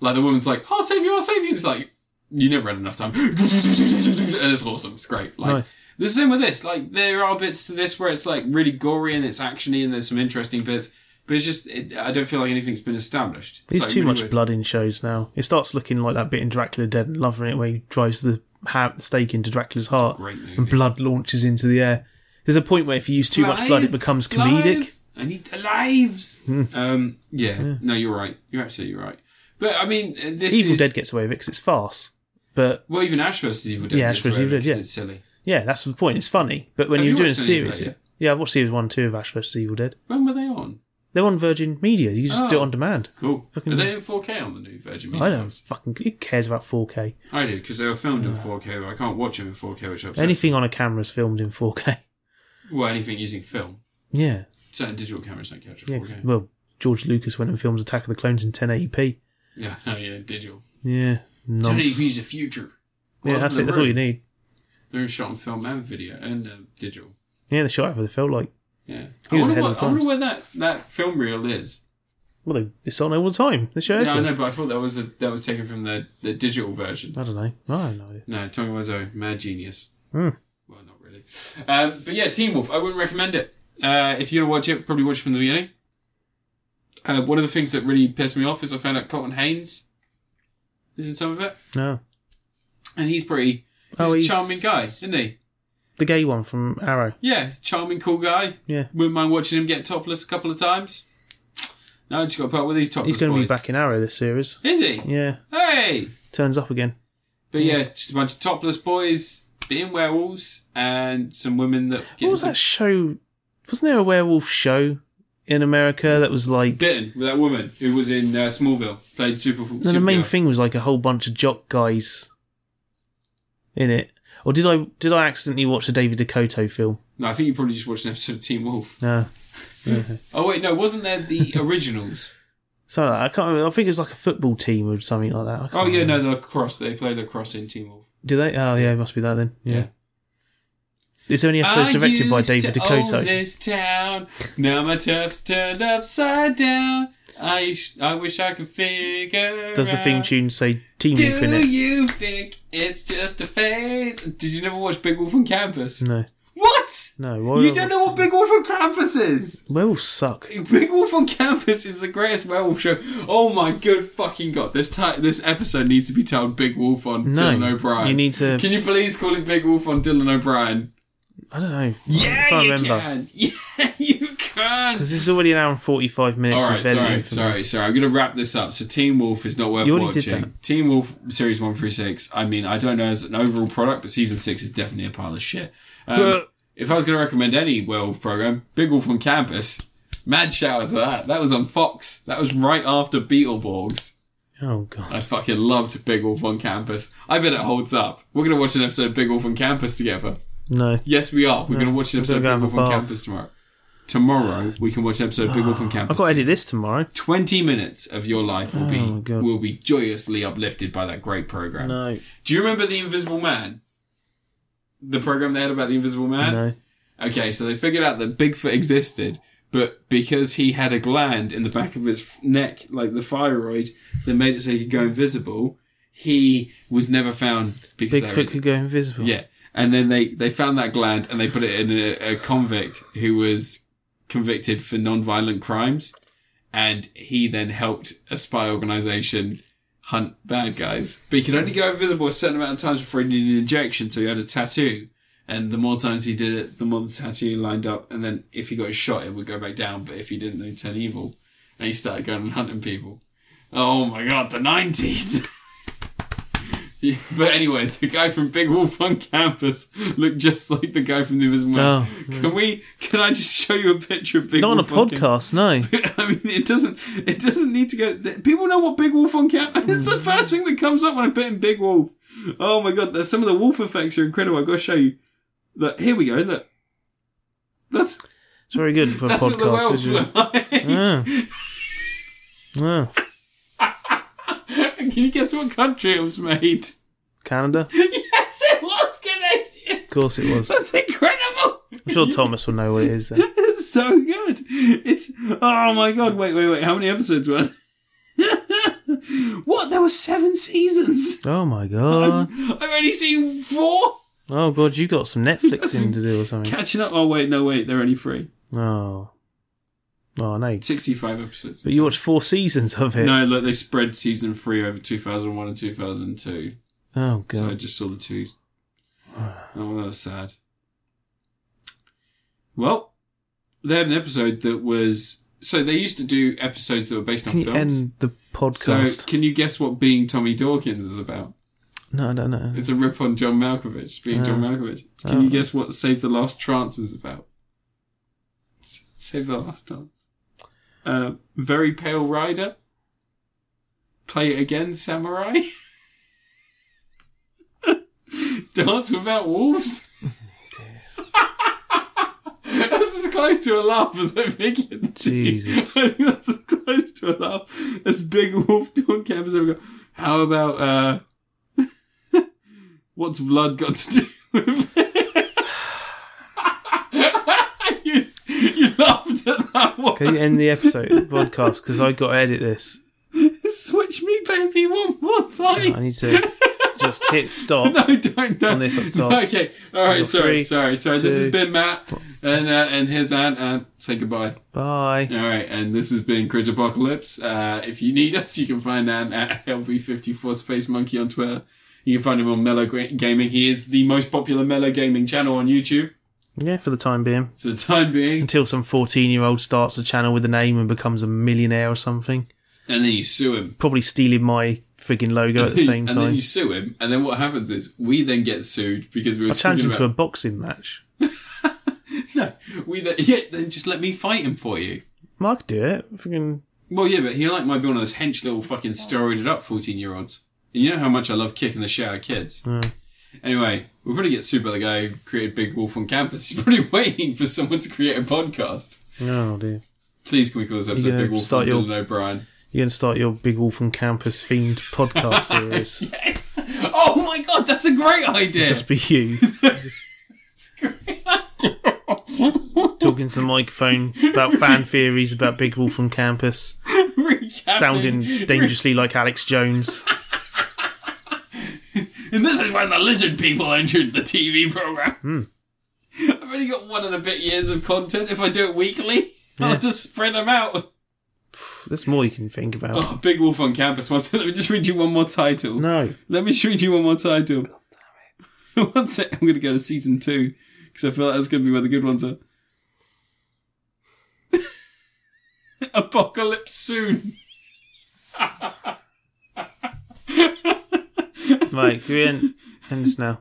Speaker 1: Like the woman's like, "I'll save you. I'll save you." It's like you never had enough time, and it's awesome. It's great. Like
Speaker 2: Nice.
Speaker 1: the same with this. Like there are bits to this where it's like really gory and it's actiony and there's some interesting bits, but it's just it, I don't feel like anything's been established. It's
Speaker 2: There's
Speaker 1: like
Speaker 2: too
Speaker 1: really
Speaker 2: much
Speaker 1: weird.
Speaker 2: blood in shows now. It starts looking like that bit in Dracula Dead and Love it where he drives the ha- stake into Dracula's heart
Speaker 1: great movie.
Speaker 2: and blood launches into the air. There's a point where if you use too much blood, it
Speaker 1: Lives,
Speaker 2: becomes comedic. Hmm.
Speaker 1: lives. I need the lives. um, yeah, no, you're right. You're absolutely right. But I mean, uh, this
Speaker 2: Evil
Speaker 1: is
Speaker 2: Dead gets away with it because it's farce. But
Speaker 1: well, even Ash versus Evil Dead.
Speaker 2: Yeah, Ash
Speaker 1: gets
Speaker 2: versus
Speaker 1: away with
Speaker 2: Evil
Speaker 1: it
Speaker 2: Dead,
Speaker 1: 'cause
Speaker 2: yeah.
Speaker 1: it's silly.
Speaker 2: yeah, that's the point. It's funny. But when
Speaker 1: Have
Speaker 2: you're
Speaker 1: you
Speaker 2: doing a
Speaker 1: watched any of that
Speaker 2: series,
Speaker 1: yet?
Speaker 2: yeah, I've watched series one, and two of Ash vs Evil Dead.
Speaker 1: When were they on?
Speaker 2: They're on Virgin Media. You can just do it
Speaker 1: Oh.
Speaker 2: on demand.
Speaker 1: Cool.
Speaker 2: Fucking-
Speaker 1: Are they in 4K on the new Virgin Media?
Speaker 2: I don't
Speaker 1: apps?
Speaker 2: fucking who cares about 4K.
Speaker 1: I do because they were filmed in 4K. But I can't watch them in 4K, which upsets.
Speaker 2: Anything on a camera is filmed in 4K.
Speaker 1: well, anything using film.
Speaker 2: Yeah,
Speaker 1: Certain digital cameras don't capture
Speaker 2: yeah. 'cause-
Speaker 1: 4K.
Speaker 2: well, George Lucas went and filmed Attack of the Clones in 1080p.
Speaker 1: Yeah, no, yeah, digital.
Speaker 2: Yeah, nonsense.
Speaker 1: 1080p is the future.
Speaker 2: Yeah,
Speaker 1: Welcome
Speaker 2: that's
Speaker 1: to
Speaker 2: it.
Speaker 1: the
Speaker 2: That's all you
Speaker 1: room.
Speaker 2: need.
Speaker 1: They're shot on film and video and uh, digital.
Speaker 2: Yeah, the shot over the felt like.
Speaker 1: Yeah, I
Speaker 2: He was
Speaker 1: wonder,
Speaker 2: ahead of
Speaker 1: what,
Speaker 2: the
Speaker 1: I wonder
Speaker 2: times.
Speaker 1: where that, that film reel is.
Speaker 2: Well, they, it's on all the time. The show.
Speaker 1: Yeah, I know, but I thought that was a, that was taken from the, the digital version.
Speaker 2: I don't know. I don't know.
Speaker 1: No, Tommy Wiseau, mad genius.
Speaker 2: Hmm.
Speaker 1: Well, not really. Um, but yeah, Teen Wolf, I wouldn't recommend it. Uh, if you want to watch it, probably watch it from the beginning. Uh, one of the things that really pissed me off is I found out Colton Haynes is in some of it,
Speaker 2: No,
Speaker 1: and he's pretty. He's
Speaker 2: Oh,
Speaker 1: a
Speaker 2: he's-
Speaker 1: charming guy, isn't he?
Speaker 2: the gay one from Arrow.
Speaker 1: Yeah, charming, cool guy.
Speaker 2: Yeah,
Speaker 1: Wouldn't mind watching him get topless a couple of times. No, just got to put up with these topless
Speaker 2: he's going to be
Speaker 1: boys.
Speaker 2: back in Arrow this series.
Speaker 1: Is he?
Speaker 2: Yeah,
Speaker 1: Hey!
Speaker 2: turns up again.
Speaker 1: But yeah, just a bunch of topless boys being werewolves and some women that get
Speaker 2: What was that show? Wasn't there a werewolf show in America that was like?
Speaker 1: bitten with that woman who was in uh, Smallville, played Super.
Speaker 2: No, the main
Speaker 1: Supergirl.
Speaker 2: thing was like a whole bunch of jock guys in it. Or did I did I accidentally watch a David Dakota film?
Speaker 1: No, I think you probably just watched an episode of Teen Wolf.
Speaker 2: No,
Speaker 1: Oh wait, no, wasn't there the originals?
Speaker 2: something like that. I can't. Remember. I think it was like a football team or something like that. I can't
Speaker 1: Oh yeah, no,
Speaker 2: remember.
Speaker 1: the cross. They played the cross in Teen Wolf.
Speaker 2: Do they? Oh yeah, it must be that then. Yeah.
Speaker 1: Yeah.
Speaker 2: It's only episodes directed by
Speaker 1: used
Speaker 2: David
Speaker 1: to own
Speaker 2: Dakota.
Speaker 1: This town, now my tufts turned upside down. I sh- I wish I could figure.
Speaker 2: Does the theme
Speaker 1: out.
Speaker 2: tune say Team
Speaker 1: Do
Speaker 2: Wolf in it?
Speaker 1: you think it's just a phase? Did you never watch Big Wolf on Campus?
Speaker 2: No,
Speaker 1: What?
Speaker 2: no.
Speaker 1: You
Speaker 2: Werewolf-
Speaker 1: don't know what Big Wolf on Campus is?
Speaker 2: Werewolves suck.
Speaker 1: Big Wolf on Campus is the greatest werewolf show. Oh my good fucking god! This ti- this episode needs to be titled Big Wolf on
Speaker 2: No,
Speaker 1: Dylan O'Brien.
Speaker 2: you need to-
Speaker 1: Can you please call it Big Wolf on Dylan O'Brien?
Speaker 2: I don't know. I
Speaker 1: Yeah,
Speaker 2: can't
Speaker 1: you
Speaker 2: remember.
Speaker 1: can. Yeah, you can.
Speaker 2: Because this is already an hour and forty-five minutes.
Speaker 1: All
Speaker 2: of
Speaker 1: right,
Speaker 2: venting
Speaker 1: sorry,
Speaker 2: for me.
Speaker 1: sorry, sorry. I'm gonna wrap this up. So Team Wolf is not worth
Speaker 2: You already did
Speaker 1: watching. Team Wolf series one through six. I mean, I don't know as an overall product, but season six is definitely a pile of shit.
Speaker 2: Uh,
Speaker 1: Um, if I was gonna recommend any werewolf program, Big Wolf on Campus. Mad shout out to that. That was on Fox. That was right after Beetleborgs.
Speaker 2: Oh god.
Speaker 1: I fucking loved Big Wolf on Campus. I bet it holds up. We're gonna watch an episode of Big Wolf on Campus together.
Speaker 2: No.
Speaker 1: Yes, we are. We're gonna watch an
Speaker 2: we're
Speaker 1: episode of
Speaker 2: gonna
Speaker 1: Big
Speaker 2: go
Speaker 1: Wolf
Speaker 2: have a
Speaker 1: on
Speaker 2: bath.
Speaker 1: Campus tomorrow. tomorrow we can watch an episode of People from
Speaker 2: I've
Speaker 1: Campus.
Speaker 2: got to edit this tomorrow.
Speaker 1: 20 minutes of your life will be
Speaker 2: my God.
Speaker 1: will be joyously uplifted by that great program.
Speaker 2: No,
Speaker 1: Do you remember The Invisible Man? The program they had about The Invisible Man?
Speaker 2: no.
Speaker 1: Okay, so they figured out that Bigfoot existed, but because he had a gland in the back of his f- neck, like the thyroid, that made it so he could go invisible, he was never found because they were-
Speaker 2: Bigfoot could go invisible.
Speaker 1: yeah. And then they, they found that gland and they put it in a, a convict who was convicted for non-violent crimes. And he then helped a spy organization hunt bad guys. But he could only go invisible a certain amount of times before he needed an injection. So he had a tattoo. And the more times he did it, the more the tattoo lined up. And then if he got shot, it would go back down. But if he didn't, then he'd turn evil. And he started going and hunting people. Oh my god, the 90s! Yeah, but anyway, the guy from Big Wolf on campus looked just like the guy from the Invisible Man.
Speaker 2: Oh,
Speaker 1: can we? Can I just show you a picture of Big
Speaker 2: Not on a
Speaker 1: Wolf on Campus?
Speaker 2: podcast, no.
Speaker 1: I mean, it doesn't. It doesn't need to go. th- People know what Big Wolf on campus. It's the first thing that comes up when I put in Big Wolf. Oh my god, there's some of the wolf effects are incredible. I've got to show you. Look, here we go. Look, that's
Speaker 2: It's very good for a
Speaker 1: that's what the
Speaker 2: podcast.
Speaker 1: wolf
Speaker 2: Visual.
Speaker 1: look like.
Speaker 2: Yeah. Yeah.
Speaker 1: Can you guess what country it was made?
Speaker 2: Canada?
Speaker 1: Yes, it was Canadian.
Speaker 2: Of course it was.
Speaker 1: That's incredible.
Speaker 2: I'm sure Thomas will know what it is. then.
Speaker 1: It's so good. It's oh my god! Wait, wait, wait! How many episodes were? there? what? There were seven seasons.
Speaker 2: Oh my god.
Speaker 1: I've only seen four.
Speaker 2: Oh god, you got some Netflix in to do or something.
Speaker 1: Catching up. Oh wait, no wait, they're only three.
Speaker 2: Oh. Oh, no.
Speaker 1: Sixty-five episodes.
Speaker 2: But you watched four seasons of it.
Speaker 1: No, look, they spread season three over two thousand one and two thousand two.
Speaker 2: Oh god.
Speaker 1: So I just saw the two. Oh, that was sad. Well, they had an episode that was. So they used to do episodes that were based on
Speaker 2: Can you
Speaker 1: films.
Speaker 2: end the
Speaker 1: So,
Speaker 2: podcast?
Speaker 1: can you guess what being Tommy Dawkins is about?
Speaker 2: No, I don't know.
Speaker 1: It's a rip on John Malkovich, being John Malkovich. Can you guess what Save the Last Trance is about? S- Save the Last Trance. Uh, Very Pale Rider. Play It Again, Samurai. Dance Without Wolves. That's as close to a laugh as I figured. that to you.
Speaker 2: Jesus.
Speaker 1: I think that's as close to a laugh as Big Wolf on campus ever got. How about uh, what's blood got to do with it? you, you laughed at that one.
Speaker 2: Can you end the episode, the podcast? Because I got to edit this.
Speaker 1: Switch me, baby, one more time.
Speaker 2: I need to just hit stop.
Speaker 1: No, don't, don't.
Speaker 2: On this episode.
Speaker 1: Okay, all right,
Speaker 2: Number
Speaker 1: sorry,
Speaker 2: three,
Speaker 1: sorry, sorry. This
Speaker 2: two-
Speaker 1: has been Matt and uh, and his aunt. And say goodbye.
Speaker 2: Bye.
Speaker 1: All right, and this has been Crit Apocalypse. Uh, if you need us, you can find Ant at LV54 Space Monkey on Twitter. You can find him on Mellow Gra- Gaming. He is the most popular Mellow Gaming channel on YouTube
Speaker 2: Yeah, for the time being.
Speaker 1: for the time being.
Speaker 2: Until some 14 year old starts a channel with a name and becomes a millionaire or something.
Speaker 1: And then you sue him.
Speaker 2: Probably stealing my frigging logo at the same
Speaker 1: and then
Speaker 2: time.
Speaker 1: you sue him, and then what happens is we then get sued because we were
Speaker 2: I challenged
Speaker 1: talking
Speaker 2: him to a
Speaker 1: about
Speaker 2: boxing match.
Speaker 1: no. We then, yeah, then just let me fight him for you.
Speaker 2: Well, I could do it. Friggin'
Speaker 1: Well, yeah, but he like might be one of those hench little fucking steroided up fourteen year olds. And you know how much I love kicking the shit out of kids.
Speaker 2: Hmm.
Speaker 1: Anyway, we're gonna get sued by the guy who created Big Wolf on campus. He's probably waiting for someone to create a podcast.
Speaker 2: Oh dear.
Speaker 1: Please, can we call this episode
Speaker 2: gonna
Speaker 1: Big Wolf
Speaker 2: start
Speaker 1: on
Speaker 2: your-
Speaker 1: Dylan O'Brien?
Speaker 2: You're going to start your Big Wolf and Campus themed podcast series.
Speaker 1: Yes. Oh my god, that's a great idea.
Speaker 2: Just be you talking to the microphone about fan theories about Big Wolf and Campus,
Speaker 1: Recapping.
Speaker 2: sounding dangerously like Alex Jones.
Speaker 1: And this is when the lizard people entered the TV program.
Speaker 2: Hmm.
Speaker 1: I've only got one and a bit years of content. If I do it weekly, I'll have to spread them out.
Speaker 2: There's more you can think about.
Speaker 1: Oh, Big Wolf on Campus. One second, let me just read you one more title.
Speaker 2: No.
Speaker 1: Let me just read you one more title. One sec, I'm going to go to season two because I feel like that's going to be where the good ones are. Apocalypse soon.
Speaker 2: Right, can we end, end this now.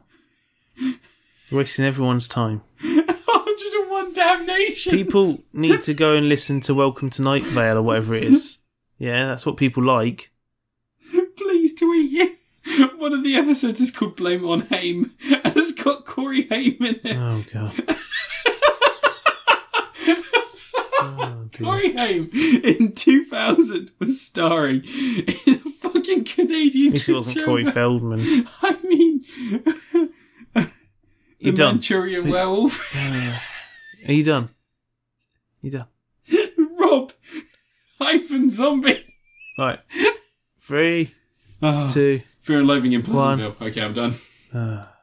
Speaker 2: Wasting everyone's time.
Speaker 1: 101 damnations.
Speaker 2: People need to go and listen to Welcome to Night Vale or whatever it is. Yeah, that's what people like.
Speaker 1: Please tweet you. One of the episodes is called Blame It on Haim and it's got Corey Haim in it.
Speaker 2: Oh god.
Speaker 1: Corey Haim in 2000 was starring in a fucking Canadian
Speaker 2: At least it wasn't
Speaker 1: Corey
Speaker 2: Corey Feldman.
Speaker 1: I mean, the
Speaker 2: You done?
Speaker 1: Manchurian Werewolf.
Speaker 2: Are you done? You done?
Speaker 1: Rob hyphen zombie.
Speaker 2: Right. Three,
Speaker 1: Oh,
Speaker 2: two. Ah.
Speaker 1: Fear and loathing in
Speaker 2: One.
Speaker 1: Pleasantville. Okay, I'm done.
Speaker 2: Ah.